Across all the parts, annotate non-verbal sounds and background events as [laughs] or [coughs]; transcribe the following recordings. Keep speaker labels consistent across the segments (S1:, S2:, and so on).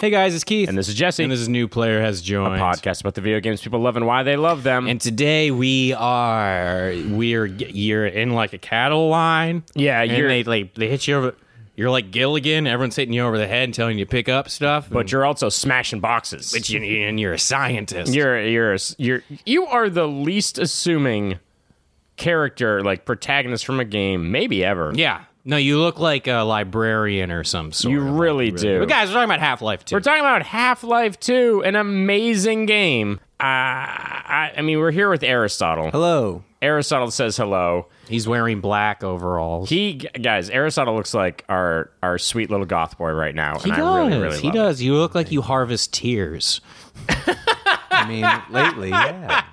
S1: Hey guys, it's Keith.
S2: And this is Jesse.
S1: And this is new player has joined.
S2: podcast about the video games people love and why they love them.
S1: And today we are we're you're in like a cattle line.
S2: Yeah,
S1: and
S2: you're-
S1: they like they hit you over. You're like Gilligan. Everyone's hitting you over the head and telling you to pick up stuff.
S2: but you're also smashing boxes.
S1: and, you, and you're a scientist.
S2: you're you're you're you are the least assuming character like protagonist from a game maybe ever.
S1: yeah. No, you look like a librarian or some sort.
S2: You
S1: of, like,
S2: Oh, really do.
S1: But guys, we're talking about Half Life 2.
S2: We're talking about Half Life 2, an amazing game. Uh, I, I mean, we're here with Aristotle.
S1: Hello.
S2: Aristotle says hello.
S1: He's wearing black overalls.
S2: He, guys, Aristotle looks like our our sweet little goth boy right now.
S1: He
S2: and
S1: does.
S2: I really, really
S1: he
S2: love it.
S1: does. You look like you harvest tears.
S3: I mean,
S1: [laughs]
S3: lately, yeah.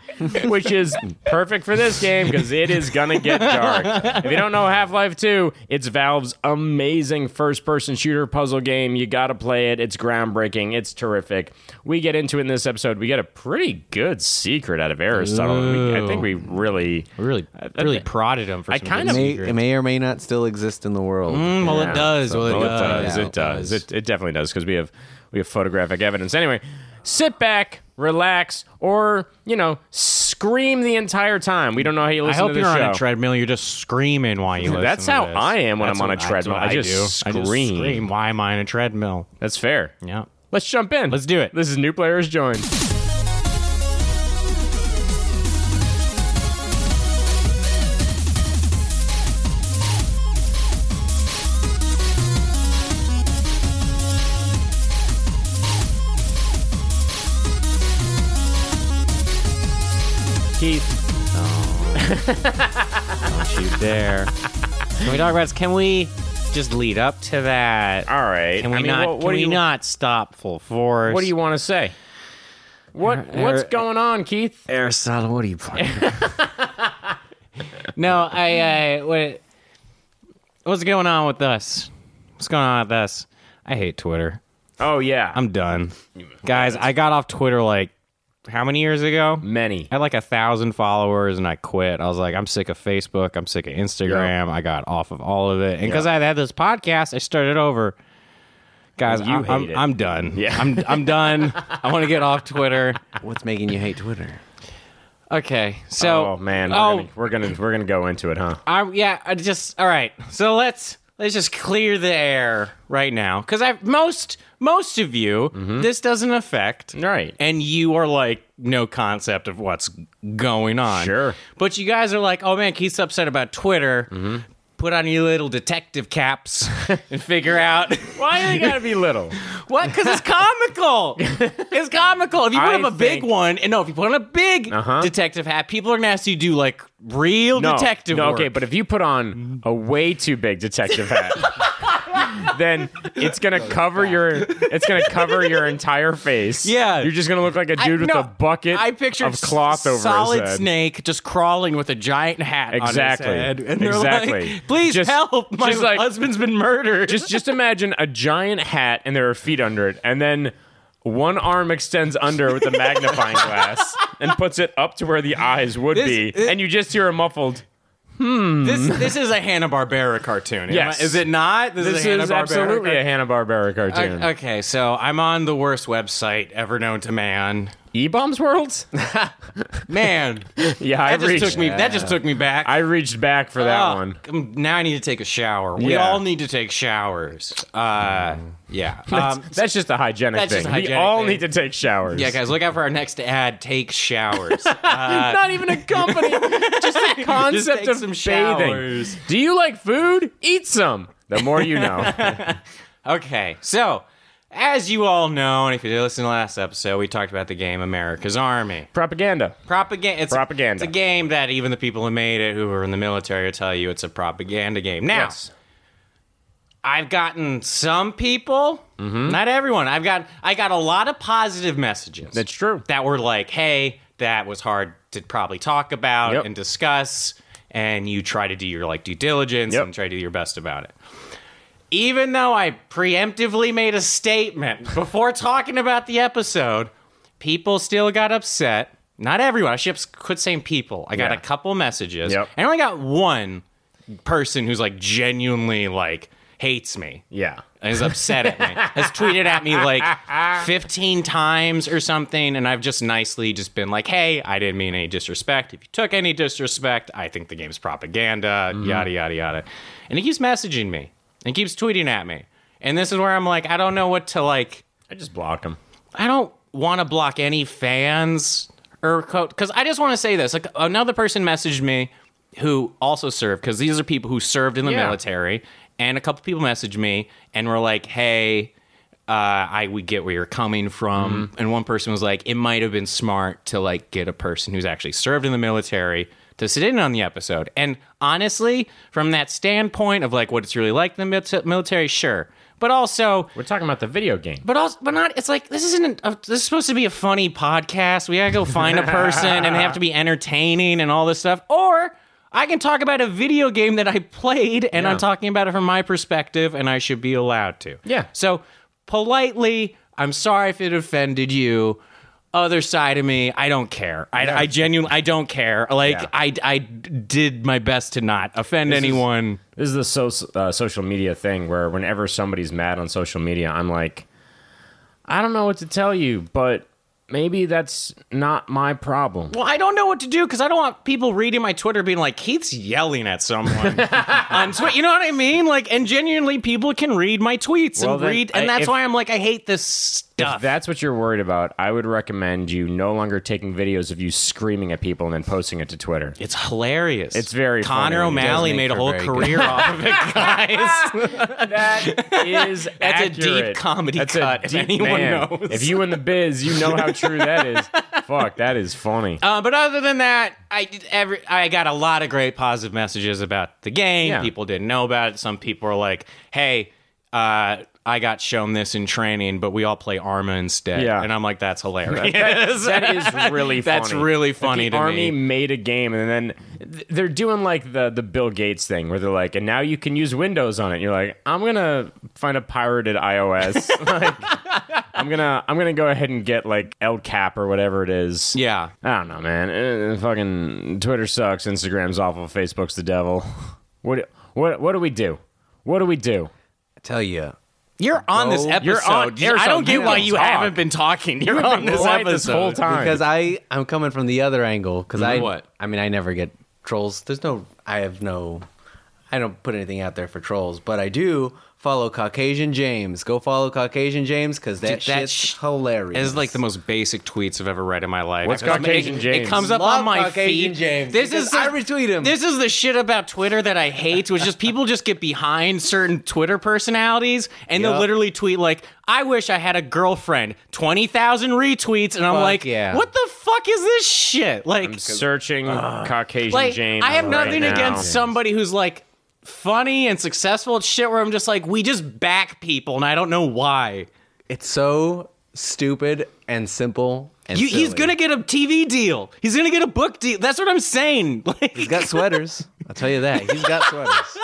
S2: which is perfect for this game because it is gonna get
S1: [laughs]
S2: dark. If you don't know Half Life 2, it's Valve's amazing first person shooter puzzle game. You gotta play it, it's groundbreaking, it's terrific. We get into it in this episode. We get a pretty good secret out of Aristotle. We- I think we really.
S1: We really, really prodded him for
S2: I
S1: some
S2: kind
S1: good
S2: of-
S3: May,
S1: secrets.
S3: it may or may not still exist in the world.
S1: Mm, well, it does. Well, it
S2: Well,
S1: does.
S2: it does. It, it definitely does because we have we have photographic evidence. Anyway, sit back, relax, or you know, scream the entire time. We don't know how you
S1: I
S2: listen
S1: hope
S2: to the
S1: you're
S2: show.
S1: on a treadmill. You're just screaming while you listen.
S2: That's
S1: to
S2: how
S1: this.
S2: I am when
S1: That's
S2: I'm on
S1: what-
S2: a
S1: that's
S2: treadmill.
S1: what
S2: I just
S1: do. I just
S2: scream.
S1: scream. Why am I on a treadmill?
S2: That's fair.
S1: Yeah.
S2: [laughs] Let's jump in.
S1: Let's do it.
S2: This is new players joined. Keith,
S1: Don't you dare. can we talk about? Can we just lead up to that?
S2: all right.
S1: Can we
S2: I mean,
S1: not?
S2: What, what
S1: can
S2: do
S1: we
S2: you
S1: not stop full force?
S2: What do you want to say? What What's going on, Keith?
S3: Aristotle, what are
S2: [laughs]
S3: you playing?
S1: No, I. I what, what's going on with us? What's going on with us? I hate Twitter.
S2: Oh yeah,
S1: I'm done, guys. I got off Twitter like how many years ago?
S2: many.
S1: I had like a thousand followers and I quit. I was like, I'm sick of Facebook. I'm sick of Instagram. I got off of all of it. And because I had this podcast, I started over. Guys,
S2: You
S1: I,
S2: hate
S1: am
S2: it.
S1: I'm done.
S2: Yeah.
S1: I'm, I'm done. I want to get off Twitter.
S3: [laughs] What's making you hate Twitter?
S1: Okay. So,
S2: oh man, we're,
S1: Oh,
S2: gonna, we're gonna we're gonna go into it, huh?
S1: I, yeah, I just, all right. So let's, let's just clear the air right now. Cause I've, most, most of you, this doesn't affect.
S2: Mm-hmm. Right.
S1: and you are like no concept of what's going on.
S2: Sure.
S1: But you guys are like, oh man, Keith's upset about Twitter.
S2: Mm-hmm.
S1: Put on your little detective
S2: [laughs]
S1: caps and figure out
S2: Why do they gotta be [laughs] little?
S1: [laughs] what because it's comical. it's comical. If you put
S2: I
S1: up a big
S2: think-
S1: one, and no, if you put on a big
S2: Uh-huh.
S1: detective hat, people are gonna ask you to do like real
S2: No,
S1: detective
S2: no,
S1: work.
S2: Okay, but if you put on a way too big
S1: [laughs]
S2: detective hat, then it's gonna cover your it's gonna cover your entire face.
S1: Yeah.
S2: you're just gonna look like a dude
S1: I,
S2: with
S1: no,
S2: a bucket
S1: I pictured
S2: of cloth over
S1: solid
S2: his head.
S1: snake just crawling with a giant hat
S2: Exactly.
S1: on his head, and they're
S2: Exactly.
S1: like, "Please
S2: Just-
S1: help! My
S2: just like-
S1: husband's been
S2: [laughs]
S1: murdered."
S2: Just just imagine a giant hat and there are feet under it, and then. One arm extends under with a magnifying glass and puts it up to where the eyes would
S1: This-
S2: be,
S1: it-
S2: and you just hear a muffled.
S1: This this is a Hanna Barbera cartoon. am I-
S2: Mm-hmm. Yes.
S1: is it not?
S2: This
S1: a
S2: is
S1: Hanna-Barbera
S2: absolutely a Hanna Barbera
S1: cartoon.
S2: cartoon.
S1: Okay, okay, so I'm on the worst website ever known to man.
S2: E bombs
S1: [laughs]
S2: worlds?
S1: Man, that
S2: [laughs] Yeah, I
S1: just
S2: reached.
S1: took me. That just took me back.
S2: I reached back for that
S1: Oh,
S2: one.
S1: um, Now I need to take a shower. We
S2: Yeah. Mm.
S1: all need to take showers. Uh, yeah. Um,
S2: [laughs] That's just a hygienic
S1: That's
S2: thing.
S1: just a
S2: we
S1: hygienic
S2: all
S1: thing.
S2: need to take showers.
S1: yeah, guys, look out for our next ad. Take
S2: [laughs]
S1: showers.
S2: Not even
S1: [laughs]
S2: a company. just the concept
S1: take
S2: of
S1: some
S2: bathing.
S1: showers.
S2: Do you like food? Eat some. The more you
S1: [laughs]
S2: know.
S1: Okay, so as you all know, and if you listened to last episode, we talked about the game America's Army.
S2: Propaganda.
S1: propaganda. It's
S2: Propaganda.
S1: It's a game that even the people who made it, who were in the military, will tell you it's a propaganda game. Now,
S2: Yes.
S1: I've gotten some people,
S2: Mm-hmm.
S1: not everyone. I've got I got a lot of positive messages
S2: That's true.
S1: that were like, "Hey, that was hard to probably talk about
S2: Yep.
S1: and discuss." And you try to do your like due diligence
S2: Yep.
S1: and try to do your best about it. Even though I preemptively made a statement before talking about the episode, people still got upset. Not everyone. I should quit saying people. I got
S2: Yeah.
S1: a couple messages.
S2: Yep.
S1: I only got one person who's like genuinely like hates me.
S2: Yeah.
S1: And is upset at me. Has tweeted at me like 15 times or something. And I've just nicely just been like, hey, I didn't mean any disrespect. If you took any disrespect, I think the game's propaganda, yada, yada, yada. And he keeps messaging me and keeps tweeting at me. And this is where I'm like, I don't know what to like.
S2: I just blocked him.
S1: I don't want to block any fans or quote because I just want to say this. Like another person messaged me who also served because these are people who served in the
S2: Yeah.
S1: military, and a couple people messaged me and were like, "Hey." Uh, I we get where you're coming from, and one person was like, "It might have been smart to like get a person who's actually served in the military to sit in on the episode." And honestly, from that standpoint of like what it's really like in the mil- military, sure, but also
S2: We're talking about the video game.
S1: but also, but not. It's like this isn't. A, this is supposed to be a funny podcast. We gotta go find a person and have to be entertaining and all this stuff. Or I can talk about a video game that I played, and
S2: Yeah.
S1: I'm talking about it from my perspective, and I should be allowed to.
S2: Yeah.
S1: So politely, I'm sorry if it offended you. Other side of me, I don't care. I, I genuinely, I don't care. Like
S2: Yeah.
S1: I, I did my best to not offend anyone.
S2: This is the so, uh, social media thing where whenever somebody's mad on social media, I'm like, I don't know what to tell you, but maybe that's not my problem.
S1: Well, I don't know what to do because I don't want people reading my Twitter being like, Keith's yelling at
S2: [laughs]
S1: someone on Twitter. You know what I mean? Like, and genuinely, people can read my tweets
S2: Well,
S1: and
S2: then,
S1: read, and
S2: I-
S1: that's
S2: if-
S1: why I'm like, I hate this
S2: If
S1: stuff.
S2: that's what you're worried about, I would recommend you no longer taking videos of you screaming at people and then posting it
S1: [laughs]
S2: to Twitter.
S1: it's hilarious.
S2: It's very
S1: Connor
S2: funny. It does
S1: O'Malley
S3: make
S1: made a
S3: for
S1: whole
S3: very
S1: career off
S2: [laughs]
S1: of it, guys.
S2: That [laughs] is
S1: That's a deep
S2: accurate.
S1: comedy
S2: That's
S1: cut,
S2: A
S1: if
S2: deep
S1: anyone
S2: man.
S1: knows.
S2: If you in the biz, you know how true
S1: [laughs]
S2: that is. Fuck, that is funny.
S1: Uh, but other than that, I did every I got a lot of great positive messages about the game.
S2: Yeah.
S1: People didn't know about it. Some people are like, "Hey, uh, I got shown this in training, but we all play Arma instead."
S2: Yeah.
S1: and I'm like,
S2: [laughs]
S1: "That's hilarious."
S2: that is really funny.
S1: That's really
S2: Like,
S1: funny
S2: the
S1: to me.
S2: army made a game and then th- they're doing like the the Bill Gates thing where they're like, and now you can use Windows on it. You're like, I'm gonna find a pirated iOS. [laughs] like, I'm gonna I'm gonna go ahead and get like L Cap or whatever it
S1: [laughs]
S2: is.
S1: yeah,
S2: I don't know, man. Uh, fucking Twitter sucks. Instagram's awful. Facebook's the devil. What what what do we do? What do we do?
S3: I tell you,
S1: you're on this
S3: Go-
S1: episode.
S2: you're on- you're
S1: I
S2: on-
S1: don't get
S2: you
S1: why
S2: don't
S1: you
S2: talk.
S1: haven't been talking. You're [laughs] on this
S2: Why
S1: episode
S2: this whole time.
S3: because I I'm coming from the other angle because I
S1: what?
S3: I mean I never get trolls. There's no I have no I don't put anything out there for trolls, but I do follow Caucasian James. Go follow Caucasian James because that,
S1: Dude, that
S3: shit's
S1: sh-
S3: hilarious.
S1: It's like the most basic tweets I've ever read in my life.
S2: What's
S1: It comes-
S2: Caucasian
S1: it,
S2: James?
S1: It comes up
S3: Love
S1: on my
S3: Caucasian
S1: feed.
S3: James,
S1: This
S3: because
S1: is the-
S3: I retweet him.
S1: This is the shit about Twitter that I hate, which is people just get behind certain Twitter personalities and
S3: Yup.
S1: they'll literally tweet like, "I wish I had a girlfriend." Twenty thousand retweets, and I'm
S3: Fuck
S1: like,
S3: yeah.
S1: "What the fuck is this shit?" Like,
S2: Searching Caucasian
S1: like
S2: James.
S1: I have
S2: right
S1: nothing
S2: now.
S1: against somebody who's like funny and successful. It's shit where I'm just like, we just back people, and I don't know why.
S3: it's so stupid and simple. And
S1: You, he's
S3: silly.
S1: gonna get a TV deal. He's gonna get a book deal. That's what I'm saying. [laughs] Like,
S3: He's got sweaters. I'll tell you that. He's got sweaters,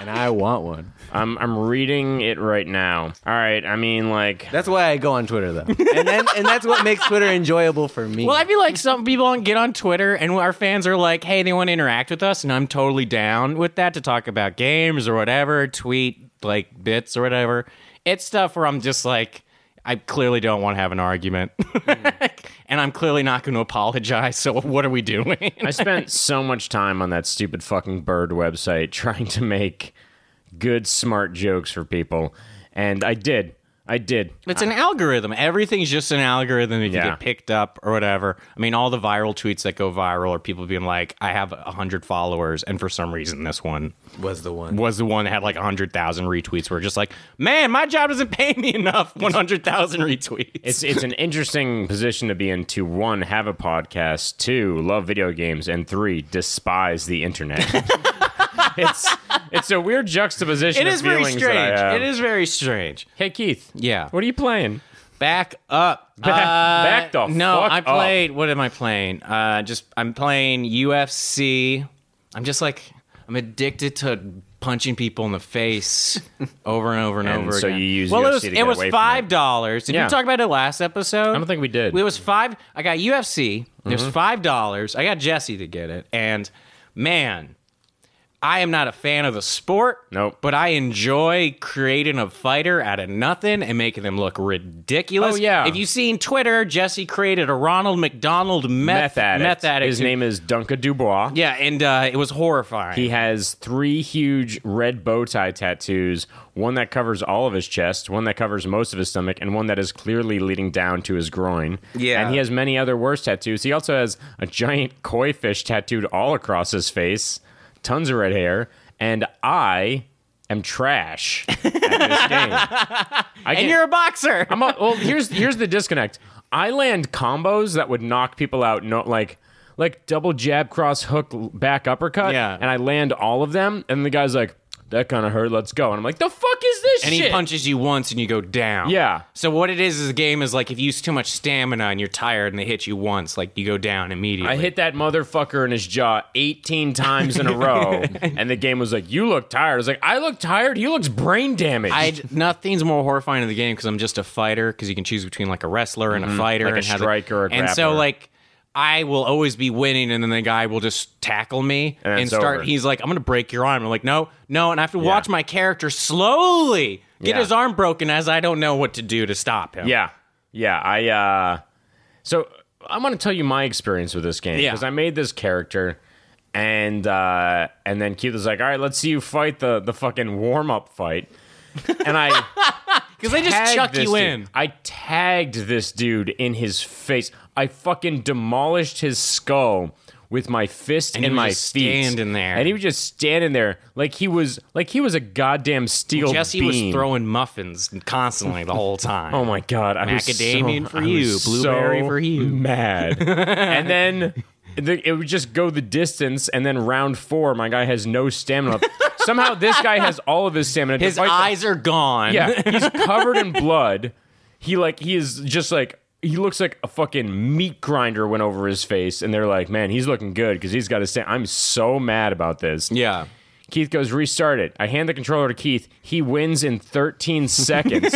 S3: and I want one.
S2: I'm I'm reading it right now. All right, I mean like
S3: That's why I go on Twitter though, and then, and that's what makes Twitter enjoyable for me.
S1: Well, I feel like some people get on Twitter and our fans are like, hey, they want to interact with us. And I'm totally down with that to talk about games or whatever, tweet like bits or whatever. It's stuff where I'm just like, I clearly don't want to have an argument. [laughs] and I'm clearly not going to apologize. So what are we doing? [laughs]
S2: I spent so much time on that stupid fucking bird website trying to make good smart jokes for people, and I did. I did.
S1: It's an algorithm. Everything's just an algorithm if
S2: Yeah.
S1: you get picked up or whatever. I mean, all the viral tweets that go viral are people being like, I have 100 followers, and for some reason, this one
S3: was the one.
S1: was the one that had like 100,000 retweets. We're just like, man, my job doesn't [laughs] pay me enough. 100,000 retweets.
S2: It's it's an interesting position to be in to one have a podcast, two love video games, and three despise the internet. [laughs] it's it's a weird juxtaposition.
S1: it
S2: of
S1: is very
S2: feelings that I
S1: strange.
S2: have.
S1: It is very strange.
S2: Hey Keith.
S1: Yeah.
S2: What are you playing?
S1: Back up. Back,
S2: back the
S1: No,
S2: fuck
S1: I
S2: up.
S1: played. What am I playing? Uh, just I'm playing UFC. I'm just like I'm addicted to punching people in the
S2: [laughs]
S1: face over and over and,
S2: And
S1: over
S2: so
S1: again.
S2: you use
S1: well,
S2: UFC
S1: it was
S2: to
S1: it
S2: get
S1: was
S2: away from it.
S1: five dollars. Did
S2: Yeah.
S1: you talk about it last episode?
S2: I don't think we did. Mm-hmm.
S1: It was five. I got UFC. There's five dollars. I got Jesse to get it, and man, I am not a fan of the sport.
S2: Nope.
S1: But I enjoy creating a fighter out of nothing and making them look ridiculous.
S2: Oh, yeah.
S1: If you've seen Twitter, Jesse created a Ronald McDonald meth,
S2: Meth addict.
S1: meth addict
S2: His
S1: who-
S2: name is Duncan Dubois.
S1: Yeah, and uh, it was horrifying.
S2: He has three huge red bow tie tattoos one that covers all of his chest, one that covers most of his stomach, and one that is clearly leading down to his groin.
S1: Yeah.
S2: And he has many other worse tattoos. He also has a giant koi fish tattooed all across his face, tons of red hair, and I am trash
S1: [laughs]
S2: at this game. I
S1: and
S2: can't-
S1: you're a boxer.
S2: I'm a, well, here's here's the disconnect. I land combos that would knock people out. No, like like double jab, cross hook, l- back uppercut.
S1: Yeah.
S2: and I land all of them, and the guy's like, "That kind of hurt. Let's go." And I'm like, "The fuck is this
S1: and
S2: shit?"
S1: he punches you once and you go down.
S2: Yeah.
S1: So what it is is the game is like if you use too much stamina and you're tired and they hit you once, like you go down immediately.
S2: I hit that motherfucker in his jaw 18 times in
S1: [laughs]
S2: a row, and the game was like, "You look tired." I was like, "I look tired. He looks brain damaged."
S1: I [laughs] nothing's more horrifying in the game because I'm just a fighter because you can choose between like a wrestler and a fighter
S2: Mm-hmm. Like a
S1: and how the-
S2: striker or a
S1: and so
S2: grappler.
S1: like I will always be winning and then the guy will just tackle me
S2: And
S1: and,
S2: it's
S1: start
S2: over.
S1: he's like I'm gonna break your arm I'm like no no and I have to watch my character slowly get
S2: Yeah.
S1: his arm broken as I don't know what to do to stop him
S2: Yeah. Yeah. I, uh, so I want to tell you my experience with this game
S1: Yeah.
S2: because I made this character and, uh, and then Keith was like, all right, let's see you fight the, the fucking warm up
S1: [laughs]
S2: fight. And I,
S1: because they just
S2: tagged
S1: chuck
S2: this
S1: you
S2: dude.
S1: in
S2: I tagged this dude in his face. I fucking demolished his skull with my fist and,
S1: he was
S2: my
S1: just
S2: feet.
S1: standing there.
S2: and he was just standing there like he was like he was a goddamn steel
S1: Jesse
S2: beam.
S1: was throwing muffins constantly the whole time
S2: Oh my god! I was
S1: Macadamian
S2: so-
S1: for
S2: I
S1: you,
S2: was
S1: blueberry
S2: so
S1: for you.
S2: Mad,
S1: [laughs]
S2: and then the, it would just go the distance, and then round four, my guy has no stamina. Somehow this guy has all of his stamina.
S1: his
S2: despite the-
S1: eyes are gone
S2: [laughs] yeah, he's covered in blood. He like he is just like he looks like a fucking meat grinder went over his face, and they're like, man, he's looking good because he's got his stamina. I'm so mad about this.
S1: yeah
S2: Keith goes, restart it. I hand the controller to Keith. He wins
S1: [laughs]
S2: in 13 seconds.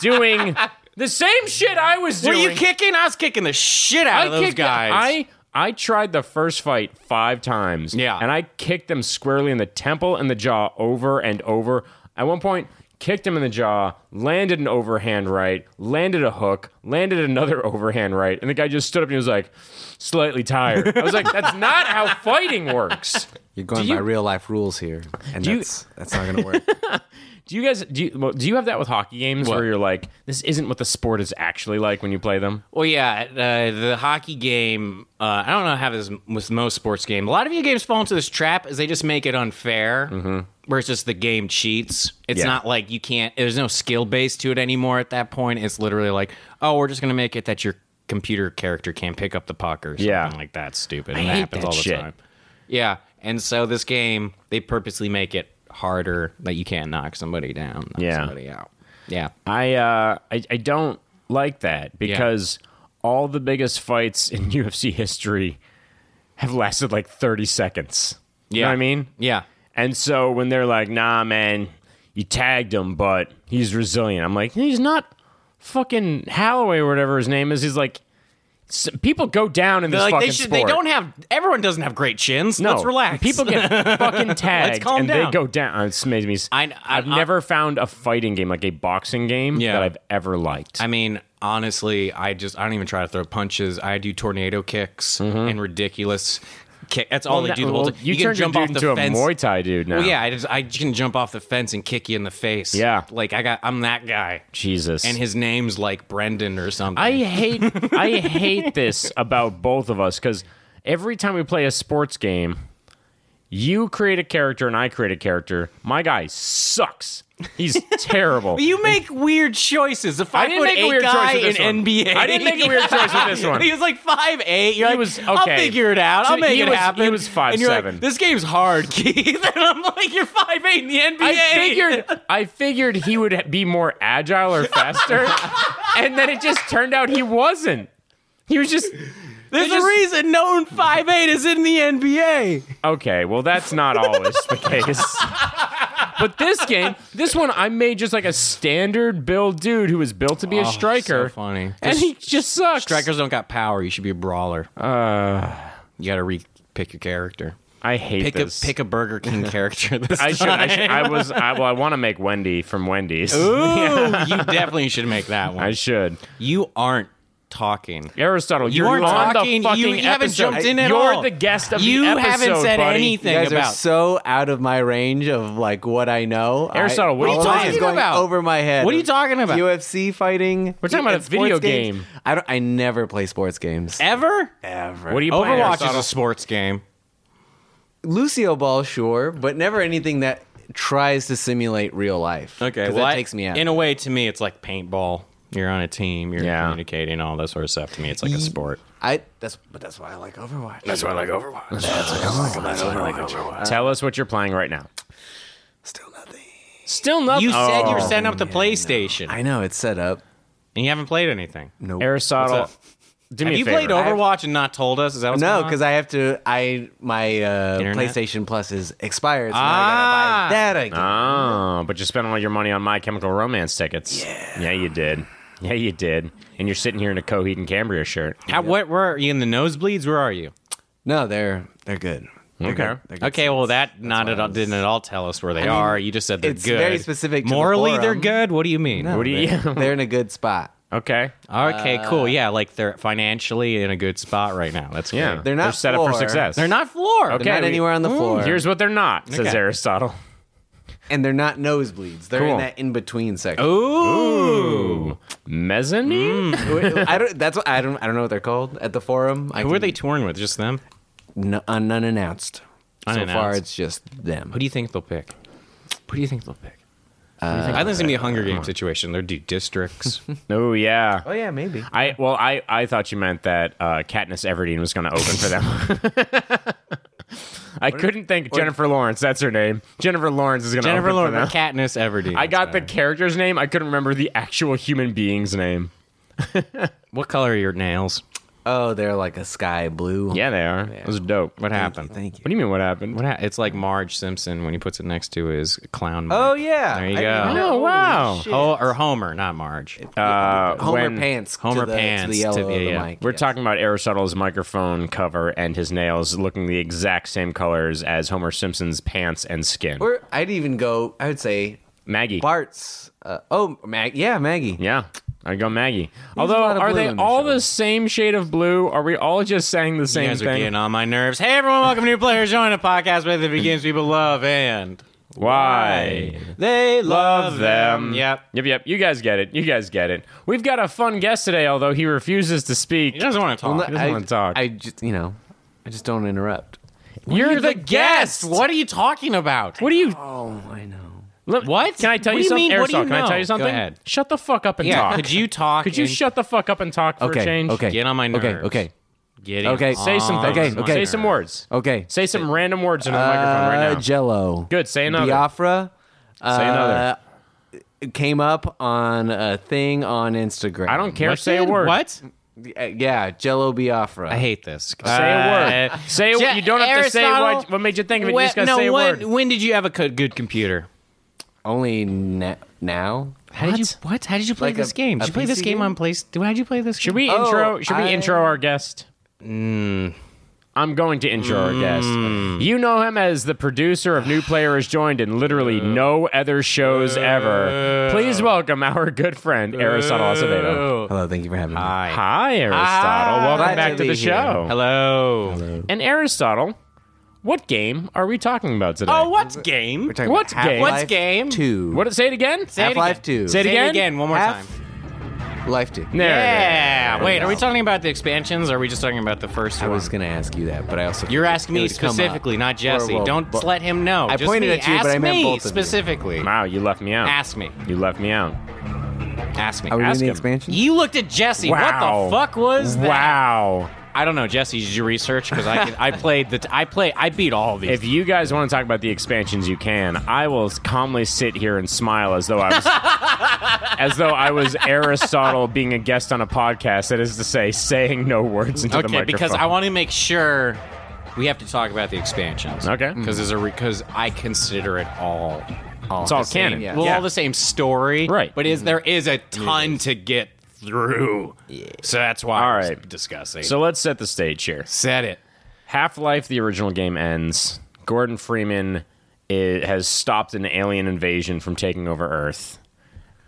S2: doing the same shit I was
S1: were
S2: doing.
S1: you kicking I was kicking the shit out of
S2: I
S1: those
S2: kicked
S1: guys
S2: I I tried the first fight five times.
S1: Yeah.
S2: And I kicked them squarely in the temple and the jaw over and over. At one point, kicked him in the jaw, landed an overhand right, landed a hook, landed another [laughs] overhand right, and the guy just stood up and he was like, slightly tired. I was like, that's not how fighting works.
S3: You're going
S2: Do
S3: by
S2: you-
S3: real life rules here, and
S2: you-
S3: that's that's not gonna [laughs] work.
S2: Do you guys do you, well, do you have that with hockey games where
S1: What?
S2: you're like, this isn't what the sport is actually like when you play them?
S1: Well, yeah, uh, the hockey game. Uh, I don't know how this with most sports game. A lot of video games fall into this trap is they just make it unfair, where it's just the game cheats. It's
S2: Mm-hmm. Yeah.
S1: not like you can't. There's no skill base to it anymore. At that point, it's literally like, oh, we're just gonna make it that your computer character can't pick up the puck or something
S2: Yeah.
S1: like that. Stupid.
S2: I
S1: and
S2: hate
S1: that happens
S2: that
S1: all the
S2: shit.
S1: time. Yeah, and so this game they purposely make it harder that you can't knock somebody down, knock
S2: Yeah.
S1: somebody out. Yeah.
S2: I uh, I, I don't like that because all the biggest fights in [laughs] UFC history have lasted like 30 seconds. You
S1: yeah.
S2: know what I mean?
S1: Yeah.
S2: And so when they're like, nah, man, you tagged him, but he's resilient. I'm like, he's not fucking Holloway or whatever his name is. He's like, s- people go down in this
S1: like
S2: fucking
S1: they should
S2: sport.
S1: they don't have everyone doesn't have great chins
S2: No,
S1: let's relax
S2: People get
S1: [laughs]
S2: fucking tagged
S1: calm
S2: and they
S1: down.
S2: go down. It's made me. s-
S1: I- I-
S2: I've
S1: I-
S2: never found a fighting game like a boxing game
S1: Yeah.
S2: that I've ever liked.
S1: i mean honestly i just i don't even try to throw punches i do tornado kicks and ridiculous kick that's all they do the whole
S2: Mm-hmm. Well,
S1: time
S2: you,
S1: can
S2: turned
S1: jump
S2: your
S1: off
S2: dude
S1: the
S2: into
S1: fence
S2: a Muay Thai dude now.
S1: well, yeah i just i can jump off the fence and kick you in the face
S2: Yeah.
S1: like i got i'm that guy
S2: Jesus.
S1: and his name's like brendan or something [laughs]
S2: I hate I hate this about both of us because every time we play a sports game, you create a character and I create a character. My guy sucks.
S1: [laughs]
S2: He's terrible.
S1: you make weird choices. A
S2: I
S1: five
S2: didn't
S1: foot
S2: make a
S1: eight
S2: weird
S1: guy
S2: choice with
S1: in
S2: this one.
S1: NBA.
S2: I didn't make a weird choice
S1: [laughs]
S2: with this one.
S1: He was like five eight. You're
S2: He
S1: like,
S2: was-
S1: I'll
S2: okay.
S1: figure it out.
S2: So
S1: I'll make
S2: he
S1: it
S2: was-
S1: happen.
S2: he was
S1: And you're like,
S2: 5'7".
S1: this game's hard, [laughs] Keith. And I'm like, you're five eight in the NBA. [laughs]
S2: I figured I figured he would be more agile or
S1: [laughs]
S2: faster, and then it just turned out he wasn't. He was just
S1: there's
S2: they just-
S1: a reason known five eight is in the NBA.
S2: Okay, well, that's not always the case. But this game, this one, I made just like a standard build dude who was built to
S1: Oh,
S2: be a Oh, striker,
S1: funny.
S2: and he just sucks. Uh,
S1: Strikers don't got power. You should be a brawler. you got to re pick your character.
S2: I hate
S1: Pick
S2: this.
S1: a pick a Burger King [laughs] character. This
S2: I [laughs] should. I,
S1: time.
S2: should, I was. I, well, I want to make Wendy from Wendy's.
S1: Ooh, you definitely should make that one.
S2: I should.
S1: you aren't talking.
S2: Aristotle,
S1: You
S2: you're
S1: aren't
S2: on
S1: talking.
S2: the fucking
S1: you haven't
S2: episode.
S1: jumped in at
S2: you're
S1: all.
S2: the guest of
S1: you
S2: the episode.
S1: haven't said
S2: buddy.
S1: anything
S3: You guys
S1: about.
S3: are so out of my range of like what I know.
S2: Aristotle,
S3: I,
S2: what are you
S3: all of this is
S1: talking
S3: going
S1: about?
S3: Over my head.
S1: What are you talking about?
S3: UFC fighting.
S2: We're talking about a
S3: Sports
S2: video
S3: games?
S2: game.
S3: I don't. I never play sports games
S1: ever.
S3: ever.
S2: What are you playing?
S1: Overwatch is
S2: Aristotle?
S1: a sports game.
S3: Lucio Ball, sure, but never anything that tries to simulate real life. 'Cause that
S1: I-
S3: takes me out.
S1: In a way, to me, it's like paintball. You're on a team. You're
S2: Yeah.
S1: communicating all that sort of stuff. To me, it's like a sport.
S3: I that's but that's why I like Overwatch. That's
S2: why I like Overwatch. That's why I like Overwatch. Tell us what you're playing right now.
S3: still nothing.
S2: Still nothing.
S1: You said you're
S2: Oh.
S1: setting up the PlayStation,
S3: I know it's set up.
S1: and you haven't played anything.
S3: No,
S2: Aristotle.
S1: What's
S2: Do me
S1: Have
S2: a
S1: you
S2: favor.
S1: played Overwatch and not told us? Is that what's
S3: no,
S1: going on?
S3: because I have to. I my uh,
S1: Internet?
S3: PlayStation Plus is expired. So
S1: Ah.
S3: now I gotta buy that again.
S2: Oh, but you spent all your money on My Chemical Romance tickets. Yeah. Yeah, you did. Yeah, you did. And you're sitting here in a Coheed and Cambria shirt.
S1: How, what, where are you in the nosebleeds? Where are you?
S3: No, they're they're good. They're
S2: Okay.
S3: good. They're good
S1: Okay, well, that not at all,
S3: was-
S1: didn't at all tell us where they
S3: mean,
S1: are. You just said they're
S3: it's
S1: good.
S3: very specific to the
S1: Morally, they're
S3: forum.
S1: good. What do you mean?
S3: No,
S2: What do you-
S3: they're- They're in a good spot.
S2: [laughs] Okay.
S1: Okay, cool. Yeah, like they're financially in a good spot right now. That's
S2: Yeah.
S1: great.
S3: They're not
S2: set up for
S3: floor.
S2: success.
S1: They're not floor.
S2: Okay.
S3: They're not
S2: we- Mm,
S3: anywhere on the floor,
S2: Here's what they're not, says
S1: Okay.
S2: Aristotle.
S3: and they're not nosebleeds. They're
S2: Cool. Oh.
S3: in that in between section.
S1: Ooh.
S2: Ooh.
S1: Mm.
S2: Mezzanine?
S3: [laughs] I don't. That's what I don't. I don't know what they're called at the forum. I
S1: Who are
S3: can-
S1: they touring with? Just them?
S3: N- un- unannounced. So far,
S1: Unannounced.
S3: it's just them.
S1: Who do you think they'll pick? Who do you think they'll pick? I think it's gonna be a Hunger Game situation. They'll do [laughs] districts.
S2: Oh, yeah.
S3: Oh yeah, maybe.
S2: I well, I, I thought you meant that uh, Katniss Everdeen was going to open for them. [laughs] I couldn't think Jennifer Lawrence. That's her name. Jennifer Lawrence is going to
S1: Jennifer
S2: open for
S1: Lawrence,
S2: them.
S1: Katniss Everdeen.
S2: I got the character's name. I couldn't remember the actual human being's name.
S1: What color are your nails?
S3: Oh, they're like a sky blue.
S2: Yeah, they are. It was dope. What
S1: What happened?
S3: Thank you.
S2: do you mean? What happened?
S1: What ha- it's like Marge Simpson when he puts it next to his clown.
S3: Oh
S1: mic.
S3: yeah.
S1: There you
S3: I
S1: go.
S3: didn't know.
S2: Oh,
S3: Holy
S2: wow.
S3: shit.
S1: Oh, or Homer, not Marge.
S2: Uh,
S3: Homer
S2: when
S3: pants. to
S1: Homer
S3: the- to the,
S1: pants to
S3: yellow
S1: the-
S3: of the
S1: yeah.
S3: mic,
S2: We're
S3: yes.
S2: talking about Aristotle's microphone cover and his nails looking the exact same colors as Homer Simpson's pants and skin.
S3: Or I'd even go. I would say
S2: Maggie.
S3: Bart's. Uh, oh, Mag. Yeah, Maggie.
S2: Yeah, I'd go Maggie.
S3: a
S2: Although,
S3: lot of
S2: are
S3: blue
S2: they
S3: in the
S2: all
S3: show.
S2: the same shade of blue? Are we all just saying the
S1: You
S2: same
S1: guys are
S2: thing?
S1: getting on my nerves. Hey everyone, welcome to New Players Join a podcast where the begins people love and
S2: Why?
S1: they
S2: Love them.
S1: Yep.
S2: Yep, yep. You guys get it. You guys get it. We've got a fun guest today, although he refuses to
S1: He
S2: speak.
S1: doesn't want to talk.
S2: doesn't
S3: I-
S2: wanna talk.
S3: I just, you know, I just don't interrupt.
S2: You're, the,
S1: Guess
S2: guest.
S1: what are you talking about?
S2: What do you?
S3: Oh, I know.
S2: Look,
S1: What?
S2: Can I tell
S1: What
S2: you
S1: do you
S2: something?
S1: mean, what do
S2: Aristotle,
S1: you
S2: can I
S1: know?
S2: tell you
S1: Go
S2: something?
S1: ahead.
S2: Shut the fuck up and
S1: Yeah.
S2: talk.
S1: Could you talk?
S2: Could you
S1: and
S2: shut the fuck up and talk for
S3: Okay.
S2: a change?
S3: Okay.
S1: Get on my nerves.
S3: Okay. Okay.
S1: Get
S3: Okay.
S2: Say
S1: Oh,
S2: some
S3: Okay,
S2: things.
S3: okay.
S2: Say some words.
S3: Okay.
S2: Say some random words into the
S3: uh,
S2: microphone right now.
S3: Jello.
S2: Good. Say another.
S3: Biafra.
S2: Say another.
S3: uh, Came up on a thing on Instagram.
S2: I don't care.
S1: What
S2: say a
S1: did-
S2: word.
S1: What?
S3: Uh, Yeah, Jello Biafra.
S1: I hate this.
S2: Say a
S1: Uh,
S2: word. Say a,
S1: Ja-
S2: you don't have to say
S1: Aristotle,
S2: what, what made you think of it. You
S1: when-
S2: just gotta
S1: no,
S2: say a
S1: when,
S2: word.
S1: When did you have a co- good computer?
S3: Only na- now.
S1: How did you what? How did you play
S3: Like a-
S1: this game?
S3: a
S1: Did you play this
S3: PC
S1: game
S3: game?
S1: on place? How did you play this?
S2: Should we
S3: Oh,
S2: intro? Should we
S3: I-
S2: intro our guest? I'm going to intro our guest. You know him as the producer of New Player is Joined in literally no other shows ever. Please welcome our good friend Aristotle Acevedo.
S3: Hello, thank you for having me.
S1: Hi.
S2: Hi, Aristotle.
S1: Hi.
S2: Welcome
S3: Glad
S2: back
S3: to
S2: to
S3: be
S2: the
S3: here.
S2: show.
S1: Hello.
S2: And Aristotle, what game are we talking about today?
S1: Oh, what's game?
S3: We're talking
S2: What's
S3: about
S2: game?
S3: Half-Life
S1: What's game?
S3: Two.
S2: What? Say it again.
S1: Say it
S3: Half-Life
S1: again.
S3: Two.
S1: Say it
S2: Say it
S1: again.
S2: again?
S1: one more
S3: Half-
S1: time.
S3: Life Two.
S2: There it is.
S1: Yeah.
S2: There
S1: Wait,
S2: we
S1: are we
S2: go.
S1: talking about the expansions? Or are we just talking about the first
S3: I
S1: one?
S3: was gonna ask you that, but I also
S1: You're asking
S3: it
S1: me
S3: would come up.
S1: specifically, not Jesse.
S3: Or, well,
S1: Don't
S3: but-
S1: let him know.
S3: I
S1: Just
S3: pointed
S1: me.
S3: at you, but
S1: Ask
S3: I meant
S1: me
S3: both of you.
S1: specifically.
S2: Wow, you left me out.
S1: Ask me.
S2: You left me out.
S1: Ask me.
S3: Are we
S2: Ask
S3: doing the
S2: him.
S3: expansion?
S1: You looked at Jesse.
S2: Wow.
S1: What the fuck was that?
S2: Wow.
S1: I don't know, Jesse. Did you research? Because I, can- I played the. T- I play. I beat all of these.
S2: If you guys want to talk about the expansions, you can. I will calmly sit here and smile as though I was,
S1: [laughs]
S2: as though I was Aristotle being a guest on a podcast. That is to say, saying no words into the
S1: okay,
S2: microphone.
S1: because I want to make sure we have to talk about the expansions.
S2: Okay.
S1: Because there's a because I consider it all. all
S2: It's all
S1: the same-
S2: canon.
S1: Well,
S2: Yeah.
S1: all the same story.
S2: Right.
S1: But is there is a ton to get through? So that's why.
S2: All
S1: I was
S2: right.
S1: Discussing.
S2: So let's set the stage here.
S1: said it.
S2: Half Life, the original game, ends. Gordon Freeman i has stopped an alien invasion from taking over Earth.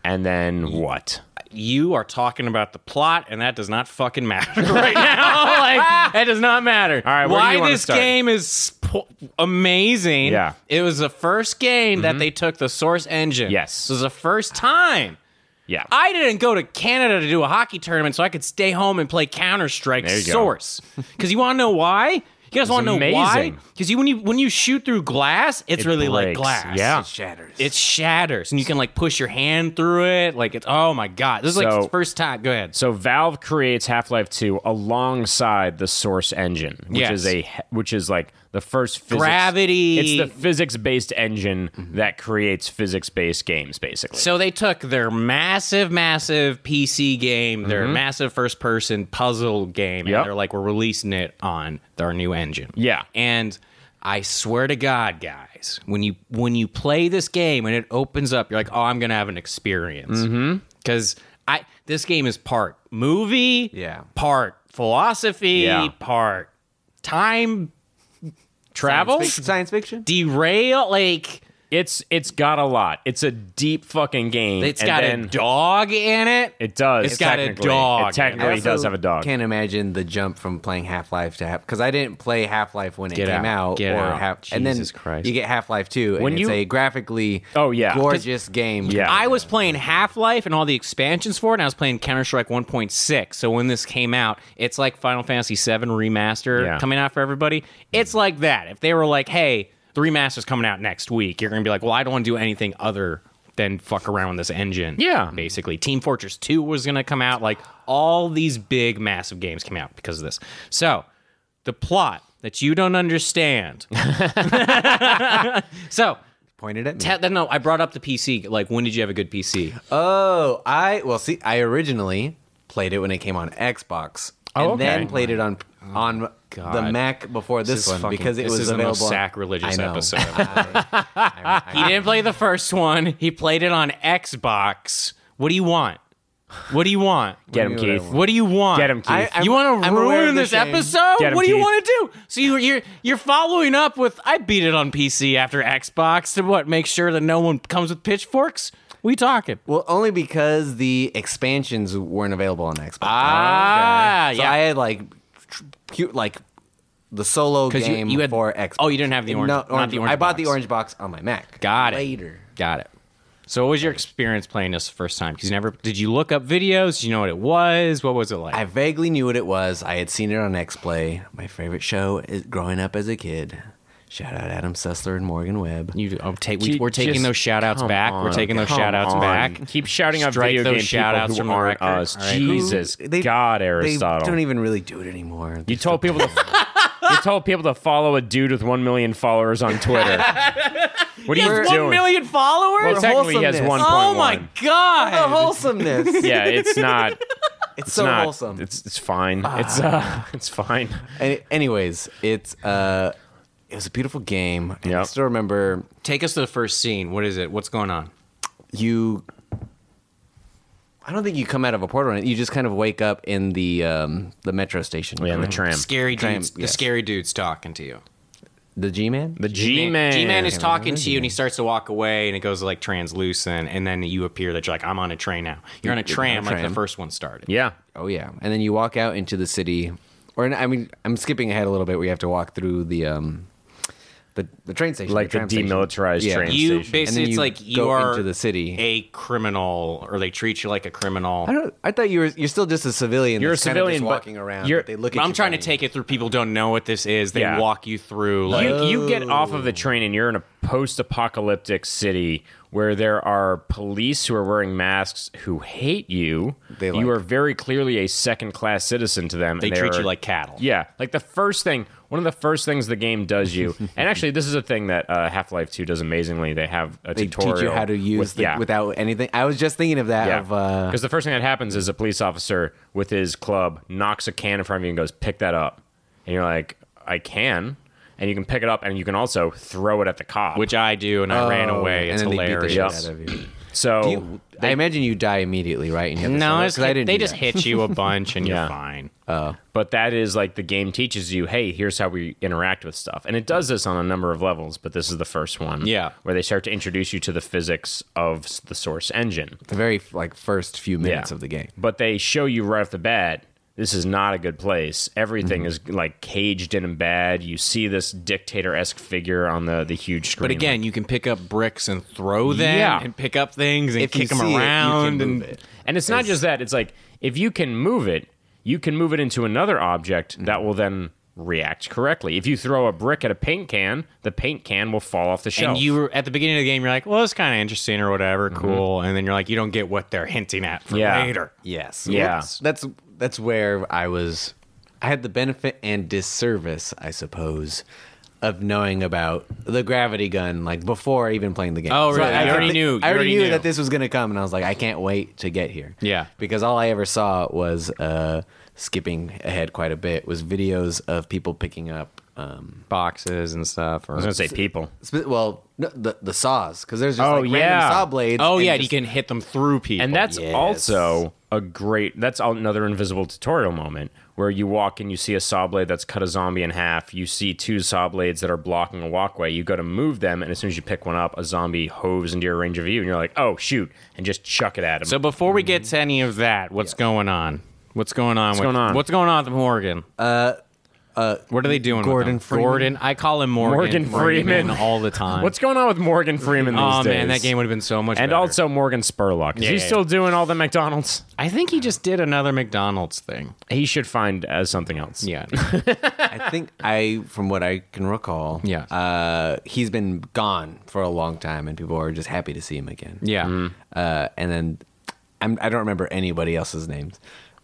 S2: And then what?
S1: You are talking about the plot, and that does not fucking matter [laughs] right now. like that does not matter. All
S2: right, where do
S1: why
S2: you wanna
S1: this
S2: start?
S1: game is po- amazing?
S2: Yeah. Mm-hmm.
S1: it was the first game that they took the Source engine.
S2: Yes.
S1: it was the first time.
S2: Yeah.
S1: I didn't go to Canada to do a hockey tournament so I could stay home and play Counter Strike
S2: There you go. [laughs]
S1: Source. Because you want to know why? You guys want to know why?
S2: amazing.
S1: Because you when you when you shoot through glass, it's
S2: It
S1: really like
S2: breaks.
S1: glass.
S2: Yeah.
S3: It shatters.
S1: It shatters, and you can like push your hand through it. Like it's oh my god, this is like
S2: So-
S1: the first time. Go ahead.
S2: So Valve creates Half-Life 2 alongside the Source engine, which
S1: Yes.
S2: is a which is like the first physics,
S1: Gravity. Mm-hmm.
S2: It's the physics-based engine that creates physics-based games basically.
S1: So they took their massive, massive PC game, their massive first person puzzle game,
S2: Mm-hmm. Yep.
S1: and they're like, we're releasing it on our new engine.
S2: Yeah.
S1: And I swear to God, guys, when you when you play this game and it opens up, you're like, oh, I'm gonna have an experience. Because I this game is part movie,
S3: Yeah.
S1: part philosophy,
S2: Yeah.
S1: part time travel,
S3: Science fic- Science fiction.
S1: derail like
S2: it's it's got a lot. It's a deep fucking game.
S1: it's
S2: and
S1: got
S2: then
S1: a dog in it.
S2: It does.
S1: It's got a
S2: technically.
S1: dog.
S2: It technically
S3: also
S2: does have a dog.
S3: Can't imagine the jump from playing Half Life to Half because I didn't play Half Life when it
S1: Get
S3: came
S1: out.
S3: out,
S1: Get
S3: or
S1: out.
S3: Half. and then
S1: Jesus Christ.
S3: you get Half Life Two, and
S2: When
S3: it's
S2: you-
S3: a graphically
S2: Oh, yeah. 'Cause-
S3: gorgeous game.
S2: Yeah.
S1: I was playing Half Life and all the expansions for it, and I was playing Counter Strike 1.6. So when this came out, it's like Final Fantasy VII Remaster
S2: Yeah.
S1: coming out for everybody. It's like that. If they were like, hey, the remaster's coming out next week, you're going to be like, well, I don't want to do anything other than fuck around with this engine.
S2: Yeah.
S1: Basically, Team Fortress 2 was going to come out. Like, all these big, massive games came out because of this. So the plot that you don't understand. [laughs] so.
S3: pointed at me.
S1: Te- no, I brought up the PC. Like, when did you have a good PC?
S3: oh, I well see. I originally played it when it came on Xbox, and
S2: Oh, okay.
S3: then played it on on the Mac before this,
S1: is
S3: one
S1: fucking-
S3: because it
S1: Oh this
S3: was
S1: is the
S3: available.
S1: most sacrilegious
S3: I know.
S1: episode.
S3: I- I- I-
S1: He didn't play the first one. He played it on Xbox. What do you want? What do you want?
S2: Get him,
S3: What do you-
S2: Keith.
S1: What do you want?
S2: Get him, Keith.
S3: I- I'm-
S1: you want to
S3: I'm aware
S1: ruin
S3: of the
S1: this
S3: shame.
S1: episode?
S2: Get him,
S1: what do you
S2: Keith.
S1: want to do? So you, you're you're following up with I beat it on PC after Xbox to what? Make sure that no one comes with pitchforks. We talking?
S3: Well, only because the expansions weren't available on Xbox.
S1: Ah,
S3: So
S1: yeah.
S3: I had like tr- cute, like the solo
S1: 'Cause you-
S3: game
S1: you had-
S3: for Xbox.
S1: oh, you didn't have the orange- not the orange
S3: I bought the
S1: box.
S3: orange box on my Mac.
S1: Got it.
S3: later.
S1: Got it. So, what was your experience playing this the first time? Because you never did. You look up videos. Did you know what it was? What was it like?
S3: I vaguely knew what it was. I had seen it on XPlay. My favorite show is growing up as a kid. Shout out Adam Sessler and Morgan Webb.
S1: You um, take we,
S2: Gee,
S1: we're taking
S2: just
S1: those shout outs
S2: come
S1: back. we're
S2: on,
S1: taking those
S2: come
S1: shout outs
S2: on.
S1: back.
S2: Keep shouting out
S1: Strike
S2: video
S1: those
S2: game
S1: shout
S2: people
S1: outs
S2: who
S1: from the
S2: aren't
S1: record.
S2: us.
S1: All right.
S2: Jesus, God, Aristotle.
S3: They don't even really do it anymore.
S2: you
S1: [laughs]
S2: told people to you told people to follow a dude with one million followers on Twitter. what are you
S1: One
S2: doing?
S1: million followers?
S2: Well, technically, he has
S3: wholesomeness.
S2: one.
S1: oh my
S2: 1.1.
S1: god!
S3: the
S2: [laughs]
S3: wholesomeness.
S2: Yeah,
S1: [laughs]
S2: it's not.
S3: it's
S2: It's
S3: so
S2: not.
S3: wholesome.
S2: It's it's fine.
S1: Ah.
S2: It's uh, [laughs] it's fine.
S3: Any- anyways, it's uh, it was a beautiful game. And I
S2: Yep.
S3: still remember
S1: Take us to the first scene. What is it? What's going on?
S3: you. I don't think you come out of a portal. You just kind of wake up in the um, the metro station.
S2: Oh, Yeah, the
S1: Mm,
S2: tram.
S1: Scary
S3: Tram-
S1: dudes.
S3: yes.
S1: The scary dude's talking to you.
S3: The G man.
S2: The G man.
S1: G man is talking to you, and he starts to walk away, and it goes like translucent, and then you appear that you're like, I'm on a train now. You're on a tram, like
S3: tram.
S1: the first one started.
S2: Yeah.
S3: Oh yeah, and then you walk out into the city, or I mean, I'm skipping ahead a little bit. where you have to walk through the um, the the train station,
S2: Like the
S3: tram station.
S2: demilitarized
S3: Yeah.
S2: train
S1: You
S2: station.
S1: basically,
S3: And then
S1: it's
S3: you
S1: like you
S3: go
S1: are
S3: into the city.
S1: a criminal, or they treat you like a criminal.
S3: I don't. I thought you were. You're still just a civilian.
S2: You're
S3: that's
S2: a
S3: kind of just
S2: civilian, but
S3: walking around.
S2: you're-
S3: but they look.
S1: But
S3: at
S1: I'm
S3: you
S1: trying to
S3: funny.
S1: take it through people who don't know what this is. They
S2: Yeah.
S1: walk you through like
S2: You, you get off
S1: Oh.
S2: of the train and you're in a post-apocalyptic city where there are police who are wearing masks who hate you.
S3: They
S2: you
S3: like-
S2: are very clearly a second-class citizen to them. and
S1: they treat
S2: are-
S1: you like cattle.
S2: yeah. Like the first thing, one of the first things the game does
S3: [laughs]
S2: you, and actually this is a thing that uh, Half-Life Two does amazingly. They have a
S3: They
S2: tutorial.
S3: teach you how to use
S2: with,
S3: the,
S2: yeah.
S3: without anything. I was just thinking of that.
S2: Yeah,
S3: Of uh,
S2: because the first thing that happens is a police officer with his club knocks a can in front of you and goes, "Pick that up," and you're like, "I can," and you can pick it up, and you can also throw it at the cop.
S1: Which I do, and I ran away.
S3: Oh, and
S1: It's
S3: then they beat the
S1: hilarious. Oh.
S3: shit out of you.
S2: So
S3: You, I imagine you die immediately, right? And you have to
S1: No,
S3: sell it?
S1: it's,
S3: 'Cause I didn't.
S1: they
S3: do
S1: just
S3: that. Oh,
S1: hit you a bunch
S3: [laughs]
S1: and
S2: Yeah.
S1: you're fine.
S2: But that is like the game teaches you, hey, here's how we interact with stuff. And it does this on a number of levels, but this is the first one.
S1: Yeah.
S2: Where they start to introduce you to the physics of s- the source engine.
S3: the very like first few minutes
S2: Yeah.
S3: of the game.
S2: But they show you right off the bat, this is not a good place. Everything is like caged in and bad. You see this dictator esque figure on the, the huge screen.
S1: But again, you can pick up bricks and throw them
S2: Yeah.
S1: and pick up things and
S3: If you
S1: kick them
S3: see it, you can
S1: around.
S3: move
S1: and
S3: it.
S2: And it's not just that. It's like if you can move it, you can move it into another object that will then react correctly. If you throw a brick at a paint can, the paint can will fall off the shelf.
S3: Oh.
S1: and you were at the beginning of the game, you're like, well, it's kind of interesting or
S3: Mm-hmm.
S1: whatever, cool. And then you're like, you don't get what they're hinting at for
S2: Yeah.
S1: later.
S3: Yes.
S2: Yeah.
S3: That's, that's that's where I was. I had the benefit and disservice, I suppose, of knowing about the gravity gun like before even playing the game.
S1: Oh, really?
S3: I,
S1: You
S3: I
S1: already
S3: thi-
S1: knew. You
S3: I already
S1: already
S3: knew,
S1: knew.
S3: that this was gonna come, and I was like, I can't wait to get here.
S1: Yeah.
S3: Because all I ever saw was uh, skipping ahead quite a bit was videos of people picking up. Um,
S1: Boxes and stuff. Or,
S2: I was gonna say people.
S3: sp- well, no, the the saws because there's just
S2: Oh,
S3: like random
S2: yeah.
S3: saw blades.
S1: oh,
S3: and
S1: yeah,
S3: just-
S1: you can hit them through people.
S2: And that's
S3: yes.
S2: also a great. That's al- another invisible tutorial moment where you walk and you see a saw blade that's cut a zombie in half. You see two saw blades that are blocking a walkway. You go to move them, and as soon as you pick one up, a zombie hoves into your range of view, and you're like, "Oh shoot!" and just chuck it at him.
S1: So before we get to any of that, what's going on? What's going on? What's
S2: going on?
S1: What's going on with Morgan? Uh, uh, what are they doing? with
S3: Gordon
S1: him?
S3: Freeman?
S1: Gordon, I call him Morgan.
S2: Morgan Freeman.
S1: all the time.
S2: What's going on with Morgan Freeman these
S1: Oh
S2: days?
S1: man, that game would have been so much.
S2: And
S1: better.
S2: also Morgan Spurlock. Is
S1: Yeah,
S2: he
S1: yeah,
S2: still doing all the McDonald's?
S1: I think he just did another McDonald's thing.
S2: He should find uh, something else.
S1: Yeah,
S2: [laughs]
S3: I think I, from what I can recall,
S1: Yeah.
S3: uh, he's been gone for a long time, and people are just happy to see him again.
S1: yeah.
S2: Mm.
S3: uh, and then I'm, I don't remember anybody else's names,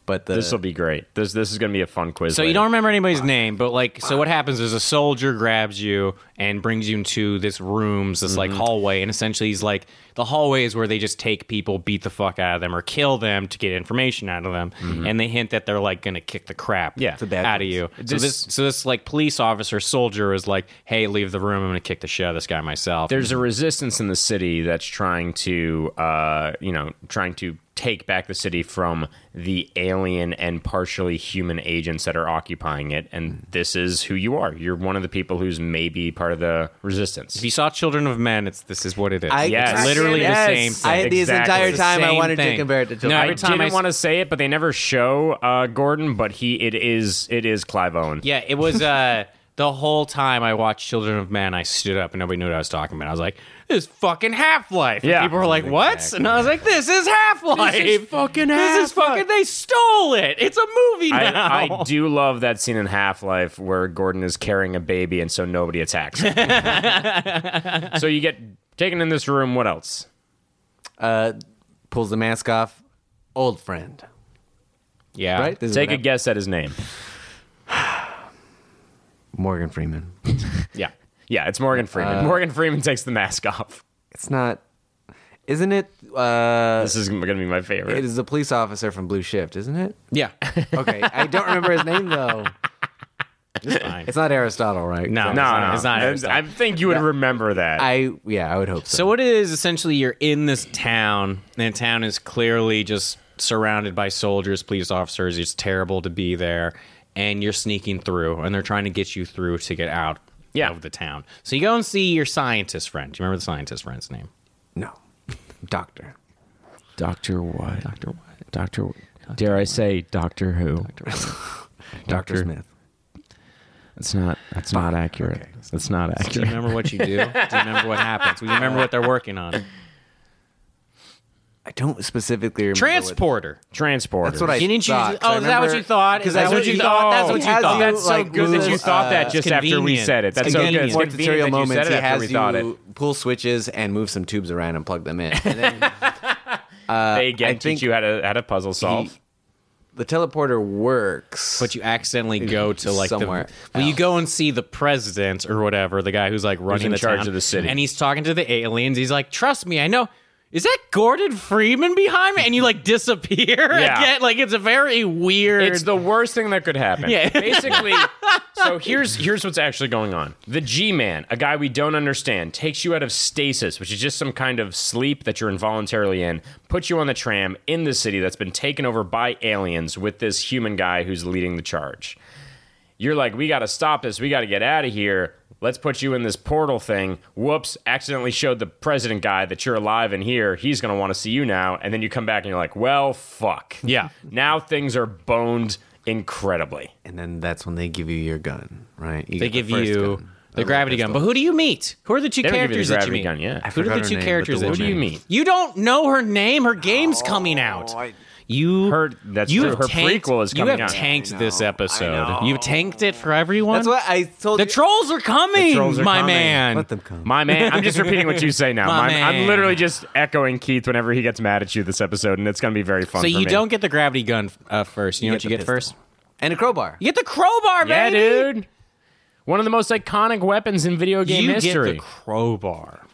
S3: but the
S2: This will be great. This this is going to be a fun quiz.
S1: So you don't remember anybody's name, but like, so what happens is a soldier grabs you and brings you into this rooms, this like hallway, and essentially he's like the hallway is where they just take people, beat the fuck out of them, or kill them to get information out of them, and they hint that they're like gonna kick the crap
S2: Yeah. It's a
S3: bad
S1: out of
S3: place.
S1: you. so
S2: This-
S1: this, so this like police officer soldier is like, hey, leave the room, I'm gonna kick the shit out of this guy myself.
S2: There's a resistance in the city that's trying to, uh, you know, trying to take back the city from the alien and partially human agents that are occupying it. And this is who you are. You're one of the people who's maybe part of the resistance.
S1: if you saw Children of Men, it's this is what it is.
S3: I-
S1: It's
S2: Yes.
S1: literally
S2: Yes.
S1: the same thing.
S3: I, this
S2: Exactly.
S3: entire
S2: It's
S1: the
S3: time I
S1: same
S3: wanted to
S1: thing.
S3: compare it to Till-
S1: No,
S3: I-
S2: I
S1: every time
S2: didn't
S1: I s-
S2: want to say it, but they never show uh, Gordon. But he, it is, it is
S1: [laughs]
S2: Clive Owen.
S1: Yeah, it was uh [laughs] the whole time I watched Children of Men, I stood up and nobody knew what I was talking about. I was like, this is fucking Half Life.
S2: Yeah.
S1: People were like, what? And I was like, this is Half Life. This is fucking This is fucking, they stole it. It's a movie now.
S2: I, I do love that scene in Half Life where Gordon is carrying a baby and so nobody attacks. him.
S1: [laughs]
S2: so you get taken in this room. What else?
S3: pulls the mask off. Old friend,
S1: [laughs] yeah.
S3: right? This is
S2: Take
S3: what
S2: a guess at his name.
S3: happened. Morgan Freeman.
S2: Yeah, yeah, it's Morgan Freeman. Morgan Freeman takes the mask off. [laughs]
S3: It's not, isn't it? Uh,
S2: This is gonna be my favorite.
S3: it is the police officer from Blue Shift, isn't it?
S1: Yeah. [laughs]
S3: Okay, I don't remember his name though.
S1: It's fine.
S3: It's not Aristotle, right?
S1: No,
S3: So-
S2: no,
S1: not-
S2: no,
S1: it's not
S2: I-
S1: Aristotle.
S2: I think you would remember that.
S3: I yeah, I would hope so.
S1: So what it is essentially you're in this town, and the town is clearly just surrounded by soldiers, police officers. It's terrible to be there, and you're sneaking through, and they're trying to get you through to get out
S2: Yeah.
S1: of the town. So you go and see your scientist friend. Do you remember the scientist friend's name?
S3: No, doctor.
S2: Doctor what? Doctor
S1: what?
S2: Doctor. Dare I say Doctor Who?
S3: Doctor Smith.
S2: It's not. That's not accurate. It's not
S1: Do you remember what you do? Do you remember what happens? Do you remember what they're working on?
S3: I don't specifically remember. what-
S1: Transporter.
S2: Transport.
S3: That's what I
S1: Didn't you-
S3: thought. 'cause
S1: oh,
S3: I
S1: is that what
S3: remember-
S1: you thought? Is
S3: 'cause
S1: that
S3: I-
S1: what you thought? That's what
S3: he
S1: you
S3: has
S1: thought.
S2: That's so
S3: like,
S2: good that you
S3: move,
S2: thought that
S3: uh,
S1: it's
S2: just after we
S1: convenient.
S2: said it. That's so good.
S1: Convenient.
S2: It's
S3: Point tutorial
S2: convenient that you
S3: moments.
S2: said it
S3: He
S2: after
S3: has
S2: we thought it.
S3: you pull switches and move some tubes around and plug them
S1: [laughs]
S3: in. And then
S2: they again
S3: I
S2: teach
S3: think
S2: you how to how to puzzle solve.
S3: the teleporter works.
S1: But you accidentally go to like
S3: Somewhere
S1: The, well, you go and see the president or whatever, the guy who's like running
S2: in
S1: the
S2: charge
S1: town,
S2: of the city.
S1: and he's talking to the aliens. He's like, "Trust me, I know." is that Gordon Freeman behind me? And you like [laughs] disappear
S2: Yeah.
S1: again. Like it's a very weird.
S2: It's the worst thing that could happen.
S1: Yeah. [laughs]
S2: Basically, so here's here's what's actually going on. The G-Man, a guy we don't understand, takes you out of stasis, which is just some kind of sleep that you're involuntarily in, puts you on the tram in the city that's been taken over by aliens with this human guy who's leading the charge. You're like, "We got to stop this. We got to get out of here." Let's put you in this portal thing. Whoops, accidentally showed the president guy that you're alive in here. He's going to want to see you now. And then you come back and you're like, well, fuck.
S1: Yeah.
S2: Now things are boned incredibly.
S3: And then that's when they give you your gun, right? You
S1: they
S3: get the
S1: give
S3: first
S1: you
S3: gun.
S1: the gravity gun. But who do you meet? Who are the two
S2: They don't give you
S1: characters
S2: the
S1: that you
S2: gravity
S1: meet?
S2: gun, yeah. I
S1: Who are
S3: forgot
S1: the
S3: her
S1: two
S3: name, but
S1: characters
S3: the
S1: that
S2: Who do you
S1: meet?
S2: meet?
S1: You don't know her name. Her game's
S3: Oh,
S1: coming out.
S4: Oh, I-
S1: you
S2: Her- that's
S1: you
S2: true.
S1: have
S2: Her
S1: tanked-
S2: prequel is
S1: You
S2: coming
S1: have
S2: out.
S1: tanked
S4: I
S1: this
S4: know, I
S1: episode.
S4: know.
S1: You've tanked it for everyone.
S3: That's what I told
S1: the
S3: you.
S1: trolls are coming,
S3: trolls are
S1: my
S3: coming.
S1: man.
S3: Let them come.
S2: My man, I'm just repeating what you say
S1: [laughs]
S2: now.
S1: My
S2: My-
S1: man.
S2: I'm literally just echoing Keith whenever he gets mad at you this episode, and it's going to be very
S1: so
S2: fun. for
S1: you
S2: me.
S1: don't get the gravity gun uh, first. You, know what
S3: get
S1: you
S3: the
S1: get
S3: pistol.
S1: first?
S3: and a crowbar.
S1: You get the crowbar,
S2: yeah,
S1: baby.
S2: dude. One of the most iconic weapons in video game
S1: You
S2: history.
S1: get the crowbar.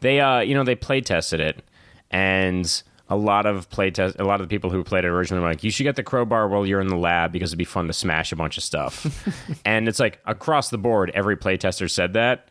S2: they, uh, you know, they play tested it, and a lot of play test, a lot of the people who played it originally were like, "You should get the crowbar while you're in the lab because it'd be fun to smash a bunch of stuff." and it's like across the board, every playtester said that.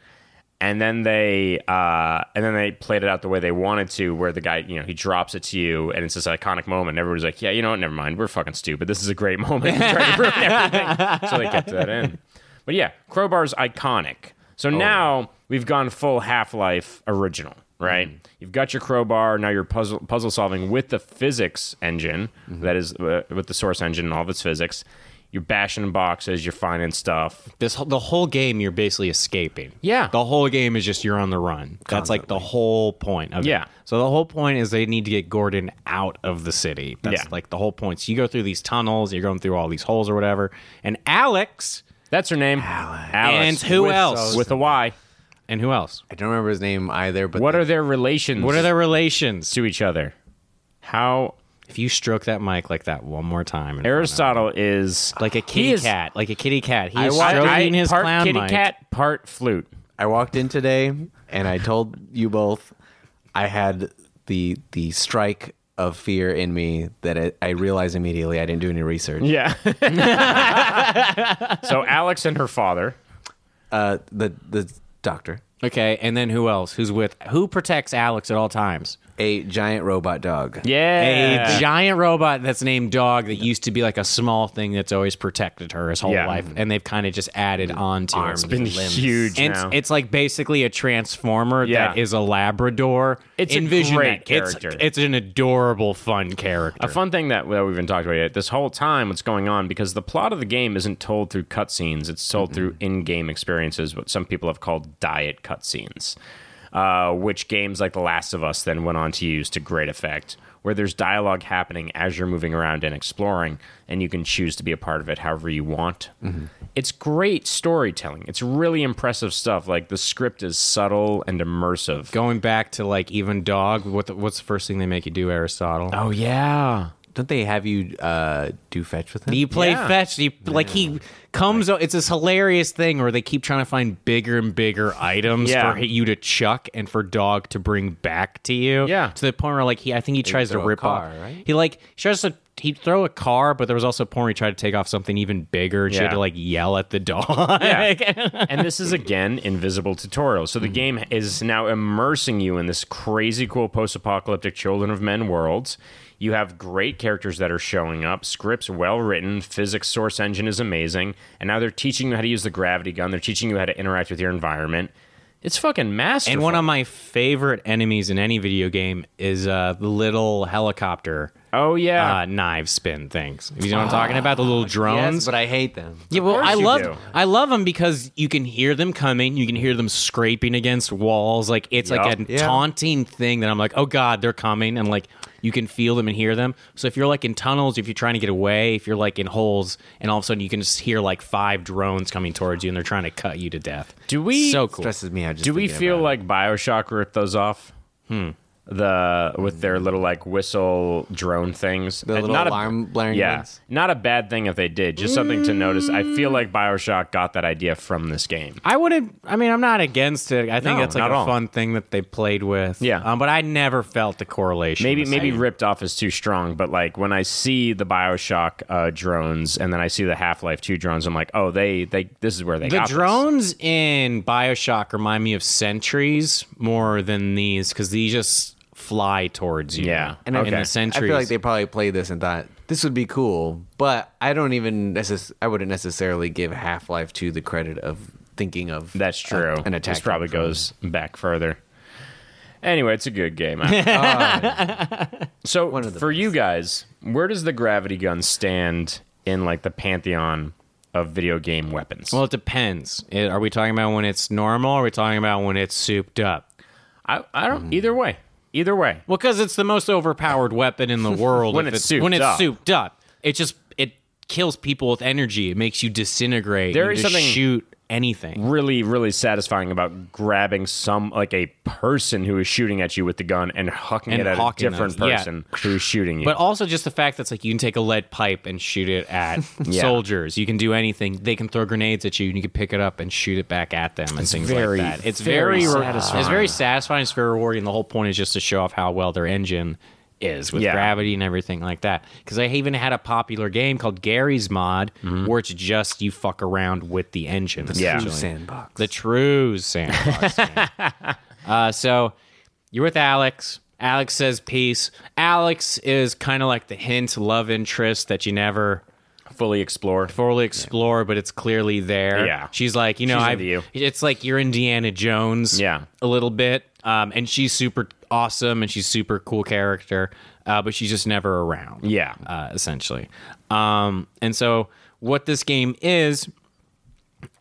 S2: and then they uh, and then they played it out the way they wanted to, where the guy, you know, he drops it to you, and it's this iconic moment. And everybody's like, "Yeah, you know what? Never mind. We're fucking stupid. This is a great [laughs] moment." We tried to ruin everything. So they kept that in. But yeah, Crowbar's iconic.
S1: Oh,
S2: So now we've gone full Half Life original,
S1: Mm-hmm.
S2: right? You've got your crowbar. Now you're puzzle puzzle solving with the physics engine
S1: Mm-hmm.
S2: that is uh, with the source engine and all of its physics. You're bashing boxes. You're finding stuff.
S1: This whole- the whole game you're basically escaping.
S2: Yeah.
S1: The whole game is just you're on the run. That's like the whole point of it.
S2: Yeah.
S1: So the whole point is they need to get Gordon out of the city. That's
S2: Yeah.
S1: like the whole point. So you go through these tunnels, you're going through all these holes or whatever. And Alex
S2: That's her name, Alex. Alex.
S1: And who
S2: With-
S1: else?
S2: With a Y.
S1: and who else?
S3: I don't remember his name either, but
S2: What
S3: the-
S2: are their relations?
S1: What are their relations?
S2: to each other? How
S1: If you stroke that mic like that one more time, in front of-
S2: Aristotle is
S1: like a
S2: he
S1: kitty
S2: is-
S1: cat, like a kitty cat.
S2: I
S1: He's
S2: wa-
S1: stroking
S2: I-
S1: his
S2: part
S1: clown
S2: kitty
S1: mic.
S2: cat, part flute.
S3: I walked in today and I told you both I had the the strike of fear in me that I, I realized immediately I didn't do any research.
S2: Yeah. [laughs] so Alex and her father.
S3: Uh, the the doctor,
S1: Okay, and then who else? Who's with? Who protects Alex at all times?
S3: a giant robot dog.
S2: Yeah.
S1: a giant robot that's named Dog that used to be like a small thing that's always protected her his whole
S2: Yeah.
S1: life, and they've kind of just added on to
S2: it's
S1: it.
S2: been huge
S1: And
S2: now.
S1: it's, it's like basically a transformer
S2: Yeah.
S1: that is a Labrador.
S2: It's a
S1: Envision
S2: great
S1: that. It's-
S2: character.
S1: It's, an adorable, fun character.
S2: a fun thing that, that we've been talking about yet, this whole time what's going on because the plot of the game isn't told through cutscenes it's told through in-game experiences what some people have called diet cutscenes uh, which games like the last of us then went on to use to great effect where there's dialogue happening as you're moving around and exploring and you can choose to be a part of it however you want it's great storytelling it's really impressive stuff like the script is subtle and immersive
S1: Going back to like even Dog, what the, what's the first thing they make you do, Aristotle?
S2: oh yeah
S3: Don't they have you uh, do fetch with him?
S1: You play
S2: Yeah.
S1: fetch. You, Like he comes. o- It's this hilarious thing where they keep trying to find bigger and bigger items
S2: Yeah.
S1: for you to chuck and for dog to bring back to you.
S2: Yeah.
S1: To the point where like he, I think he tries to
S3: throw a
S1: rip
S3: car,
S1: off.
S3: right?
S1: He like he tries to he throw a car, but there was also a point where he tried to take off something even bigger. and She had
S2: Yeah.
S1: to like yell at the dog. [laughs]
S2: Yeah. and this is again invisible tutorial. So the
S1: Mm-hmm.
S2: game is now immersing you in this crazy cool post-apocalyptic Children of Men world. You have great characters that are showing up, scripts well written, physics source engine is amazing, and now they're teaching you how to use the gravity gun. They're teaching you how to interact with your environment. It's fucking masterful.
S1: and one of my favorite enemies in any video game is uh, the little helicopter.
S2: oh yeah,
S1: Uh, knife spin things. You know what I'm talking about? The little drones.
S3: Yes, but I hate them.
S1: Yeah, well,
S2: course
S1: I
S2: you
S1: love
S2: do.
S1: I love them because you can hear them coming. You can hear them scraping against walls. Like it's like a
S2: Yup.
S3: Yeah.
S1: taunting thing that I'm like, oh god, they're coming, and like you can feel them and hear them. So if you're like in tunnels, if you're trying to get away, if you're like in holes, and all of a sudden you can just hear like five drones coming towards you, and they're trying to cut you to death.
S2: Do we-
S1: So cool.
S3: Stresses me out. Just
S2: do we
S3: thinking
S2: feel
S3: about it.
S2: like
S3: Hmm.
S2: Bioshock ripped those off? the with their little like whistle drone things.
S3: The
S2: Uh,
S3: little alarm blaring
S2: Yeah,
S3: ones.
S2: not a bad thing if they did. Just something to notice. I feel like Bioshock got that idea from this game.
S1: I wouldn't. I mean, I'm not against it. I think
S2: No,
S1: that's like
S2: not
S1: a
S2: at all.
S1: fun thing that they played with.
S2: Yeah.
S1: Um, but I never felt the correlation.
S2: Maybe
S1: the
S2: maybe
S1: same.
S2: ripped off is too strong, but like when I see the Bioshock uh, drones and then I see the Half Life Two drones, I'm like, oh, they they this is where they
S1: the
S2: got this.
S1: drones in Bioshock remind me of sentries more than these because these just fly towards you.
S2: Yeah.
S1: And,
S2: And
S1: I
S2: I-
S1: and
S2: okay. I
S1: the
S3: I
S1: sentries.
S3: feel like they probably played this and thought this would be cool, but I don't even necess- I wouldn't necessarily give Half Life Two the credit of thinking of
S2: That's
S3: a-
S2: true.
S3: an attack
S2: This probably
S3: drone.
S2: goes back further. Anyway, it's a good game. I- so
S3: of the
S2: for you guys, where does the gravity gun stand in like the pantheon of video game weapons?
S1: well, it depends. It- are we talking about when it's normal? Or are we talking about when it's souped up?
S2: I, I don't. Either way, either way.
S1: Well, because it's the most overpowered weapon
S2: [laughs]
S1: in the world.
S2: When
S1: if
S2: it's souped
S1: when it's
S2: up.
S1: souped up, it just it kills people with energy. It makes you disintegrate.
S2: There
S1: you
S2: is
S1: just
S2: something-
S1: shoot anything.
S2: Really, really satisfying about grabbing some like a person who is shooting at you with the gun and hucking
S1: And
S2: it at a
S1: hawking
S2: different
S1: them, yeah.
S2: person who's shooting you.
S1: But also just the fact that's like you can take a lead pipe and shoot it
S2: [laughs]
S1: at soldiers. You can do anything. They can throw grenades at you, and you can pick it up and shoot it back at them and things
S2: very-
S1: like that. It's
S2: very
S1: very, re-
S2: satisfying.
S1: It's very satisfying. It's very rewarding. The whole point is just to show off how well their engine is with
S2: Yeah.
S1: gravity and everything like that. Because I even had a popular game called Gary's Mod, where it's just you fuck around with the engine.
S2: Mm-hmm. Yeah.
S3: True
S1: essentially.
S3: sandbox.
S1: The true sandbox. man.
S2: [laughs]
S1: uh, so you're with Alex. Alex says peace. Alex is kind of like the hint love interest that you never
S2: fully explore.
S1: fully explore, but it's clearly there.
S2: Yeah.
S1: She's like, you know,
S2: She's
S1: I.
S2: into you.
S1: It's like you're Indiana Jones.
S2: Yeah.
S1: A little bit. Um, and she's super awesome and she's super cool character, uh, but she's just never around
S2: Yeah.
S1: uh, essentially. Um, and so what this game is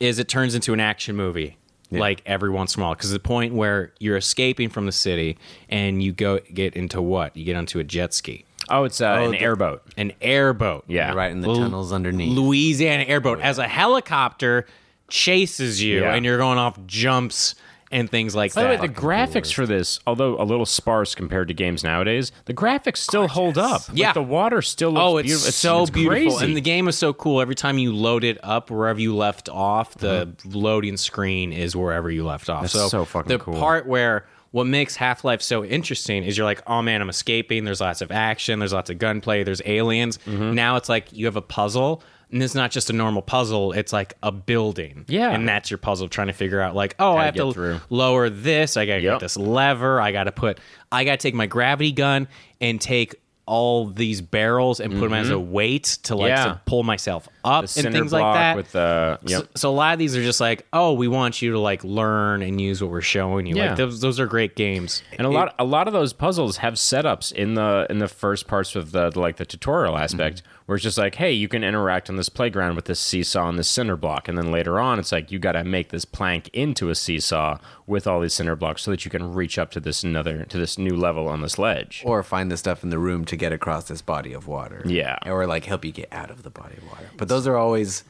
S1: is it turns into an action movie like every once in a while because the point where you're escaping from the city and you go get into what you get onto a jet ski
S2: Oh, it's uh, an airboat.
S1: an airboat
S2: Yeah.
S3: right in the
S1: Lu-
S3: tunnels underneath.
S1: louisiana airboat as a helicopter chases you
S2: Yeah.
S1: and you're going off jumps and things like
S2: By the way,
S1: that
S2: the graphics for this, although a little sparse compared to games nowadays, the graphics still hold up. Like,
S1: Yeah.
S2: the water still looks
S1: Oh, it's
S2: beautiful.
S1: so beautiful,
S2: crazy.
S1: and the game is so cool. Every time you load it up, wherever you left off, the loading screen is wherever you left off. so,
S2: Uh-huh. so fucking
S1: the
S2: cool.
S1: part where what makes Half Life so interesting is you're like, oh man, I'm escaping. There's lots of action. There's lots of gunplay. There's aliens.
S2: Mm-hmm.
S1: Now it's like you have a puzzle. And it's not just a normal puzzle; it's like a building,
S2: Yeah.
S1: And that's your puzzle, trying to figure out, like, oh, I have
S2: get
S1: to
S2: through.
S1: lower this. I gotta get
S2: Yep.
S1: this lever. I gotta put. I gotta take my gravity gun and take all these barrels and put them as a weight to like
S2: Mm-hmm. Yeah.
S1: to pull myself up
S2: The cinder
S1: and things
S2: block
S1: like that.
S2: With the
S1: so, so a lot of these are just like, oh, we want you to like learn and use what we're showing you.
S2: Yeah.
S1: Like those, those are great games.
S2: and a lot, a lot of those puzzles have setups in the in the first parts of the like the tutorial
S1: Mm-hmm.
S2: aspect, where it's just like, hey, you can interact on this playground with this seesaw and this cinder block, and then later on, it's like you got to make this plank into a seesaw with all these cinder blocks so that you can reach up to this another to this new level on this ledge.
S3: or find the stuff in the room to get across this body of water.
S2: Yeah.
S3: Or like help you get out of the body of water. But those are always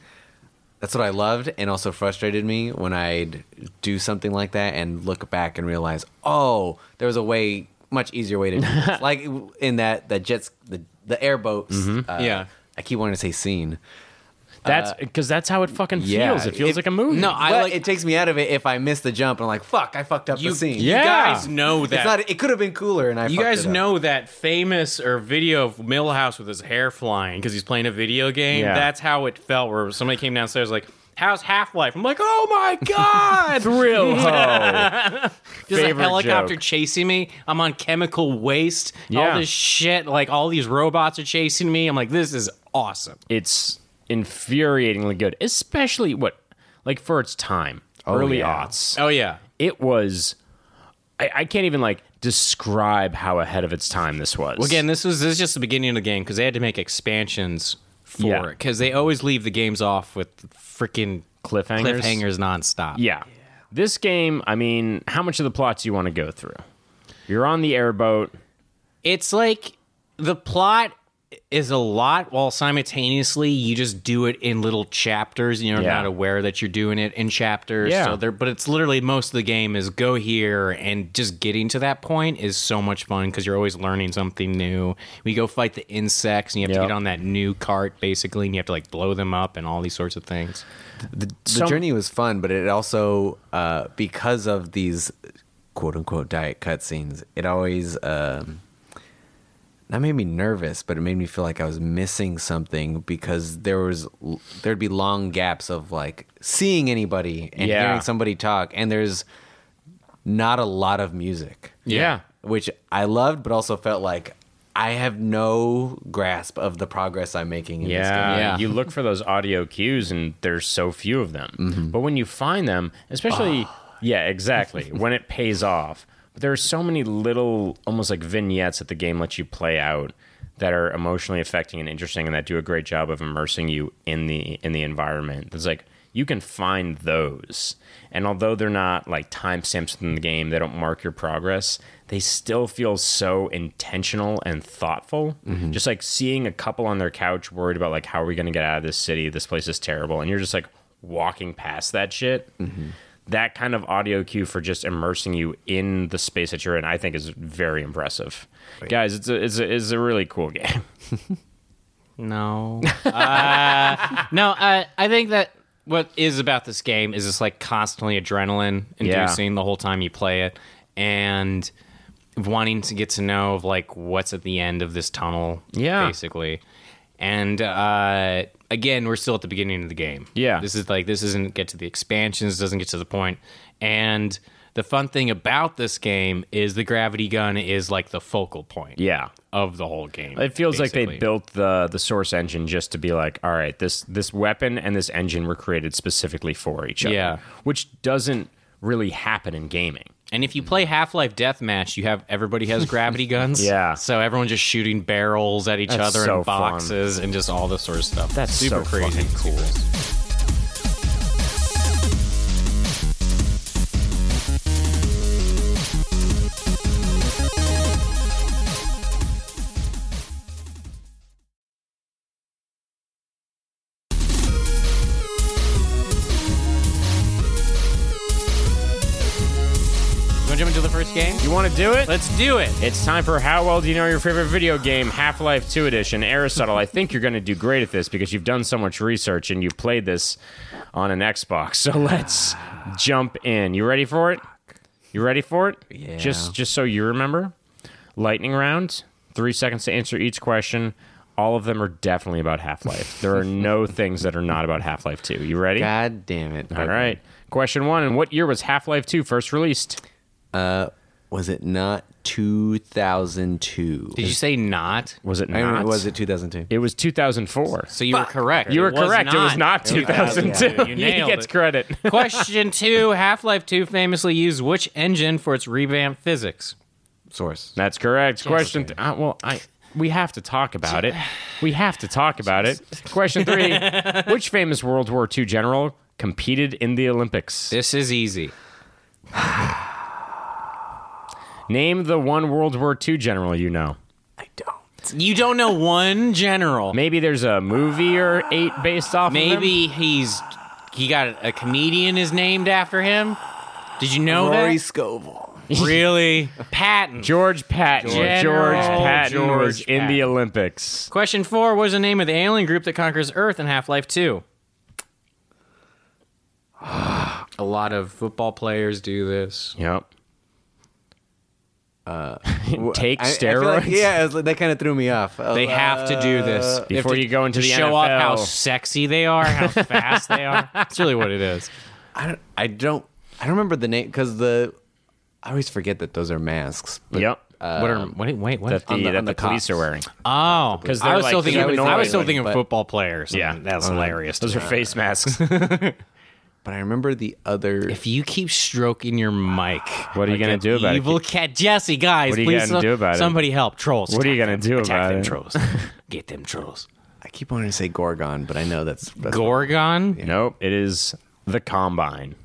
S3: that's what I loved and also frustrated me when I'd do something like that and look back and realize, "Oh, there was a way much easier way to do
S2: [laughs]
S3: this." like in that that jets the the airboats.
S2: Mm-hmm.
S3: uh,
S1: Yeah.
S3: I keep wanting to say scene.
S2: That's because that's how it fucking
S3: yeah,
S2: feels. It feels
S3: it-
S2: like a movie. [laughs]
S1: No, I
S3: But
S1: like
S3: it takes me out of it if I miss the jump and I'm like, "Fuck, I fucked up
S1: you,
S3: the scene."
S1: you
S2: Yeah.
S1: guys know
S3: It's
S1: that.
S3: not, it could have been cooler, and I.
S1: you
S3: fucked
S1: guys
S3: it up.
S1: know that famous or video of Millhouse with his hair flying because he's playing a video game.
S2: Yeah.
S1: That's how it felt. Where somebody came downstairs like, "How's Half Life?" I'm like, "Oh
S2: [laughs]
S1: my god!" [laughs]
S2: Thrill
S1: Oh.
S2: ho.
S1: There's a
S2: favorite
S1: helicopter
S2: joke.
S1: chasing me. I'm on chemical waste.
S2: Yeah.
S1: All this shit. Like all these robots are chasing me. I'm like, this is awesome.
S2: it's infuriatingly good, especially what like for its time, early
S3: yeah.
S2: aughts.
S1: Oh yeah.
S2: It was. I, I can't even like describe how ahead of its time this was.
S1: Again, this was this is just the beginning of the game because they had to make expansions for
S2: Yeah.
S1: it because they always leave the games off with freaking
S2: Cliffhangers?
S1: cliffhangers nonstop.
S2: yeah. This game, I mean, how much of the plot do you want to go through? You're on the airboat.
S1: it's like the plot is a lot while simultaneously you just do it in little chapters and you're
S2: Yeah.
S1: not aware that you're doing it in chapters.
S2: Yeah.
S1: So there but it's literally most of the game is go here and just getting to that point is so much fun because you're always learning something new. We go fight the insects and you have
S2: Yep.
S1: to get on that new cart basically and you have to like blow them up and all these sorts of things.
S3: the
S2: Some-
S3: journey was fun, but it also uh, because of these quote unquote diet cut scenes, it always um, that made me nervous, but it made me feel like I was missing something because there was there'd be long gaps of like seeing anybody and
S2: Yeah.
S3: hearing somebody talk, and there's not a lot of music
S2: Yeah.
S3: which I loved, but also felt like I have no grasp of the progress I'm making. In this game.
S2: Yeah,
S1: Yeah.
S2: you look for those audio cues, and there's so few of them.
S3: Mm-hmm.
S2: But when you find them, especially,
S3: Ah.
S2: yeah, exactly, when it pays off. But there are so many little, almost like vignettes that the game lets you play out that are emotionally affecting and interesting, and that do a great job of immersing you in the in the environment. It's like you can find those, and although they're not like timestamps in the game, they don't mark your progress. They still feel so intentional and thoughtful.
S1: Mm-hmm.
S2: Just like seeing a couple on their couch worried about like how are we going to get out of this city? This place is terrible, and you're just like walking past that shit.
S1: Mm-hmm.
S2: That kind of audio cue for just immersing you in the space that you're in, I think, is very impressive. Guys, it's a, it's a, it's a really cool [laughs] game.
S1: No. uh, no, [laughs] uh, I think that what is about this game is it's like constantly adrenaline
S2: Yeah.
S1: inducing the whole time you play it and wanting to get to know of like what's at the end of this tunnel
S2: Yeah.
S1: basically. And uh, again, we're still at the beginning of the game.
S2: Yeah.
S1: This is like this doesn't get to the expansions, doesn't get to the point. And the fun thing about this game is the gravity gun is like the focal point
S2: Yeah.
S1: of the whole game.
S2: It feels like they
S1: basically.
S2: built the the source engine just to be like, all right, this this weapon and this engine were created specifically for each other.
S1: Yeah.
S2: Which doesn't really happen in gaming.
S1: And if you play Half Life Deathmatch, you have everybody has gravity guns.
S2: Yeah.
S1: So everyone's just shooting barrels at each
S2: That's
S1: other
S2: so
S1: and boxes and just all this sort of stuff.
S2: That's
S1: super
S2: so
S1: crazy.
S2: fucking cool.
S1: You want to jump into the first game?
S2: You want to do it?
S1: Let's do it.
S2: It's time for How Well Do You Know Your Favorite Video Game, Half Life 2 Edition. Aristotle, I think you're going to do great at this because you've done so much research and you've played this on an Xbox. [laughs] So let's jump in. You ready for it? You ready for it?
S3: Yeah.
S2: Just, just so you remember lightning round, three seconds to answer each question. All of them are definitely about Half Life. There
S1: [laughs]
S2: are no things that are not about Half Life 2. You ready?
S3: God damn it!
S2: All right. Question one And what year was Half Life 2 first released?
S3: Was it not 2002?
S1: Did you say not?
S2: Was it
S3: I
S2: not?
S3: mean, was it 2002?
S2: It was 2004.
S1: So you were correct.
S2: You were
S1: It was
S2: correct. It was not 2002. [laughs]
S1: You
S2: he
S1: nailed
S2: gets
S1: it.
S2: credit.
S1: [laughs]
S2: [laughs]
S1: Question two Half Life 2 famously used which engine for its revamped physics?
S3: Source.
S2: That's correct. Question. Th- uh, well, I we have to talk about it. We have to talk about it.
S1: [laughs]
S2: Question three: Which famous World War II general competed in the Olympics?
S1: This is easy.
S2: Name the one World War II general you know.
S3: I don't.
S1: You don't know one general.
S2: Maybe there's a movie or eight based off. of him?
S1: Maybe he's he got a comedian is named after him. Did you know
S3: Rory
S1: that?
S3: Oh, Scovel.
S2: [laughs]
S1: Really? Patton.
S2: George Patton.
S1: George-
S2: George
S1: General
S2: Patton was
S1: George
S2: in the
S1: Patton.
S2: Olympics.
S1: Question four What is the name of the alien group that conquers Earth in Half Life 2? a lot of football players do this.
S2: Yep. [laughs] Take
S1: Uh,
S3: I- I feel
S2: steroids.
S3: like- yeah, it was like- that kind of uh, threw me off.
S1: They have to do this They have
S2: before
S1: to-
S2: you go into
S1: to
S2: Uh, the
S1: show off how
S2: NFL.
S1: sexy they are, [laughs] how fast they are. That's really what it is.
S3: I don't. I don't. I don't remember the name because the. I always forget that those are masks. But
S2: Yep.
S1: what are wait wait what?
S2: that uh, the,
S3: on the-
S2: that
S3: on
S2: the,
S3: the
S2: police
S3: cops.
S2: are wearing.
S1: oh, because I
S2: they're
S1: was still
S2: like
S1: thinking of, I
S2: humanoid,
S1: was still
S3: like,
S1: thinking of
S3: but-
S1: football players.
S2: Yeah. uh,
S1: that's hilarious.
S2: Those are face [laughs] masks.
S3: But I remember the other.
S1: If you keep stroking your mic,
S2: What are you
S1: like
S2: gonna
S1: an
S2: do about it?
S1: evil cat Jesse? Guys,
S2: What are you
S1: please
S2: gonna
S1: some-
S2: do about it?
S1: somebody help trolls.
S2: What are you
S1: attack
S2: gonna
S1: them.
S2: do
S1: Attack
S2: about
S1: them
S2: it? [laughs]
S1: Trolls, get them trolls.
S3: I keep wanting to say Gorgon, but I know that's, that's
S1: Gorgon.
S2: nope, it is the Combine.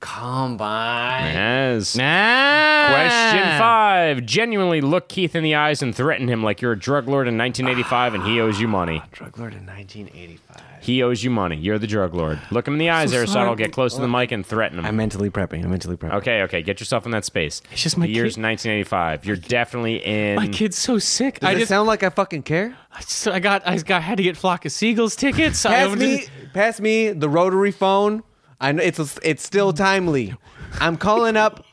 S3: Come by.
S2: Yes.
S1: Nah.
S2: Question five. Genuinely look Keith in the eyes and threaten him like you're a drug lord in 1985 and he owes you money.
S3: Drug Lord in 1985.
S2: He owes you money. You're the drug lord. Look him in the eyes, Aristotle. Get close to the mic and threaten him.
S3: I'm mentally prepping. I'm mentally prepping.
S2: okay, okay. Get yourself in that space.
S1: It's just my
S2: The year's
S1: kid-
S2: 1985. You're definitely in.
S1: My kid's so sick.
S3: Does
S1: I
S3: it
S1: just,
S3: sound like I fucking care?
S1: I just- I got I got had to get flock of seagulls tickets. I
S3: Pass
S1: opened
S3: me,
S1: it-
S3: pass me the rotary phone. I know it's it's still timely. I'm calling up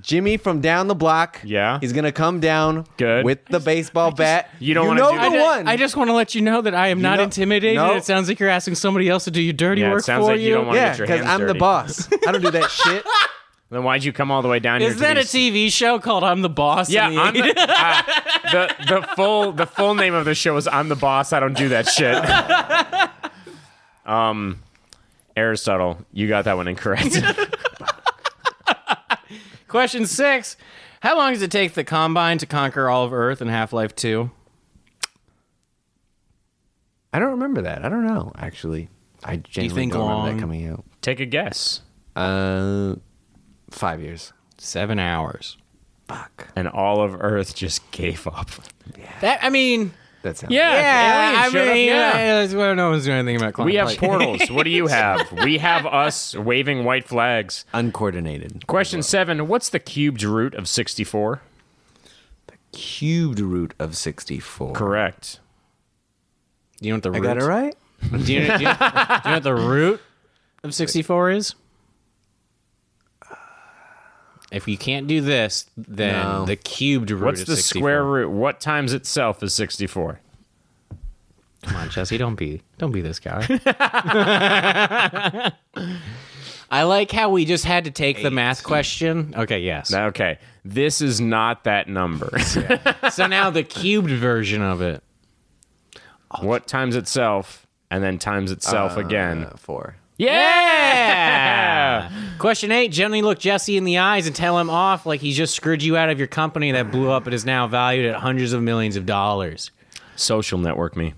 S3: Jimmy from down the block.
S2: Yeah.
S3: he's gonna come down.
S2: Good.
S3: with the baseball bat.
S2: You don't wanna
S3: know
S2: do
S3: the
S1: I,
S2: that.
S1: ju-
S3: one.
S1: I just want to let you know that I am not
S3: know-
S1: intimidated.
S3: No.
S1: It sounds like you're asking somebody else to do your dirty
S2: Yeah, it
S1: work
S2: sounds
S1: for
S2: like you don't wanna-
S3: yeah,
S2: get your
S3: because
S2: hands
S3: I'm the
S2: dirty. [laughs]
S3: boss. I don't do that shit.
S2: then why'd you come all the way down here?
S1: Is
S2: to
S1: that a TV
S2: these-
S1: show called "I'm the Boss"?
S2: Yeah,
S1: in the
S2: I'm the, uh, the the full the full name of the show is I'm the boss. I don't do that shit. um, Aristotle, you got that one incorrect.
S1: Question six: How long does it take the Combine to conquer all of Earth in Half Life Two?
S3: I don't remember that. I don't know actually. I genuinely
S1: think
S3: don't remember
S1: long?
S3: that coming out.
S2: Take a guess.
S3: Uh, five years.
S1: Seven hours.
S3: Fuck.
S2: And all of Earth just gave up.
S1: That I mean,
S3: That sounds.
S1: yeah, I
S2: aliens showed up,
S1: mean, uh,
S2: yeah.
S1: yeah, that's why no one's doing anything about climate.
S2: We have
S1: like- [laughs]
S2: portals. What do you have? We have us waving white flags.
S3: uncoordinated.
S2: Question seven What's the cubed root of 64?
S3: Cubed root of sixty-four.
S2: Correct.
S1: Do you know what the
S3: I
S1: root?
S3: got it right.
S1: Do you, do, you, do you know what the root of 64 is? If you can't do this, then
S3: No.
S1: the cubed root
S2: What's
S1: of
S2: the
S1: 64.
S2: square root? What times itself is 64?
S1: Come on, Jesse, don't be don't be this
S2: [laughs]
S1: guy. I like how we just had to take the math question. Okay, yes.
S2: Okay. This is not that number.
S1: so now the cubed version of it.
S2: what times itself and then times itself again?
S3: Uh, four.
S1: Yeah. Question eight: Gently look Jesse in the eyes and tell him off like he just screwed you out of your company that blew up and is now valued at hundreds of millions of dollars.
S2: Social network me.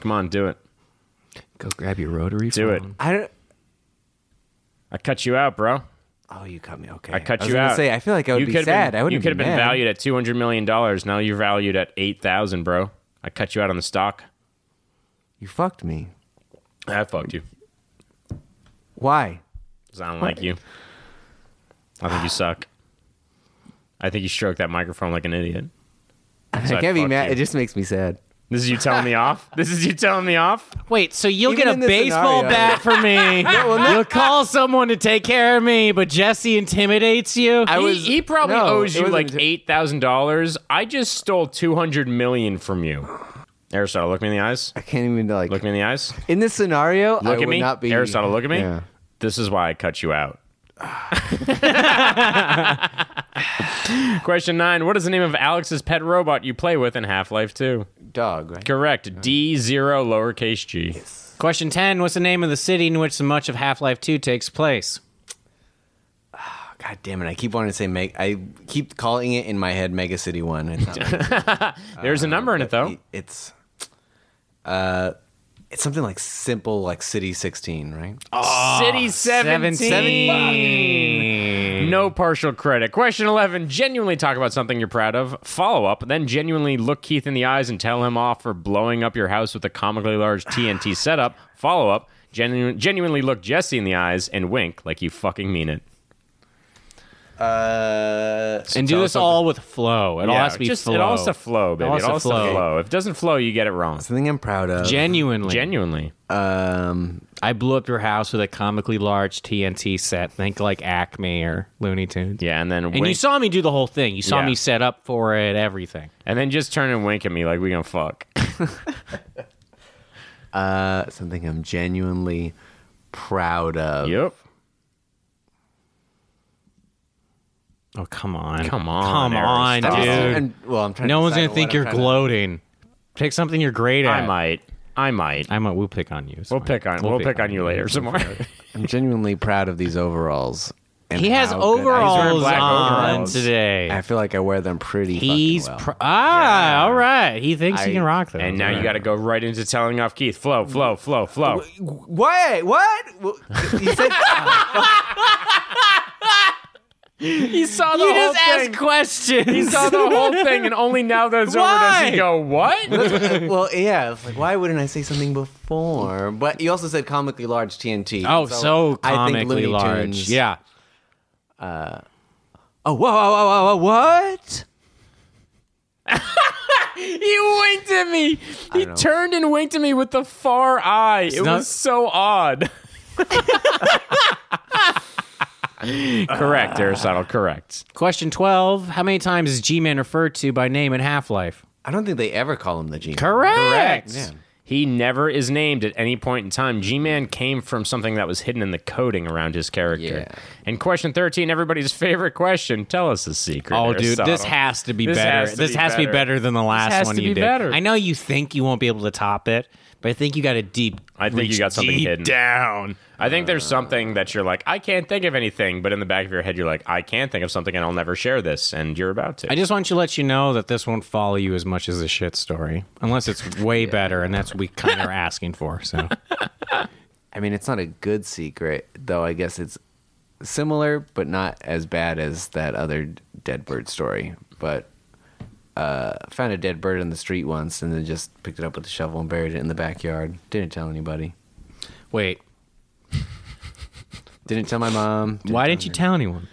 S2: Come on, do it.
S3: Go grab your rotary.
S2: Do it.
S3: I don't.
S2: I cut you out, bro.
S3: Oh, you cut me. Okay,
S2: I cut
S3: I was
S2: you
S3: gonna
S2: out.
S3: Say, I feel like I would
S2: you
S3: be
S2: could've
S3: sad.
S2: Been,
S3: I
S2: you
S3: wouldn't.
S2: could have
S3: be
S2: been
S3: mad.
S2: valued at two hundred million dollars. Now you're valued at eight thousand, bro. I cut you out on the stock.
S3: You fucked me.
S2: I fucked you.
S3: Why?
S2: Because I don't like you. I think you suck. I think you stroked that microphone like an idiot. So
S3: I can't be
S2: fucked
S3: mad.
S2: you.
S3: It just makes me sad.
S2: This is you telling me
S3: [laughs]
S2: off. This is you telling me off.
S1: Wait, so you'll
S3: Even
S1: get
S3: in
S1: a
S3: this
S1: baseball
S3: scenario-
S1: bat for
S3: [laughs]
S1: me? you'll call someone to take care of me, but Jesse intimidates you.
S2: I
S1: He-
S2: was, he probably
S3: no,
S2: owes
S3: it
S2: you
S3: wasn't
S2: like
S3: inti-
S2: eight thousand dollars. I just stole two hundred million from you. Aristotle, look me in the eyes.
S3: I can't even like.
S2: Look me in the eyes.
S3: in this scenario, I
S2: Look at
S3: would
S2: me.
S3: not be
S2: Aristotle, look at me.
S3: Yeah.
S2: This is why I cut you
S3: [laughs]
S2: out. Question nine. What is the name of Alex's pet robot you play with in Half Life 2?
S3: Dog. Right?
S2: Correct. D0 lowercase g.
S1: Question ten: What's the name of the city in which so much of Half Life Two takes place?
S3: God damn it! I keep wanting to say make. I keep calling it in my head Mega City One.
S2: [laughs]
S3: It's not Mega City.
S2: There's
S3: Uh,
S2: a number in it, though.
S3: it's. Uh, it's something like simple, like City Sixteen, right?
S2: Oh.
S1: Ah,
S2: City
S1: 17.
S2: No partial credit. Question 11. Genuinely talk about something you're proud of. Follow up. Then genuinely look Keith in the eyes and tell him off for blowing up your house with a comically large
S1: [sighs]
S2: TNT setup. Follow up. Genu- genuinely look Jesse in the eyes and wink like you fucking mean it.
S3: Uh,
S1: And do
S2: Tell us
S1: this all with flow. It all
S2: Yeah,
S1: has to be
S2: just,
S1: flow.
S2: It all has to flow, baby. It all has, to, flow. If it doesn't flow, you get it wrong.
S3: something I'm proud of.
S1: Genuinely.
S2: Genuinely.
S3: um,
S1: I blew up your house with a comically large TNT set. Think like Acme or Looney Tunes.
S2: Yeah, and then
S1: And
S2: wink.
S1: you saw me do the whole thing. You saw
S2: Yeah.
S1: me set up for it, everything.
S2: and then just turn and wink at me like we
S1: [coughs]
S2: gonna fuck.
S3: Uh, something I'm genuinely proud of.
S2: yep.
S1: Oh, come on.
S2: Come on,
S1: Come on,
S2: Aristotle.
S1: dude.
S3: And, well, I'm trying
S1: no
S3: to
S1: one's
S3: decide
S1: going to think
S3: what
S1: you're
S3: I'm trying to-
S1: gloating. Pick something you're great at.
S2: I might. I might.
S1: I might. We'll pick on you. [laughs]
S2: We'll pick on we'll, pick, on you later some more.
S3: I'm genuinely proud of these overalls. and
S1: He has
S3: how good I-
S1: overalls
S2: black
S1: on
S2: overalls.
S1: today.
S3: I feel like I wear them pretty.
S1: He's
S3: fucking
S1: pro-
S3: well.
S1: ah, all right. He thinks he
S3: I-
S1: can rock those.
S2: And now you
S1: Right.
S2: got to go right into telling off Keith. Flow, flow, flow, flow.
S3: Wait, what? Wh- You
S1: [laughs]
S3: said [laughs]
S2: He saw the
S1: You just ask questions.
S2: He saw the whole thing, and only now that it's over does
S1: Why?
S2: he go, "What?"
S3: well, yeah. It's like, why wouldn't I say something before? But you also said comically large TNT.
S1: oh, so
S3: I
S1: comically
S3: think Looney
S1: large.
S3: Tunes-
S1: Yeah.
S3: Oh, whoa, whoa, whoa, whoa, whoa, what?
S2: [laughs] He winked at me. He
S3: know.
S2: turned and winked at me with the far eye. it
S1: not-
S2: was so odd. [laughs] correct, Aristotle. Correct.
S1: Question 12. How many times is G Man referred to by name in Half Life?
S3: I don't think they ever call him the G.
S1: Correct.
S2: Correct. He never is named at any point in time. G Man came from something that was hidden in the coding around his character.
S3: Yeah.
S2: And question 13, everybody's favorite question. Tell us a secret.
S1: Oh, dude,
S2: Aristotle.
S1: this has to be
S2: This
S1: better.
S2: has to
S1: this
S2: be
S1: has to be
S2: better.
S1: better than the last
S2: has
S1: one
S2: to
S1: you
S2: be
S1: did.
S2: better.
S1: I know you think you won't be able to top it, but I think you got a deep.
S2: I think you
S1: reach
S2: got something
S1: deep
S2: hidden.
S1: down.
S2: I think there's something that you're like, I can't think of anything, but in the back of your head, you're like, I can think of something and I'll never share this. And you're about to.
S1: I just want you to let you know that this won't follow you as much as a shit story, unless it's way better, and that's what we kind of are asking for. So
S3: I mean, it's not a good secret, though. I guess it's similar, but not as bad as that other dead bird story. But uh, found a dead bird in the street once, and then just picked it up with a shovel and buried it in the backyard. Didn't tell anybody.
S1: wait,
S3: Didn't tell my mom.
S1: why didn't you tell anyone?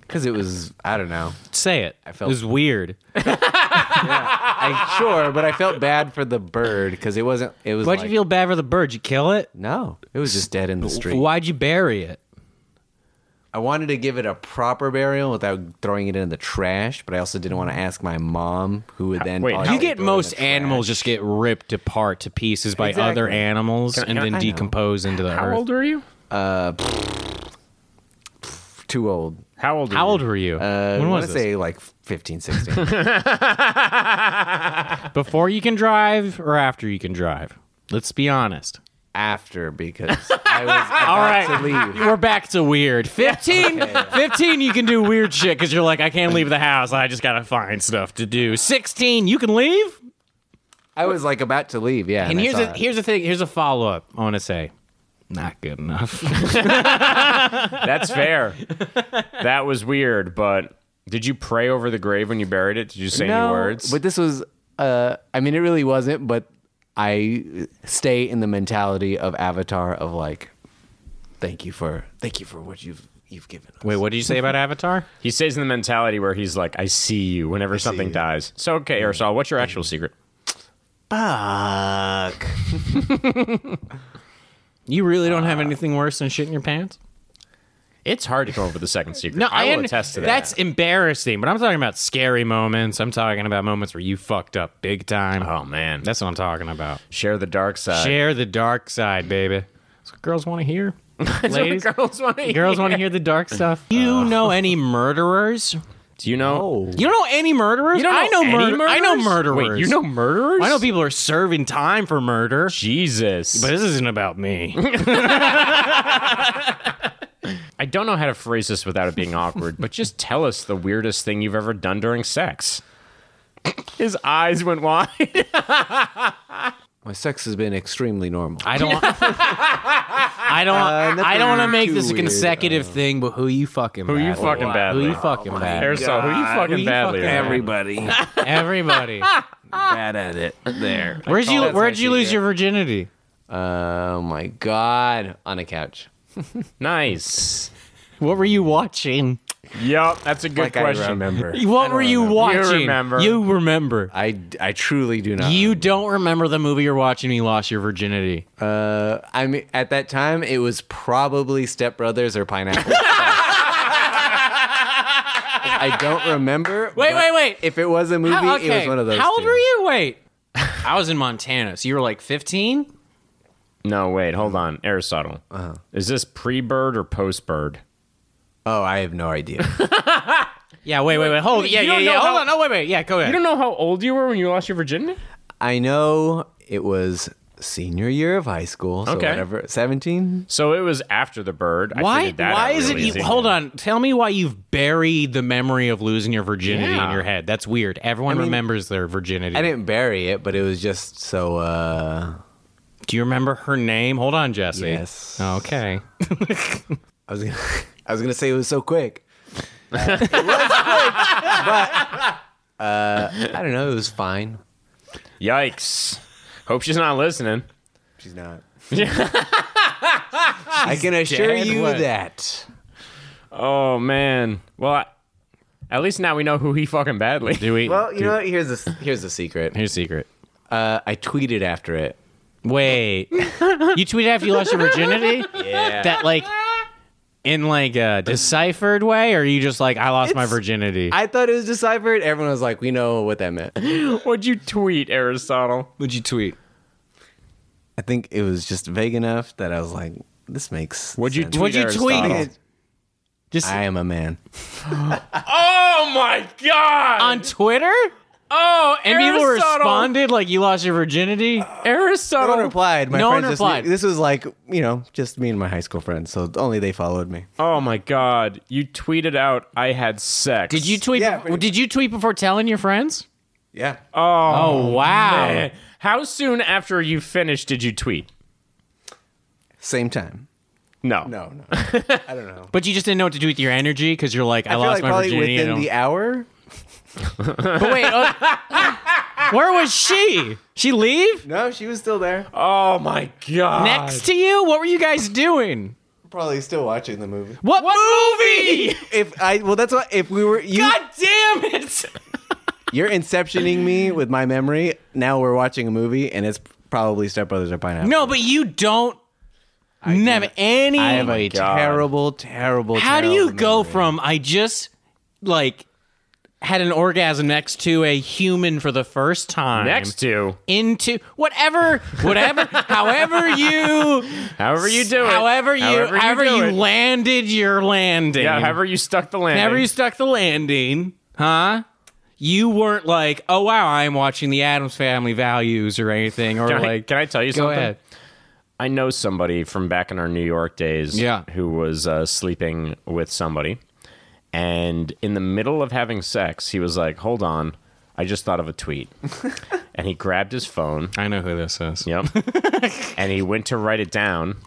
S3: Because it was I don't know.
S1: Say it. I
S3: felt-
S1: it was weird.
S3: I sure, but I felt bad for the bird because it wasn't. It was.
S1: Why'd
S3: like,
S1: you feel bad for the bird? You kill it?
S3: No, it was just dead in the street.
S1: Why'd you bury it?
S3: I wanted to give it a proper burial without throwing it in the trash, but I also didn't want to ask my mom, who would then.
S2: wait,
S3: probably
S2: how-
S1: You
S2: Probably
S1: get
S3: throw it in
S1: most
S3: the trash.
S1: animals just get ripped apart to pieces by
S3: Exactly.
S1: other animals and
S2: can
S1: then
S2: I-
S1: decompose into the
S2: How
S1: earth.
S2: old are you?
S3: Too old.
S2: How old are
S1: How
S2: you?
S1: old were you?
S3: Uh,
S1: when
S3: I
S1: was
S3: to
S1: this?
S3: say like 15, 16. [laughs]
S1: Before you can drive or after you can drive? Let's be honest.
S3: after [laughs] because I was about to leave.
S1: We're back to [laughs] weird. 15, 15 you can do weird shit because you're like, I can't leave the house. I just got to find stuff to do. 16, you can leave?
S3: I was like about to leave. Yeah.
S1: And
S3: I
S1: here's
S3: saw
S1: a,
S3: it.
S1: here's the thing. Here's a follow up I want to say. Not good enough.
S2: That's fair. that was weird, but did you pray over the grave when you buried it? Did you say any
S3: No,
S2: words?
S3: But this was. Uh, I mean, it really wasn't. But I stay in the mentality of Avatar of like, thank you for thank you for what you've you've given us.
S1: [laughs] Wait, what did you say about Avatar?
S2: he stays in the mentality where he's like, I see you whenever something dies. So, okay, Aristotle, what's your actual secret?
S3: Fuck.
S1: You really don't have anything worse than shit in your pants?
S2: It's hard to come up with a second secret. I, will
S1: un-
S2: attest to that.
S1: That's embarrassing, but I'm talking about scary moments. I'm talking about moments where you fucked up big time.
S2: oh, man.
S1: That's what I'm talking about.
S2: Share the dark side.
S1: Share the dark side, baby. That's what girls want to hear. [laughs] Ladies,
S2: [laughs] Girls want
S1: [laughs]
S2: to
S1: girls want to hear the dark stuff. You know any murderers?
S2: Do you know?
S1: You don't know any murderers? I know
S2: any
S1: murder- I know murderers.
S2: Wait, you know murderers?
S1: I know people are serving time for murder.
S2: Jesus.
S1: [laughs] But this isn't about me.
S2: I don't know how to phrase this without it being awkward, but just tell us the weirdest thing you've ever done during sex. [laughs] His eyes went wide.
S3: My sex has been extremely normal.
S1: I don't. [laughs] Uh, I don't. I don't want to
S3: nothing
S1: make this a
S3: too weird.
S1: consecutive thing, but who you fucking? Who
S2: you fucking badly.
S1: Who you fucking badly?
S2: Aristotle, who you fucking
S1: Who you
S2: badly?
S1: fucking-
S2: right?
S3: Everybody
S1: Everybody.
S3: bad at it. There.
S1: Where'd you?
S3: That's my
S1: Where'd you lose
S3: secret.
S1: your virginity?
S3: [laughs] Oh my god! On a couch.
S2: Nice.
S1: What were you watching?
S2: Yup, that's a good
S3: Like I
S2: question.
S3: remember.
S1: What were you watching?
S2: remember.
S1: You remember.
S3: [laughs] I, I truly do not.
S1: You don't remember the movie you're watching. when You lost your virginity.
S3: Uh, I mean, at that time, it was probably Step Brothers or
S1: [laughs]
S3: Pineapple. Express. I don't remember.
S1: Wait,
S3: but
S1: wait, wait.
S3: If it was a movie,
S1: How-
S3: it was one of those.
S1: How old
S3: two.
S1: were you? Wait. I was in Montana, so you were like 15.
S2: No, wait, hold on. Aristotle.
S1: Uh-huh.
S2: Is this pre bird or post bird?
S3: Oh, I have no idea. [laughs]
S1: Yeah. Wait. Wait. Wait. Hold. Yeah.
S2: you
S1: Yeah.
S2: don't know
S1: Yeah. Hold
S2: how-
S1: on. No. Wait. Wait. Yeah. Go ahead.
S2: You don't know how old you were when you lost your virginity?
S3: I know it was senior year of high school. So
S2: Okay.
S3: whatever, 17?
S2: So it was after the bird. I
S1: Why?
S2: figured that
S1: Why
S2: out
S1: is
S2: really
S1: it?
S2: easy.
S1: You, hold on. Tell me why you've buried the memory of losing your virginity
S2: Yeah.
S1: in your head. That's weird. Everyone remembers their virginity.
S3: I didn't bury it, but it was just so, uh,
S1: Do you remember her name? Hold on, Jesse.
S3: Yes.
S1: Okay.
S3: I was gonna, [laughs] I was gonna say it was
S2: [laughs]
S3: so quick. Uh, it was quick, but uh, I don't know. It was fine.
S2: Yikes. Hope she's not listening.
S3: She's not. [laughs] I can assure
S2: dead
S3: you
S2: weight.
S3: that.
S2: Oh man. Well, I, at least now we know who he fucking badly.
S1: Do we?
S3: Well, you know what? Here's the here's the secret.
S1: here's a secret.
S3: Uh, I tweeted after it.
S1: Wait. you tweeted after you lost your virginity?
S3: Yeah.
S1: That like in like a deciphered way, or are you just like I lost my
S3: It's-
S1: virginity?
S3: I thought it was deciphered. Everyone was like, "We know what that meant."
S2: What'd you tweet, Aristotle?
S1: would you tweet?
S3: I think it was just vague enough that I was like, "This makes."
S2: What'd you
S3: sense.
S2: tweet?
S1: What'd you tweet?
S2: Aristotle?
S1: Just
S3: I am a man.
S2: Oh my god!
S1: on Twitter?
S2: oh,
S1: And people
S2: Aristotle.
S1: responded like you lost your virginity.
S3: Uh, No one
S2: Aristotle.
S3: replied. My
S1: No one
S3: friends just knew-
S1: replied.
S3: This was like you know, just me and my high school friends. So only they followed me.
S2: Oh my god! You tweeted out, "I had sex."
S1: Did you tweet?
S3: Yeah,
S1: bef-
S3: pretty
S1: did you tweet before telling your friends?
S3: Yeah.
S2: Oh,
S1: Oh wow!
S2: man. How soon after you finished did you tweet?
S3: Same time.
S2: No.
S1: [laughs]
S3: No, no. I don't know.
S1: But you just didn't know what to do with your energy because you're like, I,
S3: I
S1: [laughs]
S3: feel
S1: lost
S3: like
S1: my
S3: probably
S1: virginity. I
S3: within
S1: don't-
S3: the hour.
S1: [laughs] But wait,
S3: [laughs]
S1: oh- where was she? She leave
S3: No, she was still there.
S2: Oh my god.
S1: next to you? What were you guys doing?
S3: Probably still watching the movie.
S1: What, movie?
S3: If I well, that's what if we were
S1: [laughs]
S3: you.
S1: God damn it!
S3: You're inceptioning me with my memory. Now we're watching a movie, and it's probably Step Brothers or Pineapple.
S1: No, but you don't never any.
S3: I have a
S2: God.
S3: terrible, terrible.
S1: How do
S3: terrible
S1: you go
S3: memory.
S1: from I just like had an orgasm next to a human for the first time
S2: Next to.
S1: into whatever
S2: [laughs]
S1: whatever however you
S2: However you do it.
S1: however you however you,
S2: do it.
S1: landed your landing
S2: Yeah, however you stuck the landing.
S1: Whenever you stuck the landing, huh? You weren't like, oh wow, I'm watching the Adams Family Values or anything, or
S2: [laughs] can, I,
S1: like,
S2: can I tell you
S1: go
S2: something?
S1: ahead.
S2: I know somebody from back in our New York days
S1: Yeah.
S2: who was uh, sleeping with somebody. And in the middle of having sex, he was like, hold on, I just thought of
S1: [laughs]
S2: a tweet. and he grabbed his phone.
S1: I know who this is.
S2: Yep. and he went to write it down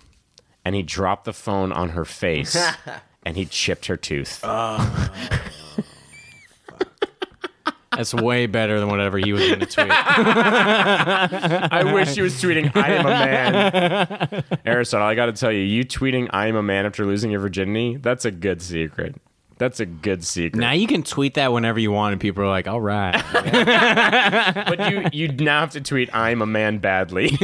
S2: and he dropped the phone on her face and he chipped her tooth.
S1: That's way better than whatever he was going to
S2: [laughs]
S1: tweet.
S2: I wish she was tweeting, I am a man. [laughs] Aristotle, I got to tell you, you tweeting, I am a man after losing your virginity, that's a good secret. That's a good secret.
S1: now you can tweet that whenever you want, and people are like, all right.
S2: But you, you now have to tweet, I'm a man badly. this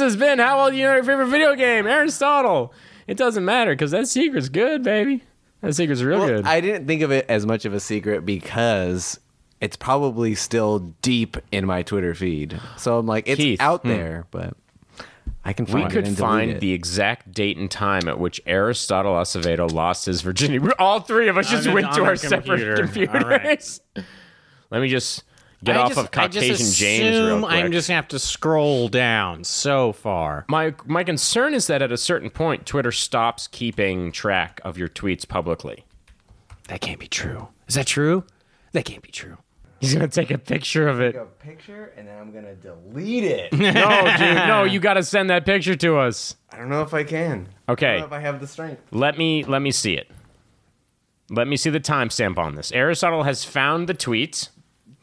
S2: has been How Well Do You Know Your Favorite Video Game, Aristotle. It doesn't matter because that secret's good, baby. That secret's real
S3: Well,
S2: good.
S3: I didn't think of it as much of a secret because it's probably still deep in my Twitter feed. So I'm like, it's
S2: Keith, hmm.
S3: out there, but I can find
S2: we
S3: it
S2: could
S3: and delete
S2: find
S3: it.
S2: the exact date and time at which Aristotle Acevedo lost his virginity. We- All three of us just
S1: On a-
S2: went
S1: on
S2: to
S1: a
S2: our
S1: computer.
S2: separate
S1: All
S2: computers. Let me just get
S1: I
S2: off
S1: just-
S2: of Caucasian
S1: I just
S2: James
S1: assume
S2: real quick.
S1: I'm just going to have to scroll down so far.
S2: my my concern is that at a certain point, Twitter stops keeping track of your tweets publicly.
S1: That can't be true. Is that true? That can't be true.
S2: He's gonna take a picture of it.
S3: a picture and then I'm gonna delete it.
S2: [laughs] No, dude,
S1: [laughs]
S2: no, you gotta send that picture to us.
S3: I don't know if I can.
S2: Okay,
S3: I have the strength.
S2: let me let me see it. Let me see the timestamp on this. Aristotle has found the tweet.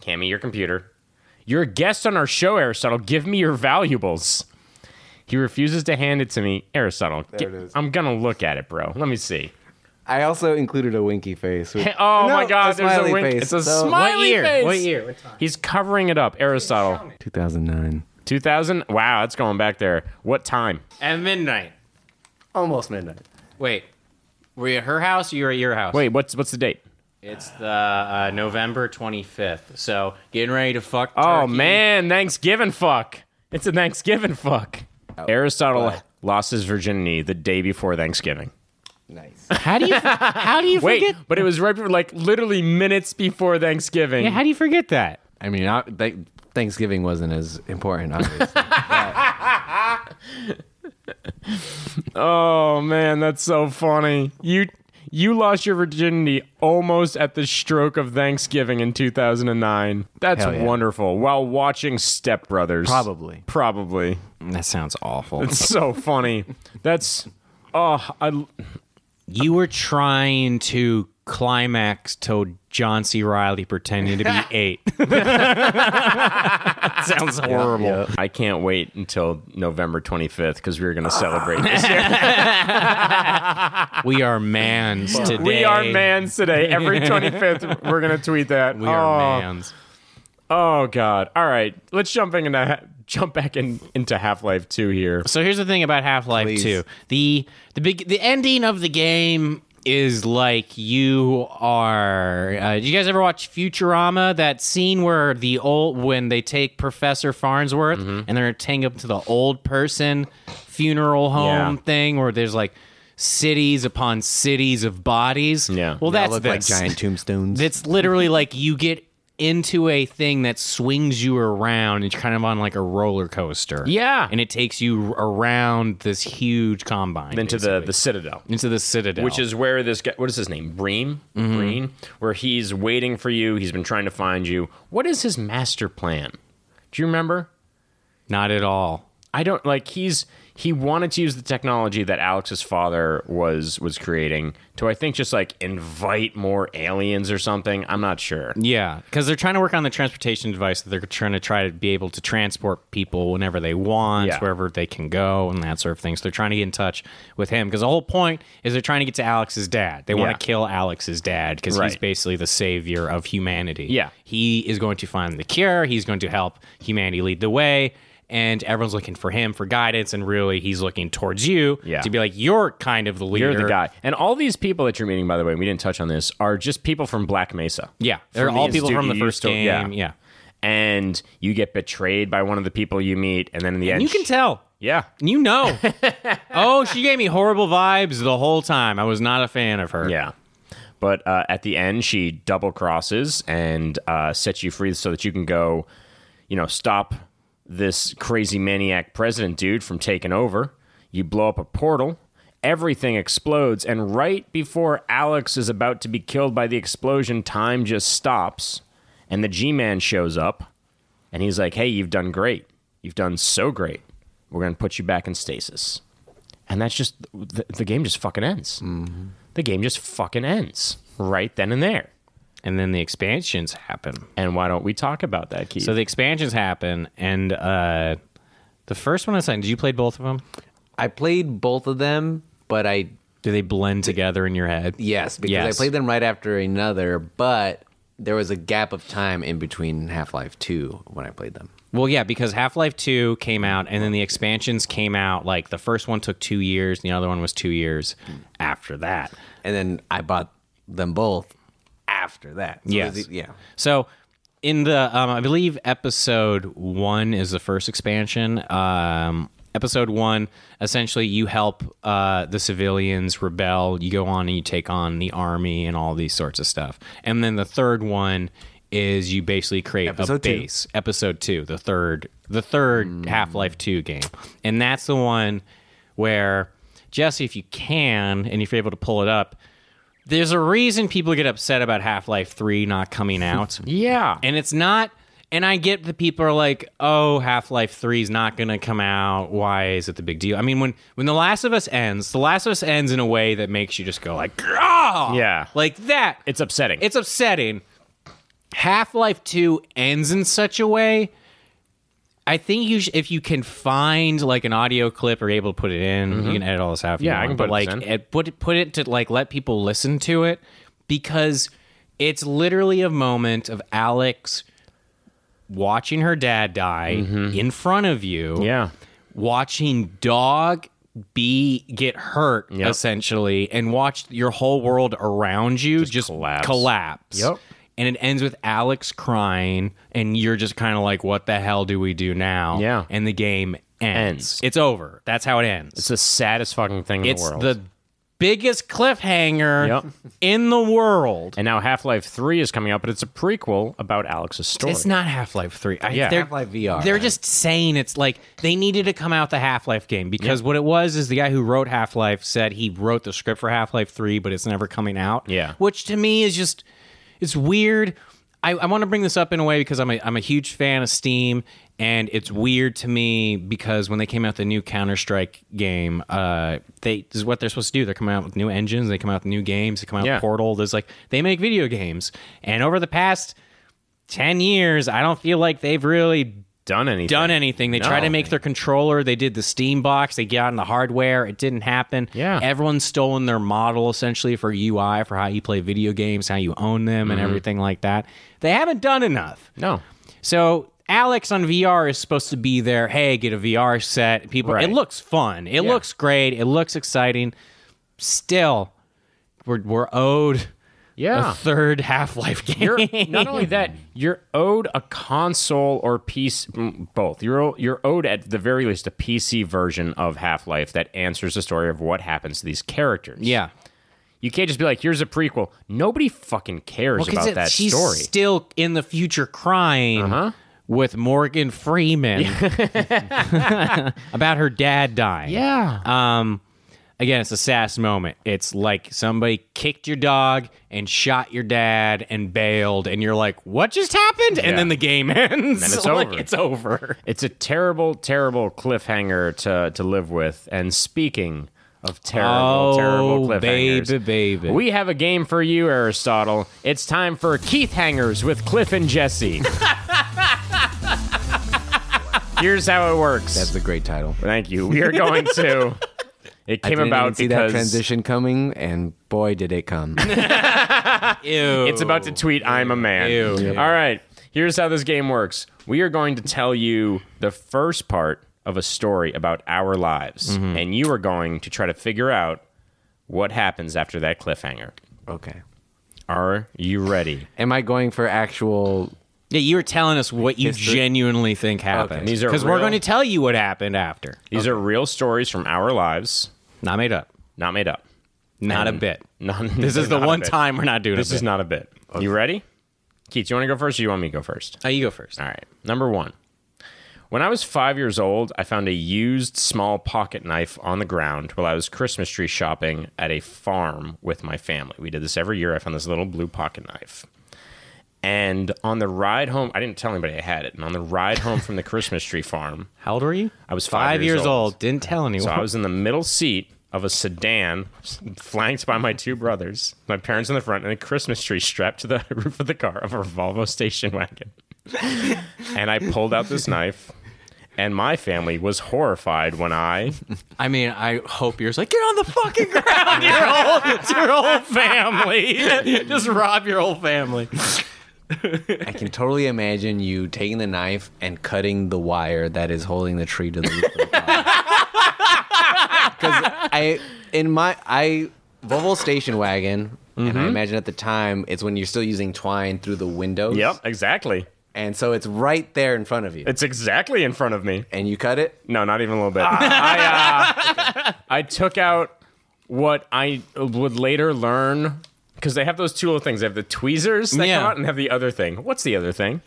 S2: Hand me your computer. You're a guest on our show, Aristotle. Give me your valuables. He refuses to hand it to me. Aristotle,
S3: There
S2: gi-
S3: it is.
S2: I'm gonna look at it, bro. Let me see.
S3: I also included a winky face. which-
S2: [laughs] Oh
S3: No,
S2: my
S3: a
S2: God, there's a
S3: smiley
S2: wink.
S3: face.
S2: It's a
S3: So-
S2: smiley
S1: what year?
S2: face.
S1: What year? What time?
S2: He's covering it up, Aristotle.
S3: 2009.
S2: 2000. Wow, that's going back there. What time?
S1: At midnight.
S3: Almost midnight.
S1: Wait. Were you at her house or you were at your house?
S2: Wait, what's what's the date?
S1: It's the uh, November 25th. So getting ready to fuck.
S2: Oh
S1: turkey.
S2: man, Thanksgiving fuck. It's a Thanksgiving fuck. Aristotle
S3: wow.
S2: lost his virginity the day before Thanksgiving.
S3: Nice. [laughs]
S1: How [laughs] do you how do you
S2: Wait,
S1: forget?
S2: but it was right before, like literally minutes before Thanksgiving.
S1: Yeah, how do you forget that?
S3: I mean, I, they, Thanksgiving wasn't as
S2: [laughs]
S3: important, obviously.
S2: Oh man, that's so funny. You you lost your virginity almost at the stroke of Thanksgiving in 2009. That's
S3: Hell yeah.
S2: wonderful. While watching Step Brothers.
S3: Probably.
S2: Probably. [laughs]
S1: That sounds awful.
S2: It's so funny. That's oh, I
S1: You were trying to climax to John C. Riley pretending to [laughs] be eight. sounds horrible.
S3: Yeah.
S2: I can't wait until November 25th cuz we're going to celebrate this. year.
S1: [laughs] We are mans today.
S2: we are mans
S1: [laughs]
S2: today. Every 25th we're going to tweet that.
S1: We are
S2: Oh,
S1: mans.
S2: Oh god. All right. Let's jump back into ha- jump back in, into Half-Life 2 here.
S1: So here's the thing about Half Life
S3: Please.
S1: Two: the the big the ending of the game is like you are. Uh, did you guys ever watch Futurama? That scene where the old when they take Professor Farnsworth
S3: Mm-hmm.
S1: and they're taking him to the old person funeral home
S2: Yeah.
S1: thing, where there's like cities upon cities of bodies.
S2: Yeah.
S1: well,
S3: They all
S1: that's
S3: look
S1: this.
S3: like giant
S1: [laughs]
S3: tombstones.
S1: It's literally like you get into a thing that swings you around and you're kind of on like a roller coaster.
S2: Yeah.
S1: And it takes you around this huge combine.
S2: Into the the Citadel.
S1: the into the citadel.
S2: which is where this guy what is his name bream
S1: Mm-hmm.
S2: bream where he's waiting for you he's been trying to find you what is his master plan do you remember
S1: not at all.
S2: i don't like he's he wanted to use the technology that alex's father was was creating to i think just like invite more aliens or something i'm not sure
S1: Yeah, because they're trying to work on the transportation device that they're trying to try to be able to transport people whenever they want,
S2: Yeah.
S1: wherever they can go, and that sort of thing. So they're trying to get in touch with him because the whole point is they're trying to get to Alex's dad. They
S2: Yeah.
S1: want to kill Alex's dad because he's
S2: Right.
S1: basically the savior of humanity.
S2: Yeah.
S1: he is going to find the cure. He's going to help humanity lead the way. And everyone's looking for him for guidance, and really, he's looking towards you
S2: Yeah.
S1: to be like, you're kind of the leader.
S2: you're the guy and all these people that you're meeting by the way we didn't touch on this are just people from black mesa
S1: Yeah, they're
S2: From
S1: all
S2: the
S1: people from the
S2: studio-
S1: first game.
S2: yeah.
S1: yeah.
S2: and you get betrayed by one of the people you meet and then in the end
S1: You can tell
S2: yeah
S1: You know. oh, she gave me horrible vibes the whole time. I was not a fan of her.
S2: Yeah. But uh, at the end, she double crosses and uh, sets you free so that you can go, you know, stop this crazy maniac president dude from taking over. You blow up a portal, everything explodes, and right before Alex is about to be killed by the explosion, time just stops, and the G Man shows up, and he's like, hey, you've done great. You've done so great. We're going to put you back in stasis. And that's just, the, the game just fucking ends the game just fucking ends right then and there.
S1: And then the expansions happen.
S2: And why don't we talk about that, Keith?
S1: So the expansions happen, and uh, the first one I signed. Did you play both of them?
S3: I played both of them, but I
S1: Do they blend together in your head?
S3: yes because
S1: Yes.
S3: I played them right after another, but there was a gap of time in between Half Life Two when I played them.
S1: Well, yeah, because Half Life Two came out, and then the expansions came out. Like the first one took two years, and the other one was two years after that.
S3: and then I bought them both after that. So
S1: Yes.
S3: it- e-, yeah.
S1: So in the um, I believe episode one is the first expansion. Um, episode one, essentially, you help uh, the civilians rebel. You go on and you take on the army and all these sorts of stuff. And then the third one is you basically create a
S3: Episode two.
S1: base. Episode two, the third, the third Half Life Two game, and that's the one where Jesse, if you can, and if you're able to pull it up, there's a reason people get upset about Half Life 3 not coming out.
S2: yeah.
S1: And it's not, and I get that people are like, oh, Half Life 3 is not going to come out. Why is it the big deal? I mean, when, when The Last of Us ends, The Last of Us ends in a way that makes you just go, like, ah!
S2: Yeah.
S1: Like that.
S2: it's upsetting.
S1: It's upsetting. Half Life 2 ends in such a way. I think you sh- if you can find like an audio clip or able to put it in, you can edit all this out. If
S2: Mm-hmm. Yeah,
S1: you
S2: I
S1: want,
S2: can
S1: but
S2: put
S1: like
S2: this in.
S1: It, put it- put it to like let people listen to it because it's literally a moment of Alex watching her dad die
S2: Mm-hmm.
S1: in front of you
S2: yeah.
S1: watching dog be get hurt
S2: Yep.
S1: essentially and watch your whole world around you just,
S2: collapse.
S1: collapse.
S2: Yep.
S1: And it ends with Alex crying and you're just kind of like what the hell do we do now?
S2: Yeah.
S1: And the game ends.
S2: Ends.
S1: It's over. That's how it ends.
S2: It's the saddest fucking thing in
S1: It's
S2: the world.
S1: the biggest cliffhanger
S2: Yep.
S1: in the world.
S2: And now Half Life 3 is coming out, but it's a prequel about Alex's story.
S1: It's not Half Life Three. I,
S2: Yeah.
S1: they're-
S3: Half-Life VR,
S1: They're
S3: right?
S1: just saying it's like they needed to come out the Half Life game because what it was is the guy who wrote Half Life said he wrote the script for Half Life Three, but it's never coming out.
S2: Yeah.
S1: which to me is just it's weird. I, I want to bring this up in a way because I'm a, I'm a huge fan of Steam, and it's weird to me because when they came out with the new Counter Strike game, uh, they this is what they're supposed to do. They're coming out with new engines, they come out with new games, they come out
S2: Yeah.
S1: with Portal. There's like they make video games, and over the past 10 years, I don't feel like they've really
S2: done anything.
S1: done anything. They tried to make their controller. They did the Steam box. They got on the hardware. It didn't happen.
S2: Yeah.
S1: Everyone's stolen their model essentially for UI, for how you play video games, how you own them,
S2: Mm-hmm.
S1: and everything like that. They haven't done enough.
S2: No.
S1: So Alex on VR is supposed to be there. Hey, get a VR set. People,
S2: Right.
S1: it looks fun. It looks great. It looks exciting. Still, we're, we're owed
S2: Yeah.
S1: a third Half Life game. [laughs]
S2: You're not only that, you're owed a console or PC, mm, both. You're o- you're owed at the very least a PC version of Half Life that answers the story of what happens to these characters.
S1: yeah.
S2: you can't just be like, "Here's a prequel." Nobody fucking cares
S1: Well, 'cause
S2: about
S1: it-
S2: that
S1: she's
S2: story. Uh-huh.
S1: still in the future crying with Morgan Freeman [laughs] about her dad dying.
S2: yeah,
S1: Um, again, it's a sass moment. It's like somebody kicked your dog and shot your dad and bailed, and you're like, "What just happened?"
S2: Yeah.
S1: And then the game [laughs] ends.
S2: Then it's
S1: Like,
S2: over.
S1: It's over.
S2: it's a terrible, terrible cliffhanger to to live with. And speaking of terrible,
S1: Oh,
S2: terrible cliffhangers,
S1: baby, baby.
S2: we have a game for you, Aristotle. It's time for Keith Hangers with Cliff and
S3: [laughs]
S2: Jesse. Here's how it works.
S3: That's a great title.
S2: Thank you. We are going to. It
S3: I
S2: came
S3: didn't
S2: about
S3: even see
S2: because
S3: that transition coming, and boy, did
S2: [laughs]
S3: it come.
S1: Ew.
S2: it's about to tweet I'm a man.
S1: Ew. Ew.
S2: All right. Here's how this game works. We are going to tell you the first part of a story about our lives,
S1: Mm-hmm.
S2: and you are going to try to figure out what happens after that cliffhanger.
S3: okay.
S2: Are you ready?
S3: Am I going for actual?
S1: Yeah, you were telling us what you
S3: History.
S1: genuinely think happened.
S2: These are
S1: because we're
S2: real-
S1: going to tell you what happened after.
S2: These are real stories from our lives,
S1: Not made up.
S2: not made up. [laughs]
S1: Not a bit.
S2: None,
S1: This is the
S2: Mm. not a
S1: one
S2: bit.
S1: time we're not doing
S2: This
S1: a
S2: is
S1: bit.
S2: not a bit. You ready? Keith, do you want to go first or Uh, you want me to go first?
S1: Oh, you go first.
S2: All right. Number one. When I was five years old, I found a used small pocket knife on the ground while I was Christmas tree shopping at a farm with my family. We did this every year. I found this little blue pocket knife. And on the ride home, I didn't tell anybody I had it. And on the ride home from the Christmas tree farm,
S1: How old were you?
S2: I was five years old.
S1: Didn't tell anyone.
S2: so I was in the middle seat of a sedan, flanked by my two brothers, my parents in the front, and a Christmas tree strapped to the [laughs] roof of the car of a Volvo station wagon. and I pulled out this knife, and my family was horrified when I, [laughs]
S1: I mean, I hope you're just like, get on the fucking [laughs] ground. your whole, it's your whole
S2: [laughs]
S1: family. just rob your whole family.
S3: I can totally imagine you taking the knife and cutting the wire that is holding the tree to the roof.
S2: [laughs]
S3: Because I, in my, I Volvo station wagon, and
S2: Mm-hmm.
S3: I imagine at the time it's when you're still using twine through the windows.
S2: yep, exactly.
S3: And so it's right there in front of you,
S2: It's exactly in front of me.
S3: and you cut it.
S2: No, not even a little bit. I, uh, I took out what I would later learn because they have those two little things. They have the tweezers that
S1: Yeah.
S2: come out and have the other thing. What's the other thing?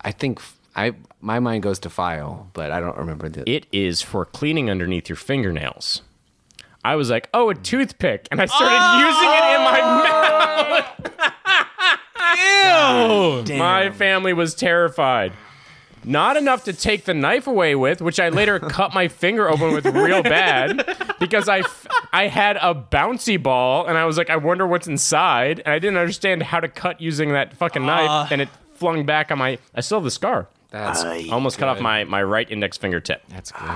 S3: I think f- I my mind goes to file, but I don't remember the.
S2: It is for cleaning underneath your fingernails. I was like, oh, a toothpick. And I started using it in my mouth.
S1: Oh,
S2: My family was terrified. Not enough to take the knife away with, which I later cut my finger open with real bad because I, f- I had a bouncy ball and I was like, I wonder what's inside. And I didn't understand how to cut using that fucking knife. And it flung back on my. I still have the scar.
S3: That's
S2: Almost cut off my, my right index fingertip.
S1: that's good.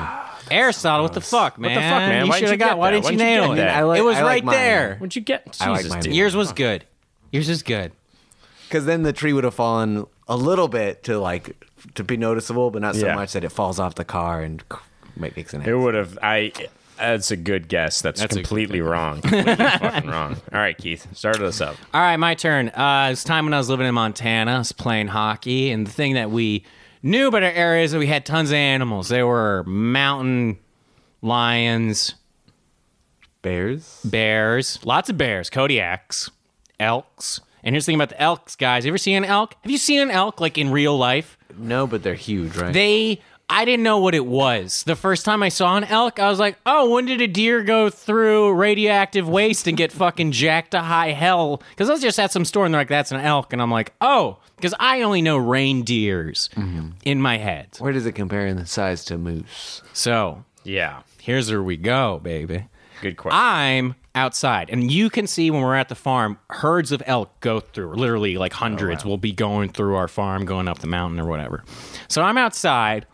S1: Aristotle, what the fuck, man?
S2: the fuck, man?
S1: You
S2: Why
S1: should
S2: didn't
S1: have got.
S2: you get
S1: Why
S2: that?
S1: didn't
S2: Why
S1: you
S2: didn't you
S1: nail
S2: get
S1: it?
S2: that?
S3: I like-
S1: it was
S3: I like
S1: right
S3: mine.
S1: there.
S2: What'd you get? Jesus,
S3: like mine.
S2: dude.
S1: Yours was good. Yours is good.
S3: because then the tree would have fallen a little bit to like to be noticeable, but not so
S2: Yeah.
S3: much that it falls off the car and makes an.
S2: It
S3: accident.
S2: would have. I. That's a good guess. That's,
S1: That's a good
S2: completely wrong. Completely fucking wrong. All right, Keith, start us up.
S1: All right, my turn. Uh, it was time when I was living in Montana. I was playing hockey, and the thing that we knew about our area is that we had tons of animals. There were mountain lions,
S3: Bears.
S1: bears, lots of bears, Kodiaks, elks. And here's the thing about the elks, guys. You ever seen an elk? Have you seen an elk like in real life?
S3: No, but they're huge, right?
S1: They, I didn't know what it was. The first time I saw an elk, I was like, oh, when did a deer go through radioactive waste and get fucking jacked to high hell? Because I was just at some store and they're like, that's an elk. And I'm like, oh, because I only know reindeers in my head.
S3: Where does it compare in the size to moose?
S1: So
S2: Yeah.
S1: here's where we go, baby.
S2: Good question.
S1: I'm outside, and you can see when we're at the farm, herds of elk go through. Literally, like hundreds will be going through our farm, going up the mountain or whatever. So I'm outside,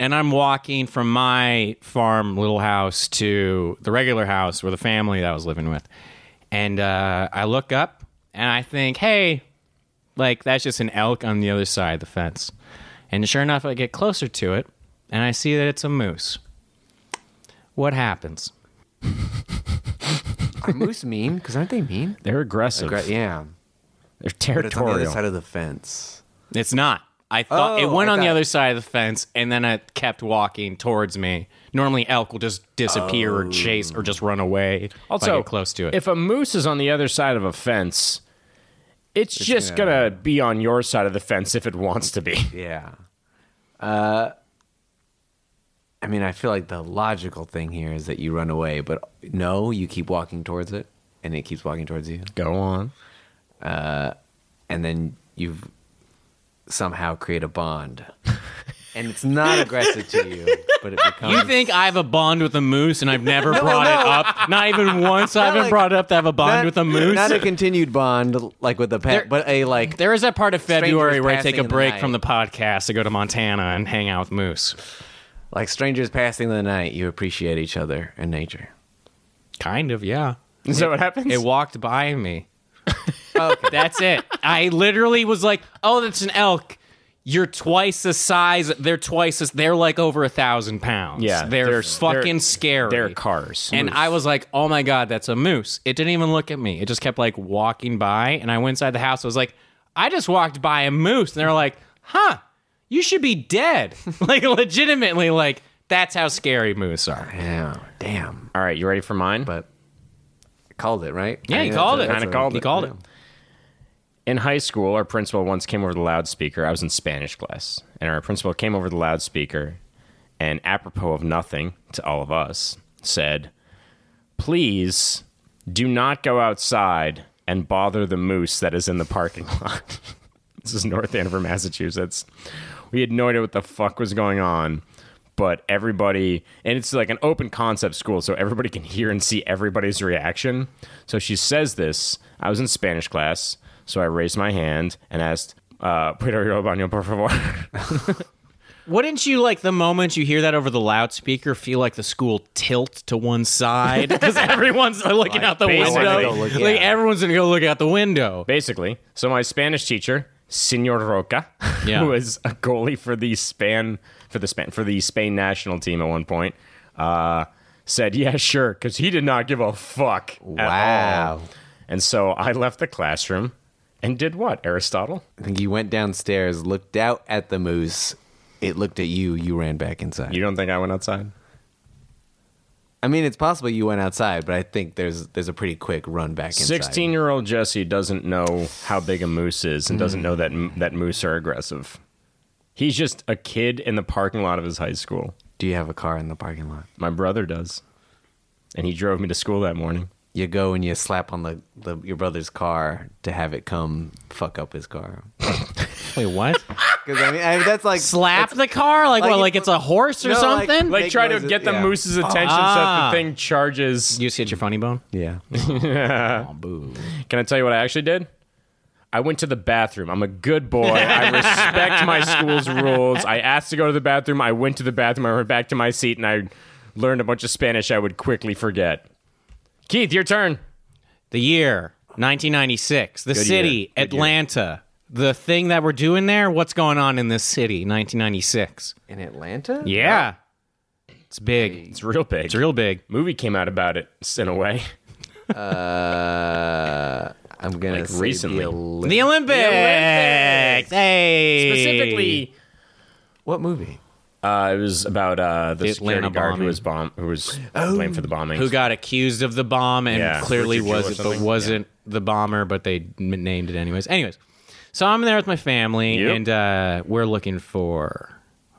S1: and I'm walking from my farm little house to the regular house where the family that I was living with, and uh, I look up and I think, hey, like that's just an elk on the other side of the fence. And sure enough, I get closer to it, and I see that it's a moose. What happens?
S3: Are moose mean? Because aren't they mean?
S2: They're aggressive.
S3: Gra- yeah.
S2: They're
S3: But it's on the other
S2: territorial.
S3: side of the fence.
S1: It's not. I thought it
S3: Oh,
S1: went
S3: I
S1: on the
S3: thought-
S1: other side of the fence and then it kept walking towards me. Normally, elk will just disappear
S3: Oh.
S1: or chase or just run away. if I
S2: Also,
S1: get close to it.
S2: If a moose is on the other side of a fence, it's, just
S3: gonna-
S2: gonna be on your side of the fence if it wants to be. [laughs]
S3: Yeah. Uh, I mean, I feel like the logical thing here is that you run away, but no, you keep walking towards it, and it keeps walking towards you,
S2: Go on.
S3: and then you've somehow create a bond, [laughs] and it's not aggressive to [laughs] you, but it becomes.
S1: you think I have a bond with a moose and I've
S3: [laughs]
S1: never brought it up? Not even once I haven't
S3: like-
S1: brought it up to have a bond with a moose.
S3: Not a continued bond like with a pet,
S1: There-
S3: but a like.
S1: there is that part of February where I
S3: passing
S1: take a
S3: in the
S1: break
S3: night.
S1: from the podcast to go to Montana and hang out with moose.
S3: Like strangers passing the night, you appreciate each other and nature.
S1: Kind of, yeah.
S2: Is that what happens? Oh,
S1: It walked by
S2: [laughs]
S1: me. That's it. I literally was like, "Oh, that's an elk. You're twice the size. They're twice as. They're like over a thousand pounds.
S2: Yeah,
S1: they're,
S2: they're-
S1: fucking
S2: they're-
S1: scary.
S2: They're cars.
S1: And I was like, "Oh my god, that's a moose." It didn't even look at me. It just kept like walking by. And I went inside the house. I was like, "I just walked by a moose." And they're like, "Huh? You should be dead." [laughs] like legitimately, like that's how scary moose are.
S3: Yeah, damn.
S2: All right, you ready for mine?
S3: But I called it right.
S1: Yeah,
S3: I
S1: he
S3: mean,
S1: called it.
S3: that's
S2: Kinda
S3: a- that's a-
S2: called
S1: He called it.
S3: yeah.
S2: in high school, our principal once came over the loudspeaker. I was in Spanish class, and our principal came over the loudspeaker and, apropos of nothing to all of us, said, Please do not go outside and bother the moose that is in the parking lot. [laughs] this is North Andover, Massachusetts. We had no idea what the fuck was going on. But everybody, and it's like an open concept school, so everybody can hear and see everybody's reaction. So she says this. I was in Spanish class, so I raised my hand and asked, uh, Puedo ir al baño, por favor? [laughs]
S1: Wouldn't you like the moment you hear that over the loudspeaker feel like the school tilt to one side [laughs]
S2: [laughs]
S1: because everyone's looking out the
S2: basically.
S1: window?
S2: I wanna go
S3: look-
S1: Like
S3: yeah.
S1: everyone's gonna go look out the window.
S2: Basically, so my Spanish teacher, Senor Roca, [laughs]
S1: Yeah.
S2: who was a goalie for the Span for the Span for the Spain national team at one point, uh, said, "Yeah, sure," because he did not give a fuck. at all.
S3: Wow.
S2: And so I left the classroom and did what? Aristotle?
S3: I think you went downstairs, looked out at the moose. It looked at you. You ran back inside.
S2: You don't think I went outside?
S3: I mean, it's possible you went outside, but I think there's there's a pretty quick run back inside.
S2: Sixteen-year-old Jesse doesn't know how big a moose is and
S3: Mm.
S2: doesn't know that m- that moose are aggressive. He's just a kid in the parking lot of his high school.
S3: Do you have a car in the parking lot?
S2: My brother does, and he drove me to school that morning.
S3: You go and you slap on the, the your brother's car to have it come fuck up his car.
S1: Wait, what?
S3: 'Cause, I mean, I mean, that's like
S1: Slap the car? Like,
S3: like
S1: what?
S3: it-
S1: Like it's a horse or
S3: No, like-
S1: something?
S2: like
S3: Make
S2: try to
S3: noises,
S2: get the
S3: yeah.
S2: moose's attention
S1: Ah.
S2: so that the thing charges.
S1: you just hit your funny bone?
S3: yeah.
S2: Can I tell you what I actually did? I went to the bathroom. I'm a good boy. [laughs] I respect my school's rules. I asked to go to the bathroom. I went to the bathroom. I went back to my seat and I learned a bunch of Spanish I would quickly forget. Keith, your turn.
S1: The year 1996. The
S2: Good
S1: city
S2: year. Good
S1: Atlanta. The thing that we're doing there. What's going on in this city? 1996.
S3: In Atlanta?
S1: Yeah, it's big.
S2: It's real big.
S1: It's real big.
S2: Movie came out about it in a way.
S3: Uh, I'm gonna
S2: Like
S3: say
S2: recently.
S3: The Olymp-
S1: The Olympics.
S2: Olympics!
S1: Hey.
S2: Specifically,
S3: what movie?
S2: Uh, it was about uh, the,
S1: The
S2: security
S1: Atlanta
S2: guard who
S1: bombing.
S2: was bomb who was blamed for the bombing.
S1: Who got accused of the bomb and
S2: Yeah.
S1: clearly
S2: Richard Jewell or
S1: was but
S2: something?
S1: wasn't the bomber, but they n- named it anyways. Anyways, so I'm there with my family
S2: Yep.
S1: and uh, we're looking for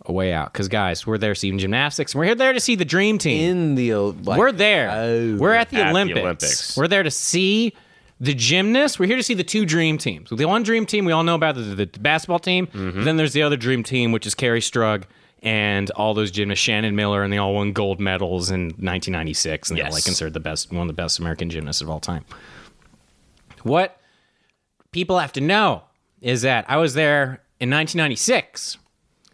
S1: a way out because guys, we're there seeing gymnastics and we're there to see the dream team.
S3: in the old. Like,
S1: we're there.
S3: Oh.
S1: we're at, the,
S2: At the
S1: Olympics.
S2: Olympics.
S1: We're there to see the gymnasts. We're here to see the two dream teams. The one dream team we all know about, the, the basketball team. Then there's the other dream team, which is Carrie Strug and all those gymnasts, Shannon Miller, and they all won gold medals in 1996, and they're
S2: Yes.
S1: like considered the best, one of the best American gymnasts of all time. What people have to know is that I was there in 1996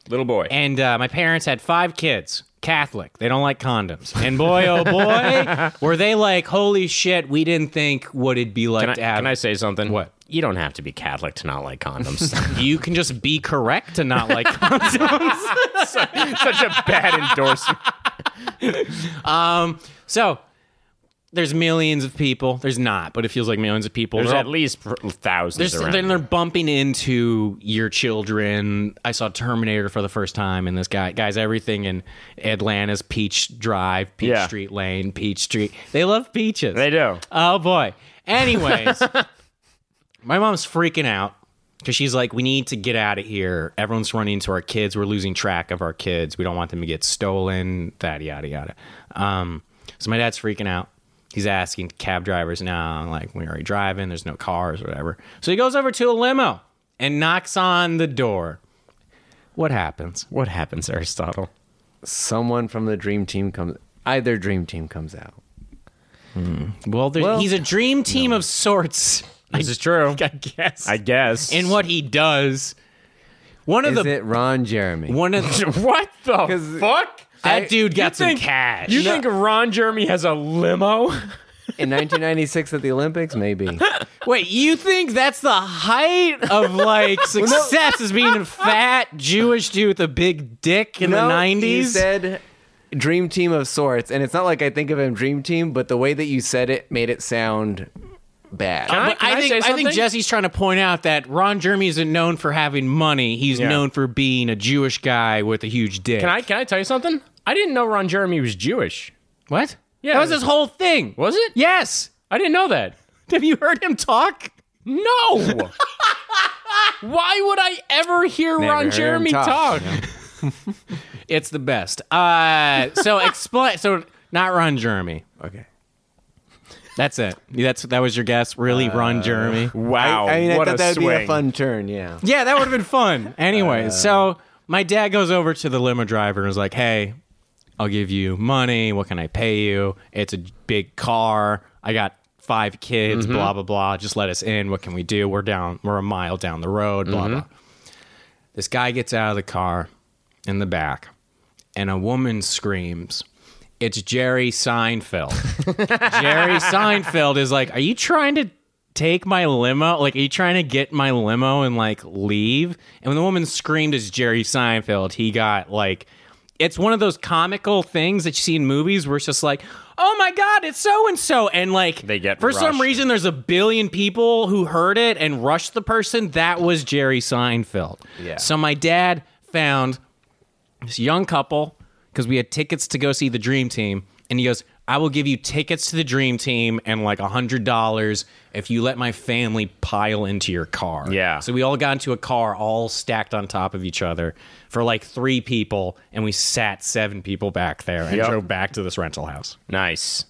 S2: Little boy.
S1: and uh, my parents had five kids catholic they don't like condoms and boy oh
S2: [laughs]
S1: boy were they like holy shit we didn't think what it'd be like
S2: can, I,
S1: to have
S2: can I say something?
S1: What?
S2: You don't have to be Catholic to not like [laughs] condoms.
S1: you can just be correct to not like [laughs] condoms
S2: Such a bad endorsement.
S1: so there's millions of people there's not but it feels like millions of people
S2: There's
S1: They're all-
S2: at least pr- thousands
S1: There's,
S2: around.
S1: then they're bumping into your children. I saw Terminator for the first time, and this guy, guys, everything in Atlanta's Peach Drive, Peach
S2: Yeah.
S1: Street Lane, Peach Street. They love peaches.
S2: They do.
S1: Oh boy. Anyways, my mom's freaking out because she's like, "We need to get out of here. Everyone's running to our kids. We're losing track of our kids. We don't want them to get stolen." That yada yada. Um, so my dad's freaking out. He's asking cab drivers now, like, "We already driving. There's no cars, whatever." So he goes over to a limo and knocks on the door. What happens?
S2: What happens, Aristotle?
S3: Someone from the dream team comes. Either dream team comes out.
S1: Well, there,
S3: Well-
S1: he's a dream team of sorts, [laughs]
S2: This is [laughs] true.
S1: I guess.
S2: I guess.
S1: in what he does, one of
S3: Is
S1: the
S3: it Ron Jeremy?
S1: One
S2: [laughs]
S1: of
S2: what the
S3: 'Cause
S2: fuck?
S1: that dude got some
S2: think-
S1: cash.
S2: You think Ron Jeremy has a [laughs] limo?
S3: In 1996 at the
S2: [laughs]
S3: Olympics, maybe.
S1: Wait, you think that's the height
S2: [laughs]
S1: of like success is being a fat Jewish dude with a big dick in
S3: No,
S1: the
S3: You
S1: nineties?
S3: said dream team of sorts, and it's not like I think of him dream team, but the way that you said it made it sound bad.
S2: I-
S1: I,
S2: can I
S1: think
S2: say
S1: I think
S2: something?
S1: Jesse's trying to point out that Ron Jeremy isn't known for having money. He's
S2: Yeah.
S1: known for being a Jewish guy with a huge dick.
S2: Can I can I tell you something? I didn't know Ron Jeremy was Jewish.
S1: What?
S2: Yeah.
S1: that was his whole thing.
S2: Was it?
S1: Yes.
S2: I didn't know that.
S1: Have you heard him talk?
S2: [laughs] No. Why would I ever hear
S3: Never
S2: Ron
S3: heard him
S2: Jeremy
S3: talk,
S2: talk?
S1: It's the best. Uh, so explain. [laughs] So not Ron Jeremy.
S3: Okay.
S1: That's it. That's that was your guess. Really,
S2: Uh,
S1: Ron Jeremy.
S2: Wow.
S3: I mean, I
S2: what
S3: thought
S2: a
S3: that would
S2: swing.
S3: be a fun turn, yeah.
S1: Yeah, that would have been fun. Anyway, so my dad goes over to the limo driver and is like, "Hey, I'll give you money. What can I pay you? It's a big car. I got five kids. Blah blah blah. Just let us in. What can we do? We're down. We're a mile down the road. Blah blah." This guy gets out of the car in the back, and a woman screams. It's Jerry Seinfeld. [laughs] Jerry Seinfeld is like, Are you trying to take my limo? Like, are you trying to get my limo and like leave? And when the woman screamed, It's Jerry Seinfeld, he got like, it's one of those comical things that you see in movies where it's just like, Oh my God, it's so and so. And like,
S2: They get
S1: for some
S2: rushed.
S1: reason, there's a billion people who heard it and rushed the person. That was Jerry Seinfeld.
S3: Yeah.
S1: So my dad found this young couple because we had tickets to go see the dream team and he goes i will give you tickets to the dream team and like a hundred dollars if you let my family pile into your car
S2: Yeah.
S1: so we all got into a car all stacked on top of each other for like three people and we sat seven people back there and
S2: Yep.
S1: drove back to this rental house
S2: Nice.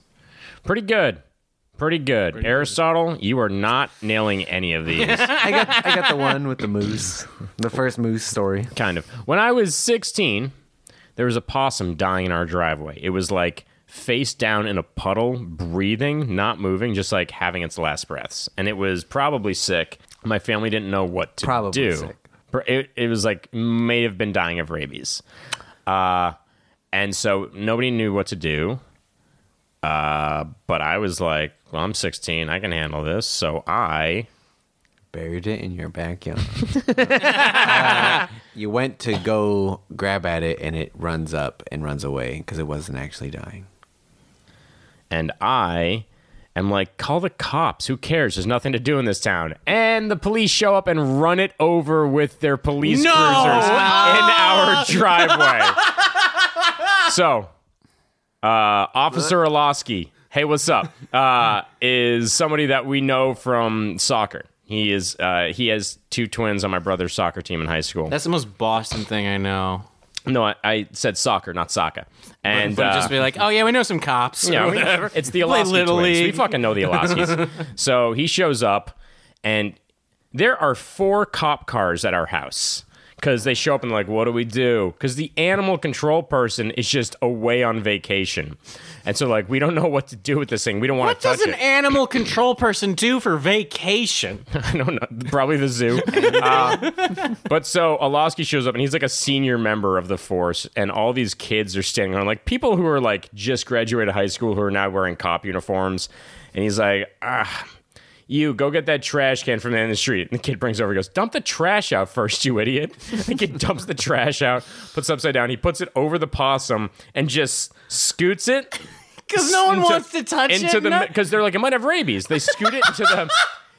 S2: Pretty good. Pretty good. Aristotle, you are not nailing any of these. [laughs]
S3: I got, I got the one with the moose, the first moose story.
S2: kind of. When I was 16, there was a possum dying in our driveway. It was like face down in a puddle, breathing, not moving, just like having its last breaths. And it was probably sick. My family didn't know what to
S3: Probably
S2: do.
S3: sick.
S2: Pr- It, it was like may have been dying of rabies. Uh, and so nobody knew what to do. Uh, but I was like, well, I'm 16. I can handle this. So I
S3: Buried it in your backyard. Uh, you went to go grab at it, and it runs up and runs away because it wasn't actually dying.
S2: and I am like, call the cops. Who cares? There's nothing to do in this town. And the police show up and run it over with their police
S1: No!
S2: cruisers in our driveway. so, uh, Officer Olosky, hey, what's up? Uh, is somebody that we know from soccer. He is. Uh, he has two twins on my brother's soccer team in high school.
S1: That's the most Boston thing I know.
S2: no, I, I said soccer, not soccer. And
S1: But
S2: uh,
S1: just be like, oh yeah, we know some cops.
S2: Yeah,
S1: or
S2: we-
S1: whatever.
S2: It's the
S1: Play
S2: Alaska
S1: Little
S2: twins. We
S1: League.
S2: fucking know
S1: [laughs]
S2: the Alaskans. so he shows up, and there are four cop cars at our house because they show up and like, what do we do? Because the animal control person is just away on vacation, and so like we don't know what to do with this thing. We don't want
S1: What
S2: to touch
S1: does an
S2: it.
S1: animal control person do for vacation?
S2: [laughs] I don't know. Probably the zoo. Uh, but so Alaski shows up and he's like a senior member of the force, and all these kids are standing around, like people who are like just graduated high school who are now wearing cop uniforms. And he's like, ah, you go get that trash can from the end of the street. And the kid brings over, he goes, dump the trash out first, you idiot. [laughs] The kid dumps the trash out, puts it upside down, he puts it over the possum and just scoots it
S1: Because
S2: [laughs]
S1: no one
S2: into-
S1: wants to touch
S2: into
S1: it.
S2: the
S1: no-
S2: because they're like it might have rabies. They scoot it
S1: [laughs]
S2: into the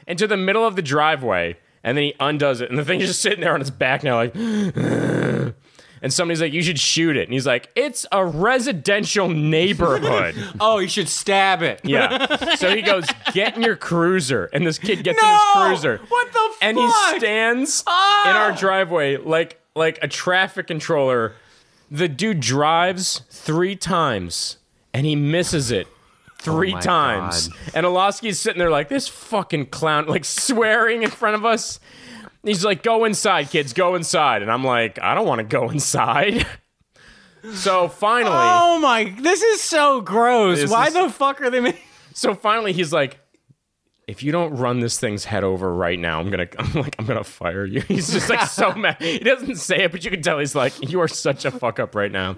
S2: into the middle of the driveway, and then he undoes it, and the thing's just sitting there on its back now, like. [gasps] And somebody's like, "You should shoot it," and he's like, "It's a residential neighborhood."
S1: [laughs] oh, you should stab it.
S2: yeah. So he goes, "Get in your cruiser," and this kid gets
S1: No!
S2: in his cruiser.
S1: What the
S2: And
S1: fuck?
S2: he stands
S1: Ah!
S2: in our driveway like like a traffic controller. The dude drives three times and he misses it three
S3: Oh my
S2: times.
S3: God.
S2: And Alaski's sitting there like this fucking clown, like swearing in front of us. He's like, "Go inside, kids, go inside." And I'm like, "I don't want to go inside." [laughs] so finally,
S1: Oh my! This is so gross.
S2: This
S1: Why
S2: is-
S1: the fuck are they?
S2: [laughs]
S1: ma-
S2: so finally he's like if you don't run this thing's head over right now i'm gonna [laughs] i'm like i'm gonna fire you [laughs] he's just like so mad he doesn't say it but you can tell he's like you are such a fuck up right now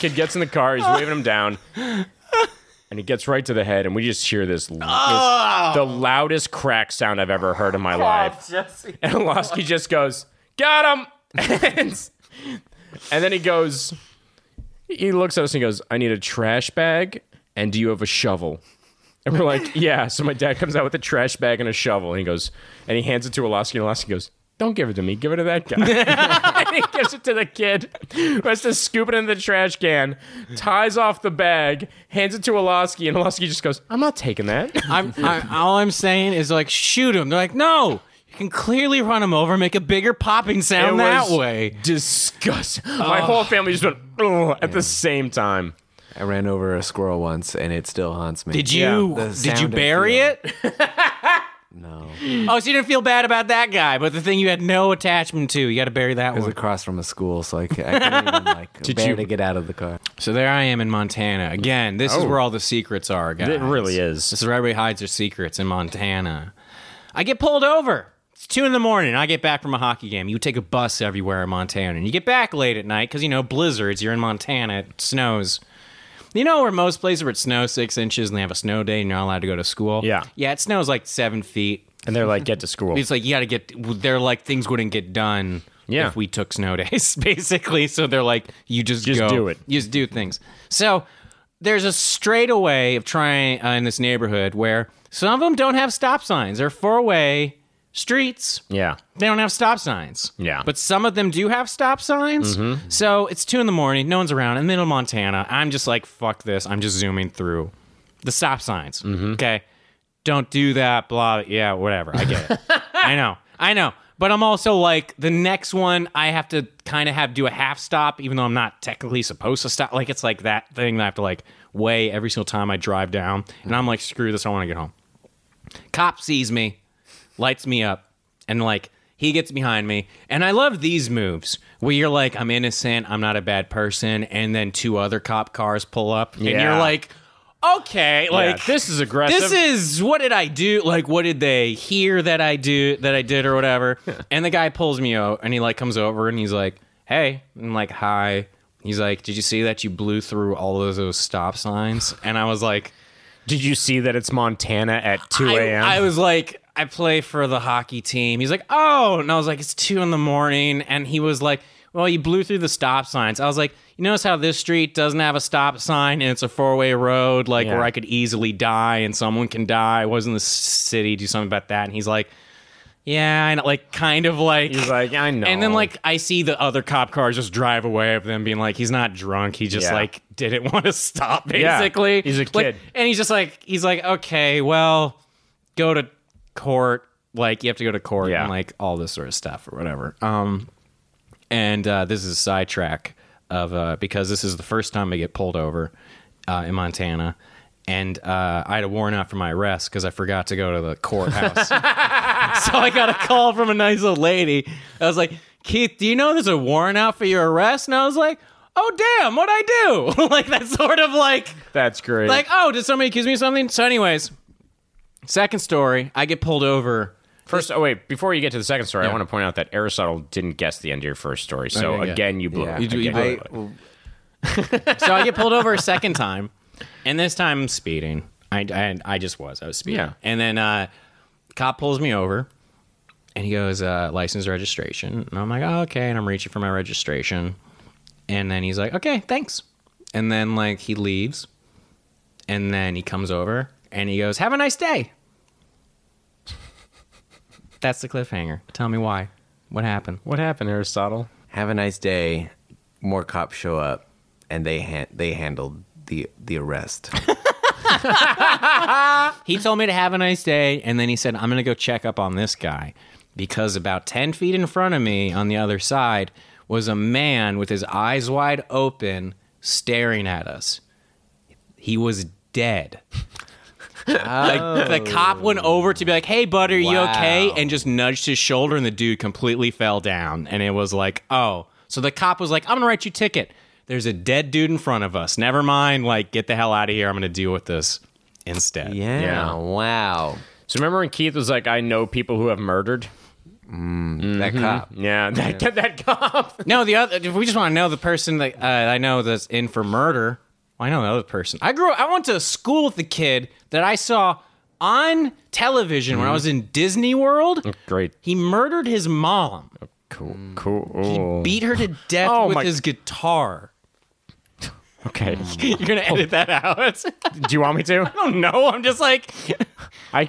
S2: kid gets in the car he's waving him down and he gets right to the head and we just hear this, this the loudest crack sound i've ever heard in my life and Alaski just goes, Got him! [laughs] and, and then he goes, He looks at us and he goes, I need a trash bag, and do you have a shovel? And we're like, Yeah. So my dad comes out with a trash bag and a shovel, and he goes, And he hands it to Alaski, and Alaski goes, don't give it to me. Give it to that guy. [laughs] and he gives it to the kid who has to scoop it in the trash can, ties off the bag, hands it to Alaski, and Alaski just goes, I'm not taking that.
S1: I'm, I'm all I'm saying is like shoot him. They're like, no, you can clearly run him over, make a bigger popping sound that
S2: was
S1: way.
S2: Disgust. My whole family just went "Ugh," at the same time.
S3: I ran over a squirrel once, and it still haunts me.
S1: Did you
S3: The
S1: did
S3: sound
S1: you
S3: and
S1: bury
S3: feel.
S1: it?
S2: [laughs]
S3: No,
S1: Oh, so you didn't feel bad about that guy, but the thing you had no attachment to, you got to bury that
S3: it was
S1: one.
S3: across from a school, so I, c- I couldn't even like bear
S2: you-
S3: to get out of the car.
S1: So there I am in Montana again. This is
S2: Oh.
S1: where all the secrets are, guys.
S2: It really is.
S1: This is where everybody hides their secrets in Montana. I get pulled over. It's two in the morning. I get back from a hockey game. You take a bus everywhere in Montana, and you get back late at night because you know blizzards. You're in Montana. It snows. You know where most places where it snows six inches and they have a snow day and you're not allowed to go to school.
S2: Yeah.
S1: yeah, it snows like seven feet.
S2: And they're like, get to school.
S1: It's like you got to get. They're like things wouldn't get done.
S2: Yeah.
S1: if we took snow days, [laughs] basically. So they're like, you just
S2: Just
S1: go.
S2: do it.
S1: You just do things. So there's a straightaway of trying uh, in this neighborhood where some of them don't have stop signs. They're four way streets.
S2: yeah.
S1: They don't have stop signs.
S2: Yeah. Mm-hmm.
S1: But some of them do have stop signs. So it's two in the morning. No one's around. In the middle of Montana, I'm just like, fuck this. I'm just zooming through the stop signs.
S2: Mm-hmm.
S1: Okay. Don't do that. Blah. Yeah. Whatever. I
S2: [laughs]
S1: get it. I know. I know. But I'm also like, the next one, I have to kind of have do a half stop, even though I'm not technically supposed to stop. Like, it's like that thing that I have to like weigh every single time I drive down. And I'm like, screw this. I want to get home. Cop sees me lights me up and like he gets behind me and i love these moves where you're like i'm innocent i'm not a bad person and then two other cop cars pull up and
S2: Yeah.
S1: you're like okay like
S2: yeah, this is aggressive.
S1: this is what did I do? Like, what did they hear that I do that I did or whatever? and the guy pulls me out and he like comes over and he's like, "Hey," I'm like, "Hi." He's like, "Did you see that you blew through all of those stop signs?" And I was like,
S2: Did you see that it's Montana at 2
S1: I-
S2: a.m.?
S1: I, was like, I play for the hockey team. He's like, oh, and I was like, it's two in the morning, and he was like, well, you blew through the stop signs. I was like, you notice how this street doesn't have a stop sign and it's a four way road, like
S2: Yeah.
S1: where I could easily die and someone can die. Wasn't the s- city do something about that? And he's like, yeah, and like kind of like
S2: He's like, I know.
S1: and then like I see the other cop cars just drive away of them being like, he's not drunk. He just
S2: Yeah.
S1: like didn't [laughs] want to stop
S2: Yeah.
S1: basically.
S2: He's a
S1: Like,
S2: kid.
S1: and he's just like he's like, okay, well, go to court. Like you have to go to court
S2: Yeah.
S1: and like all this sort of stuff or whatever. Um and uh, this is a sidetrack of uh, because this is the first time I get pulled over uh, in Montana. And uh, I had a warrant out for my arrest because I forgot to go to the courthouse. [laughs] so I got a call from a nice old lady. I was like, Keith, do you know there's a warrant out for your arrest? And I was like, oh, damn, what'd I do? [laughs] like, that's sort of like,
S2: that's great.
S1: like, oh, did somebody accuse me of something? So, anyways, second story, I get pulled over.
S2: First, oh wait, before you get to the second story, I
S1: Yeah.
S2: want to point out that Aristotle didn't guess the end of your first story. So
S1: Okay, yeah.
S2: again, you blew
S3: Yeah.
S2: it.
S3: You do-
S1: you
S2: Again,
S3: I,
S2: blew it.
S1: So I get pulled over a second time, and this time I'm speeding. I, I, I just was. I was speeding.
S2: Yeah.
S1: And then uh, cop pulls me over, and he goes, uh, "License registration." And I'm like, oh, "Okay." And I'm reaching for my registration, and then he's like, "Okay, thanks." And then like he leaves, and then he comes over and he goes, "Have a nice day." That's the cliffhanger. Tell me why. What happened?
S2: What happened, Aristotle?
S3: Have a nice day. More cops show up, and they han- they handled the the arrest.
S1: He told me to have a nice day, and then he said, I'm going to go check up on this guy because about 10 feet in front of me on the other side was a man with his eyes wide open staring at us. He was
S3: [laughs]
S1: dead. Like the cop went over to be like, "Hey, bud, are you
S3: Wow.
S1: okay?" and just nudged his shoulder, and the dude completely fell down. And it was like, "Oh!" So the cop was like, "I'm gonna write you a ticket." There's a dead dude in front of us. Never mind. Like, get the hell out of here. I'm gonna deal with this instead.
S3: yeah,
S2: Yeah.
S3: Wow.
S2: So remember when Keith was like, "I know people who have murdered."
S3: That cop.
S2: Yeah, [laughs] that that cop.
S1: No, the other. If we just want to know the person that uh, I know that's in for murder, well, I know the other person. I grew. I went to school with the kid that I saw on television
S2: Mm-hmm.
S1: when I was in Disney
S2: Oh,
S1: World.
S2: Great,
S1: He murdered his mom,
S2: cool, cool.
S1: beat her to death
S2: Oh,
S1: with
S2: my-
S1: his guitar.
S2: [sighs] okay,
S1: [laughs] You're gonna edit that
S2: [laughs]
S1: out.
S2: do you want me to?
S1: I don't know. I'm just like,
S2: [laughs] I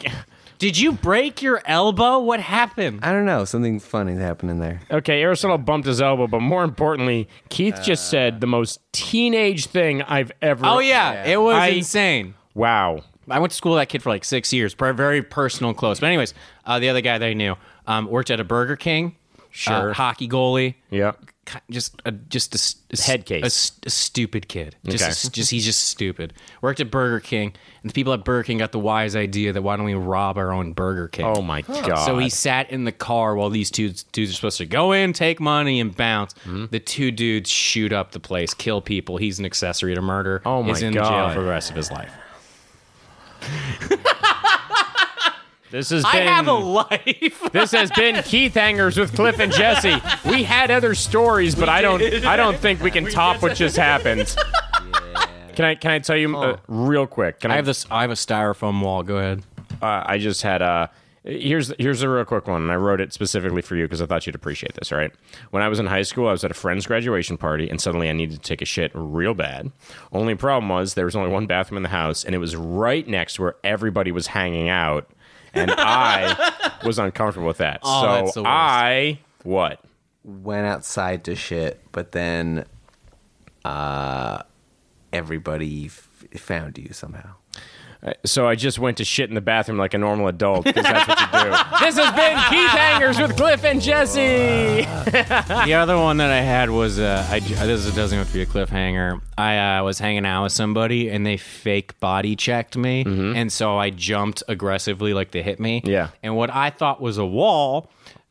S1: did you break your elbow? What happened?
S3: I don't know. Something funny's happening there.
S2: okay. Aristotle bumped his elbow, but more importantly, Keith just said the most teenage thing I've ever.
S1: Uh. Oh yeah, it was
S2: I-
S1: insane.
S2: Wow.
S1: I went to school with that kid for like six years, per- very personal, close. But anyways, uh, the other guy that I knew um, worked at a Burger King,
S2: Sure.
S1: uh, hockey goalie,
S2: Yeah.
S1: ki- just a, just a, s- a s-
S2: Head case.
S1: a s- a, stupid kid. Just,
S2: Okay.
S1: a s- just he's just stupid. Worked at Burger King, and the people at Burger King got the wise idea that why don't we rob our own Burger King?
S2: Oh my god.
S1: So he sat in the car while these two dudes are supposed to go in, take money, and bounce.
S2: Mm-hmm.
S1: The two dudes shoot up the place, kill people. He's an accessory to murder.
S2: Oh my
S1: He's in
S2: God.
S1: jail for the rest of his life.
S2: This has
S1: I
S2: been.
S1: have a life.
S2: This has
S1: [laughs]
S2: been Keith Hangers with Cliff and Jesse. We had other stories, but I don't I don't think we can
S1: [laughs]
S2: top what just happened. Can I can I tell you uh, real quick? Can I,
S1: I have this. I have a styrofoam wall. Go ahead.
S2: uh, I just had a. Here's here's a real quick one, and I wrote it specifically for you because I thought you'd appreciate this. All right, when I was in high school, I was at a friend's graduation party, and suddenly I needed to take a shit real bad. Only problem was there was only one bathroom in the house, and it was right next to where everybody was hanging out,
S1: [laughs]
S2: and I was uncomfortable with that.
S1: Oh,
S2: so
S1: that's the worst.
S2: I what?
S3: Went outside to shit, but then, uh, everybody f- found you somehow.
S2: So I just went to shit in the bathroom like a normal adult because that's what you do.
S1: [laughs]
S2: this has been Keith Hangers with Cliff and Jesse.
S1: the other one that I had was uh, I, this doesn't have to be a cliffhanger. I uh, was hanging out with somebody and they fake body checked me, and so I jumped aggressively like they hit me.
S2: Mm-hmm. Yeah.
S1: And what I thought was a wall.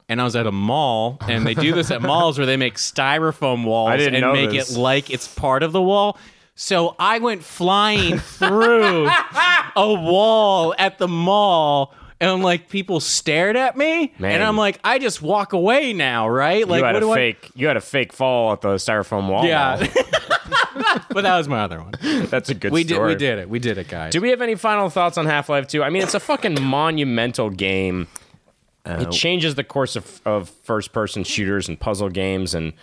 S1: And I was at a mall, and they do this
S2: [laughs]
S1: at malls where they make styrofoam walls
S2: I didn't
S1: and
S2: know
S1: make
S2: this.
S1: it like it's part of the wall. So I went
S2: [laughs]
S1: flying through a wall at the mall, and like people stared at me,
S2: Man.
S1: and I'm like, I just walk away now, right? Like,
S2: you had
S1: what
S2: a
S1: do I?
S2: fake. You had a fake fall at the styrofoam wall.
S1: [laughs] Yeah. [laughs] but that was my other one.
S2: that's a good.
S1: We did we
S2: story.
S1: did it. We did it, guys.
S2: Do we have any final thoughts on Half Life Two? I mean, it's a fucking monumental game.
S3: Uh,
S2: it changes the course of, of first person shooters and puzzle games and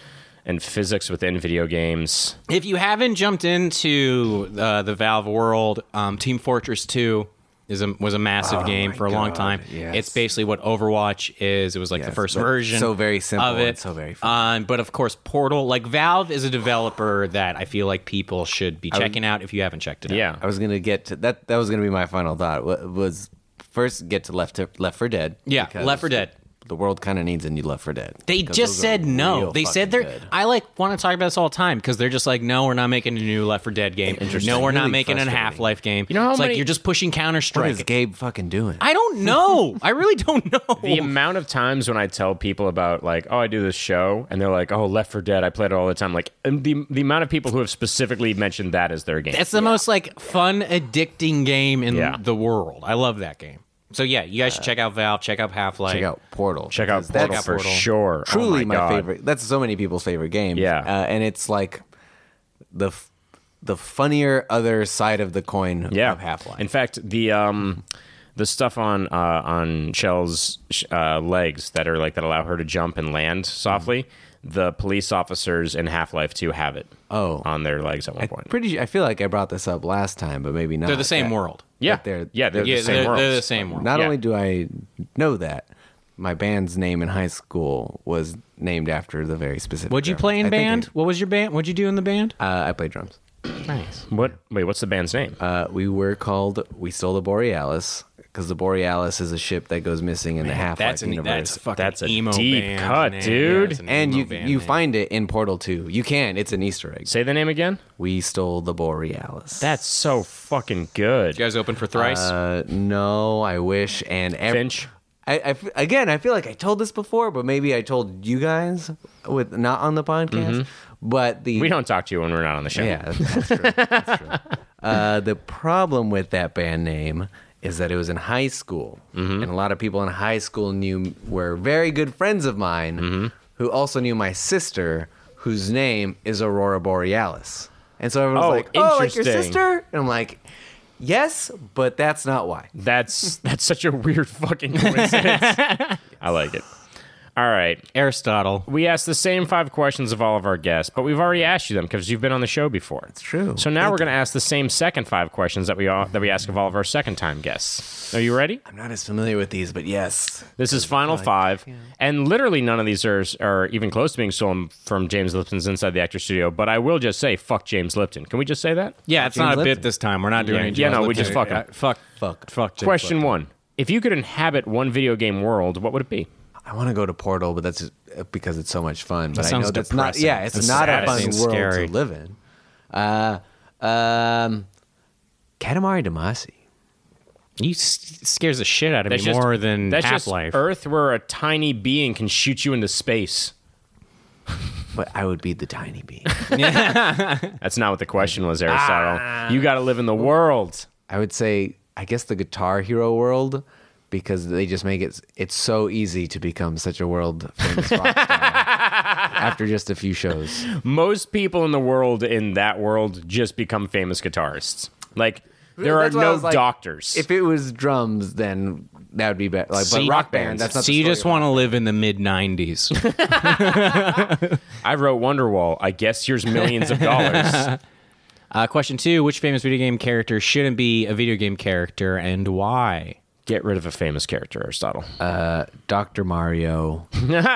S2: and physics within video games.
S1: If you haven't jumped into uh, the Valve world, um, Team Fortress 2 is a, was a massive game
S3: Oh my
S1: for a long
S3: God,
S1: time.
S3: yes.
S1: It's basically what Overwatch is. It was like the
S3: Yes,
S1: first
S3: but
S1: version.
S3: so very simple
S1: of it.
S3: and so very
S1: Um, but of course, Portal. Like Valve is a developer that I feel like people should be checking out if you haven't checked it out.
S2: Yeah.
S3: I was gonna get to that. That was gonna be my final thought. wa- Was first get to Left to, Left for Dead.
S1: Yeah,
S3: because
S1: Left 4 Dead.
S3: The world kind of needs a new Left for Dead.
S1: They
S3: because
S1: just
S3: those are
S1: said no.
S3: real
S1: They said they're.
S3: fucking good.
S1: I like want to talk about this all the time because they're just like, no, we're not making a new Left 4 Dead game. No, we're not
S3: Really
S1: making a
S3: frustrating.
S1: Half Life game. You
S2: know how
S1: it's like
S2: many-
S1: you're just pushing Counter
S3: What is
S1: Strike.
S3: Gabe fucking doing?
S1: I don't know. I really don't [laughs] know.
S2: The amount of times when I tell people about like, oh, I do this show, and they're like, oh, Left for Dead, I played it all the time. Like um, the the amount of people who have specifically mentioned that as their game.
S1: It's the most like fun, addicting game in
S2: Yeah.
S1: the world. I love that game. So yeah, you guys should check out Valve. Check out Half Life.
S3: Check out Portal.
S2: Check out
S3: because that's
S2: Portal for
S1: Portal.
S2: sure. Oh
S3: Truly my,
S2: God.
S3: favorite. That's so many people's favorite game.
S2: Yeah.
S3: uh, and it's like the f- the funnier other side of the coin
S2: yeah.
S3: of Half Life.
S2: In fact, the um, the stuff on uh, on Shell's sh- uh, legs that are like that allow her to jump and land softly. The police officers in Half Life Two have it.
S3: Mm-hmm. Oh.
S2: on their legs at one point.
S3: Pretty. sure- I feel like I brought this up last time, but maybe not.
S1: They're the same
S3: That-
S1: world.
S2: yeah,
S3: but they're-
S2: yeah, they're
S1: yeah,
S2: the same
S1: they're,
S2: world.
S1: they're the same world.
S3: Not
S2: Yeah.
S3: only do I know that, my band's name in high school was named after the very specific.
S1: What'd you
S3: drummer.
S1: play in
S3: I think
S1: band? what was your band? What'd you do in the band?
S3: I, uh, I played drums.
S1: Nice.
S2: What? Wait, what's the band's name?
S3: Uh, we were called. We stole the Borealis because the Borealis is a ship that goes missing in the Half-Life
S1: That's an,
S3: universe.
S1: that's a fucking
S2: That's a
S1: emo
S2: deep
S1: band
S2: cut,
S1: name.
S2: dude.
S1: Yeah, it's an
S3: and
S1: emo
S3: you
S1: band
S3: you
S1: name.
S3: find it in Portal 2. You can. It's an Easter egg.
S2: Say the name again.
S3: We stole the Borealis.
S2: That's so fucking good.
S1: you guys open for thrice.
S3: uh, no, I wish. And ev-
S2: Finch.
S3: I, I f- again, I feel like I told this before, but maybe I told you guys with not on the podcast. But the
S2: Mm-hmm. We don't talk to you when we're not on the show.
S3: Yeah, that's true.
S2: [laughs]
S3: That's true. Uh, the problem with that band name is that it was in high school,
S2: Mm-hmm.
S3: and a lot of people in high school knew were very good friends of mine,
S2: Mm-hmm.
S3: who also knew my sister, whose name is Aurora Borealis. And so everyone
S2: Oh,
S3: was like, "Oh, like your
S2: interesting.
S3: sister?" And I'm like, "Yes, but that's not why."
S2: That's that's such a weird fucking coincidence.
S3: [laughs]
S2: I like it. All right.
S1: Aristotle.
S2: We asked the same five questions of all of our guests, but we've already asked you them because you've been on the show before. It's
S3: true.
S2: So now we're going to ask the same second five questions that we all, that we ask of all of our second time guests. Are you ready?
S3: I'm not as familiar with these, but yes,
S2: This is final five, and literally none of these are are even close to being stolen from James Lipton's Inside the Actor Studio. But I will just say, fuck James Lipton. Can we just say that?
S1: Yeah, it's
S3: James
S1: not a
S3: Lipton.
S1: bit this time. We're not doing
S2: Yeah,
S1: any
S2: yeah,
S1: James
S2: no, we
S1: Lipton.
S2: just fuck 'em.
S1: Yeah, Fuck,
S3: Fuck.
S1: fuck. James
S2: Question
S1: Lipton.
S2: one: If you could inhabit one video game world, what would it be?
S3: I want to go to Portal, but that's just, uh, because it's so much fun. But I
S1: sounds
S3: know that's not.
S1: depressing.
S3: Yeah, it's
S1: That's
S3: not
S1: sad.
S3: a fun
S1: Seems
S3: world
S1: scary.
S3: to live in. Uh, um, Katamari Damacy.
S1: You s- scares the shit out of
S2: That's
S1: me
S2: just-
S1: more than
S2: that's
S1: Half
S2: just er,
S1: Life.
S2: Earth, where a tiny being can shoot you into space.
S3: But I would be the tiny bee.
S2: That's not what the question was, Aristotle.
S3: Ah.
S2: You got to live in the world.
S3: I would say, I guess the Guitar Hero world, because they just make it. It's so easy to become such a world
S1: [laughs]
S3: famous rock star after just a few shows.
S2: Most people in the world in that world just become famous guitarists. Like there
S3: That's
S2: are
S3: why I
S2: no
S3: was like,
S2: doctors.
S3: If it was drums, then that would be better. Like, but
S1: See-
S3: rock band, that's not.
S1: So
S3: the
S1: you
S3: story
S1: just want to live in the mid '90s?
S2: I wrote Wonderwall. I guess here's millions of
S3: [laughs]
S2: dollars.
S1: uh, question two: Which famous video game character shouldn't be a video game character, and why?
S2: Get rid of a famous character, Aristotle.
S1: [laughs]
S3: Dr. Mario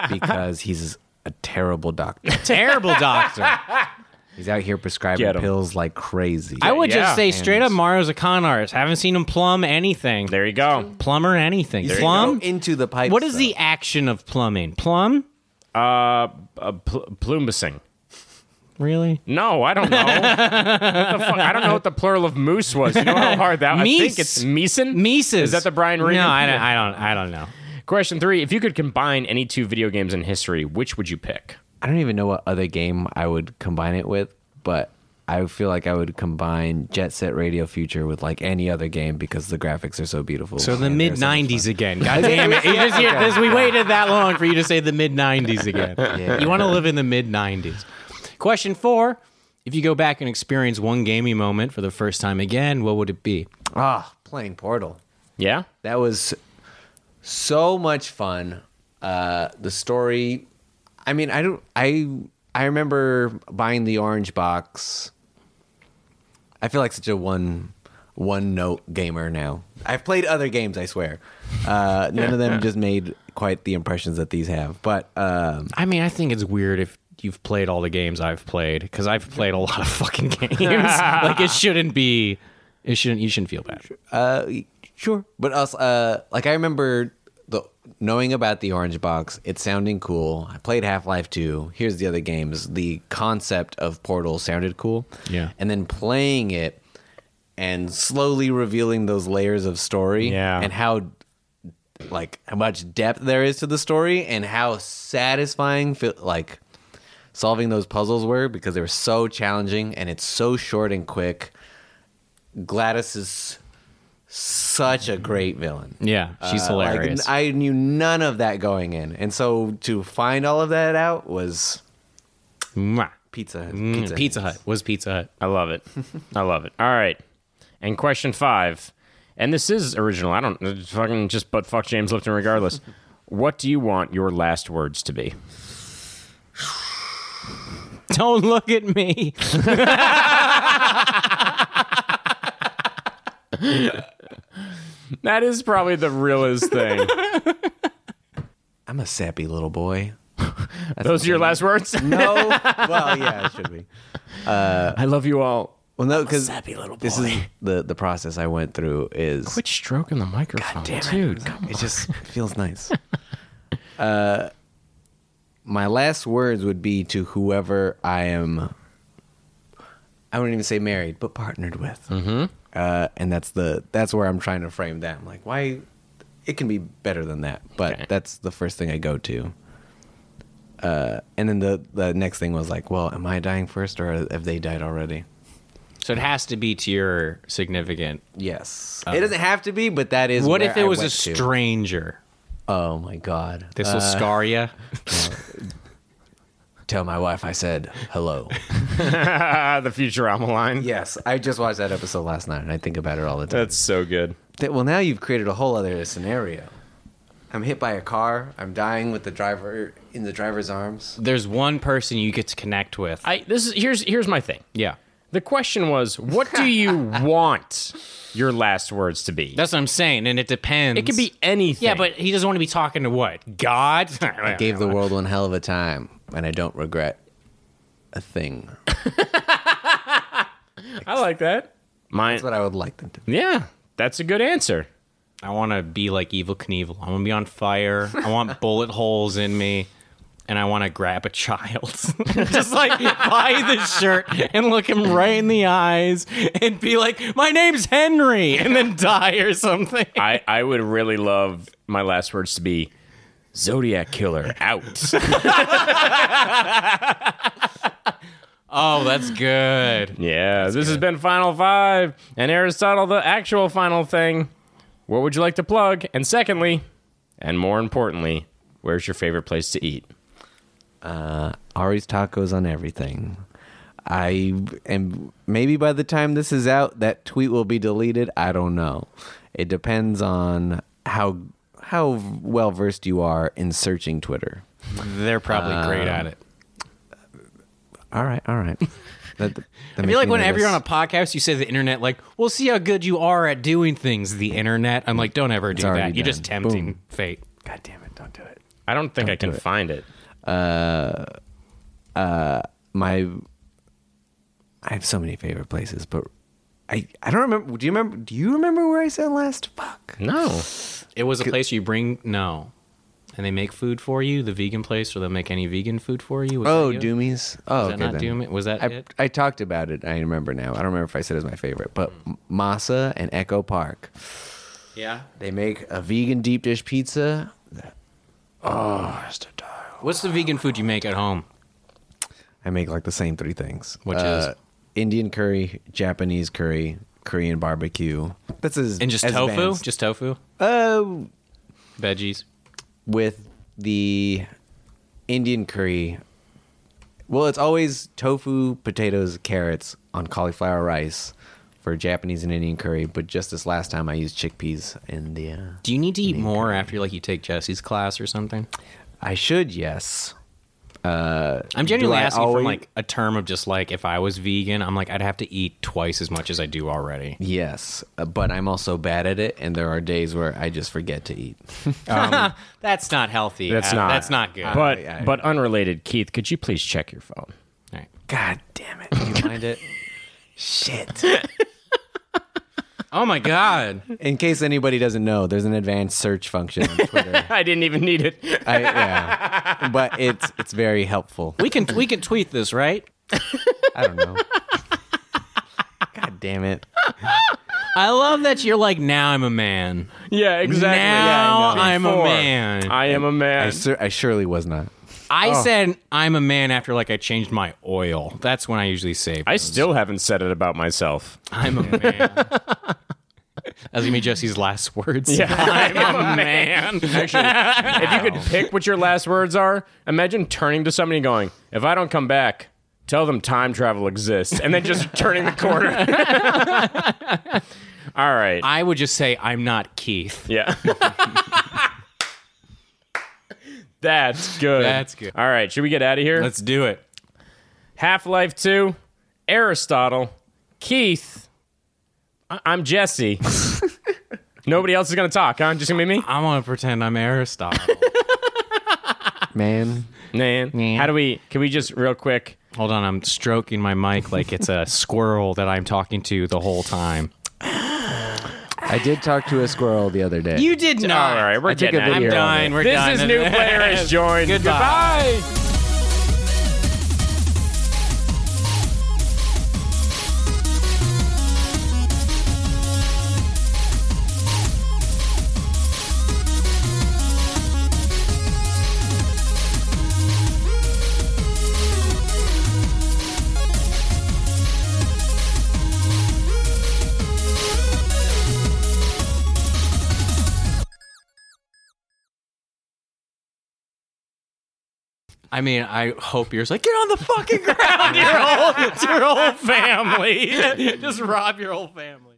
S3: because he's a terrible doctor.
S1: Terrible doctor.
S3: He's out here prescribing
S2: Get 'em.
S3: pills like crazy.
S1: [laughs] I would
S2: Yeah.
S1: just say
S2: And-
S1: straight up, Mario's a con artist. Haven't seen him plumb anything.
S2: there you go.
S1: Plumber anything.
S3: You
S1: Plum.
S3: go into the pipe.
S1: What is the action of plumbing? Plum.
S2: Uh, pl- plumbusing.
S1: Really?
S2: No, I don't know. what the fuck? I don't know what the plural of moose was. You know how hard that was? I think
S1: Meese.
S2: it's meeson.
S1: Mises.
S2: Is that the Brian Regan?
S1: No, I don't. I don't. I don't know.
S2: Question three: If you could combine any two video games in history, which would you pick?
S3: I don't even know what other game I would combine it with, but I feel like I would combine Jet Set Radio Future with like any other game because the graphics are so beautiful.
S1: So the
S3: and they're
S1: mid
S3: so much
S1: '90s
S3: [laughs]
S1: again. God damn it! You just- you- this- we waited that long for you to say the mid '90s
S3: [laughs]
S1: again. You want to live in the mid '90s. Question four: If you go back and experience one gaming moment for the first time again, what would it be?
S3: fun. Ah, playing Portal.
S2: Yeah,
S3: That was so much fun. Uh, the story, I mean, I don't, I I remember buying the orange box. I feel like such a one one note gamer now. I've played other games, I swear. Uh, none of them just made quite the impressions that these have. But um,
S1: I mean, I think it's weird if you've played all the games I've played because I've played a lot of fucking [laughs]
S3: [laughs]
S1: games. like it shouldn't be. It shouldn't. You shouldn't feel bad.
S3: uh, sure. But also, uh, like I remember the knowing about the orange box, it sounding cool. I played Half Life Two. Here's the other games. The concept of Portal sounded cool.
S1: Yeah.
S3: And then playing it and slowly revealing those layers of story.
S2: Yeah.
S3: And how like how much depth there is to the story and how satisfying feel, like solving those puzzles were because they were so challenging and it's so short and quick. Gladys is such a great villain.
S1: Yeah, she's
S3: Uh, like,
S1: hilarious.
S3: I knew none of that going in, and so to find all of that out was
S1: Mwah.
S3: pizza.
S1: Mm, Pizza, Hut was Pizza Hut. [laughs]
S2: I love [laughs] it. I love it. All right. And question five, and this is original. I don't it's fucking just but fuck James Lipton [laughs] regardless. what do you want your last words to be? [laughs]
S1: Don't look at me.
S2: That is probably the realest [laughs] thing.
S3: I'm a sappy little boy.
S2: Those are your last words.
S3: No, well, yeah, it should be.
S2: [laughs] I love you all.
S3: Well,
S1: [laughs]
S3: no, because sappy little boy. This is the the process I went through. Is
S2: Quit stroking the microphone,
S3: damn it.
S2: dude. Come
S3: it just feels nice. [laughs] Uh, my last words would be to whoever I am. I wouldn't even say married, but partnered with. Mm-hmm. Uh, and that's the that's where I'm trying to frame that. I'm like, why? It can be better than that, but
S2: Okay.
S3: that's the first thing I go to. Uh, and then the the next thing was like, well, am I dying first, or have they died already?
S1: So it has to be to your significant.
S3: Yes, it doesn't have to be, but that is.
S1: What
S3: where
S1: if it
S3: I
S1: was a
S3: went to.
S1: stranger?
S3: Oh my god,
S1: This will scar you.
S3: Tell my wife I said hello.
S2: Ah, the Futurama line.
S3: [laughs] yes, I just watched that episode last night and I think about it all the time.
S2: That's so good.
S3: That- well, now you've created a whole other scenario. I'm hit by a car. I'm dying with the driver in the driver's arms.
S1: There's one person you get to connect with.
S2: I this is here's here's my thing.
S1: yeah,
S2: The question was, what do [laughs] you want your last words to be?
S1: that's what I'm saying, and it depends.
S2: it could be anything.
S1: Yeah, but he doesn't want to be talking to what God. [laughs]
S3: Gave the world one hell of a time, and I don't regret a thing. That's
S2: I like that. Mine.
S3: what I would like them to. be.
S2: Yeah, that's a good answer.
S1: I want to be like Evil Knievel. I want to be on fire. I [laughs] want bullet holes in me. And I want to grab a child. [laughs] Just like buy the shirt and look him right in the eyes and be like, my name's Henry, and then die or something.
S2: I, I would really love my last words to be Zodiac Killer
S1: [laughs]
S2: out.
S1: Oh, that's good.
S2: yeah, this has been Final Five and Aristotle, the actual final thing. What would you like to plug? And secondly, and more importantly, where's your favorite place to eat?
S3: Ari's tacos on everything. I am maybe by the time this is out, that tweet will be deleted. I don't know. It depends on how how well versed you are in searching Twitter.
S1: They're probably
S2: Um,
S1: great at it.
S3: All right, all
S1: [laughs]
S3: right. That, that
S1: I feel like whenever you're on a podcast, you say the internet, like, we'll see how good you are at doing things, the internet. I'm like, don't ever do that.
S3: already
S1: You're just
S3: done.
S1: tempting
S3: Boom.
S1: fate.
S3: God damn it! Don't do it.
S2: I don't think I can
S3: do it.
S2: find it.
S3: My I have so many favorite places, but I I don't remember. Do you remember? Do you remember where I said last? Fuck.
S2: No.
S1: It was a place you bring no, and they make food for you. The vegan place, or they'll make any vegan food for you. Was
S3: Oh,
S1: that you?
S3: Doomies.
S1: Was
S3: Oh,
S1: that
S3: okay,
S1: not
S3: then.
S1: Doom? Was that
S3: I,
S1: it?
S3: I talked about it. I remember now. I don't remember if I said it was my favorite, but
S1: Hmm.
S3: M- Masa and Echo Park.
S1: Yeah.
S3: They make a vegan deep dish pizza. Oh, it's to die.
S1: What's the vegan food you make at home?
S3: I make like the same three things,
S1: Which is?
S3: Uh, Indian curry, Japanese curry, Korean barbecue. That's as
S1: And just
S3: as
S1: tofu?
S3: advanced.
S1: Just tofu?
S3: uh,
S1: Veggies?
S3: with the Indian curry. Well, it's always tofu, potatoes, carrots on cauliflower rice for Japanese and Indian curry. But just this last time, I used chickpeas and the. Uh,
S1: Do you need to eat more after like you take Jesse's class or something?
S3: I should, yes.
S1: I'm genuinely
S3: do I
S1: asking for
S3: always-
S1: like a term of just like if I was vegan, I'm like I'd have to eat twice as much as I do already.
S3: Yes, uh, but I'm also bad at it, and there are days where I just forget to eat.
S1: [laughs] that's not healthy.
S2: Um, That's
S1: Uh,
S2: not.
S1: That's not good.
S2: But
S3: I- I-
S2: but unrelated, Keith, could you please check your phone? [laughs]
S1: All right.
S3: God damn it! Do you mind it? [laughs] Shit.
S1: Oh my god.
S3: In case anybody doesn't know, there's an advanced search function on [laughs] Twitter.
S2: I didn't even need it. [laughs]
S3: I, yeah, but it's it's very helpful.
S1: we can we can tweet this, right?
S3: I don't know. God damn it!
S1: I love that you're like now I'm a man.
S2: Yeah, exactly.
S1: Now
S2: Yeah, I know.
S1: I'm a
S2: Before, oh.
S1: man.
S2: I am a man.
S3: I, sur- I surely was not.
S1: I said I'm a man after like I changed my oil. That's when I usually say
S2: I still haven't said it about myself. [laughs]
S1: I'm a man. That's gonna be Jesse's last words. [laughs]
S2: I'm
S1: Oh,
S2: a man. Actually, if you could pick what your last words are, imagine turning to somebody and going, "If I don't come back, tell them time travel exists," and
S1: [laughs]
S2: then just turning the corner. All right.
S1: I would just say I'm not Keith. [laughs]
S2: yeah. That's good.
S1: That's good.
S2: All right. Should we get out of here?
S1: Let's do it.
S2: Half Life 2, Aristotle, Keith. I-
S1: [laughs]
S2: I'm Jesse. Nobody else is going to talk, huh? Just going to be me?
S1: I want to pretend I'm Aristotle.
S3: Man,
S2: Man. How do we, can we just real quick?
S1: Hold on, I'm stroking my mic like it's a squirrel that I'm talking to the whole time.
S3: I did talk to a squirrel the other day.
S1: You did not.
S2: All right, we're
S3: took
S2: getting
S3: a
S2: out of
S1: I'm
S2: here.
S3: video.
S1: done. We're
S2: This
S1: done.
S2: is New Player is joined.
S1: Goodbye.
S2: Goodbye.
S1: [laughs] I mean, I hope you're just like, get on
S2: [laughs]
S1: [laughs] the fucking ground, your whole, your whole family. Just rob your whole family.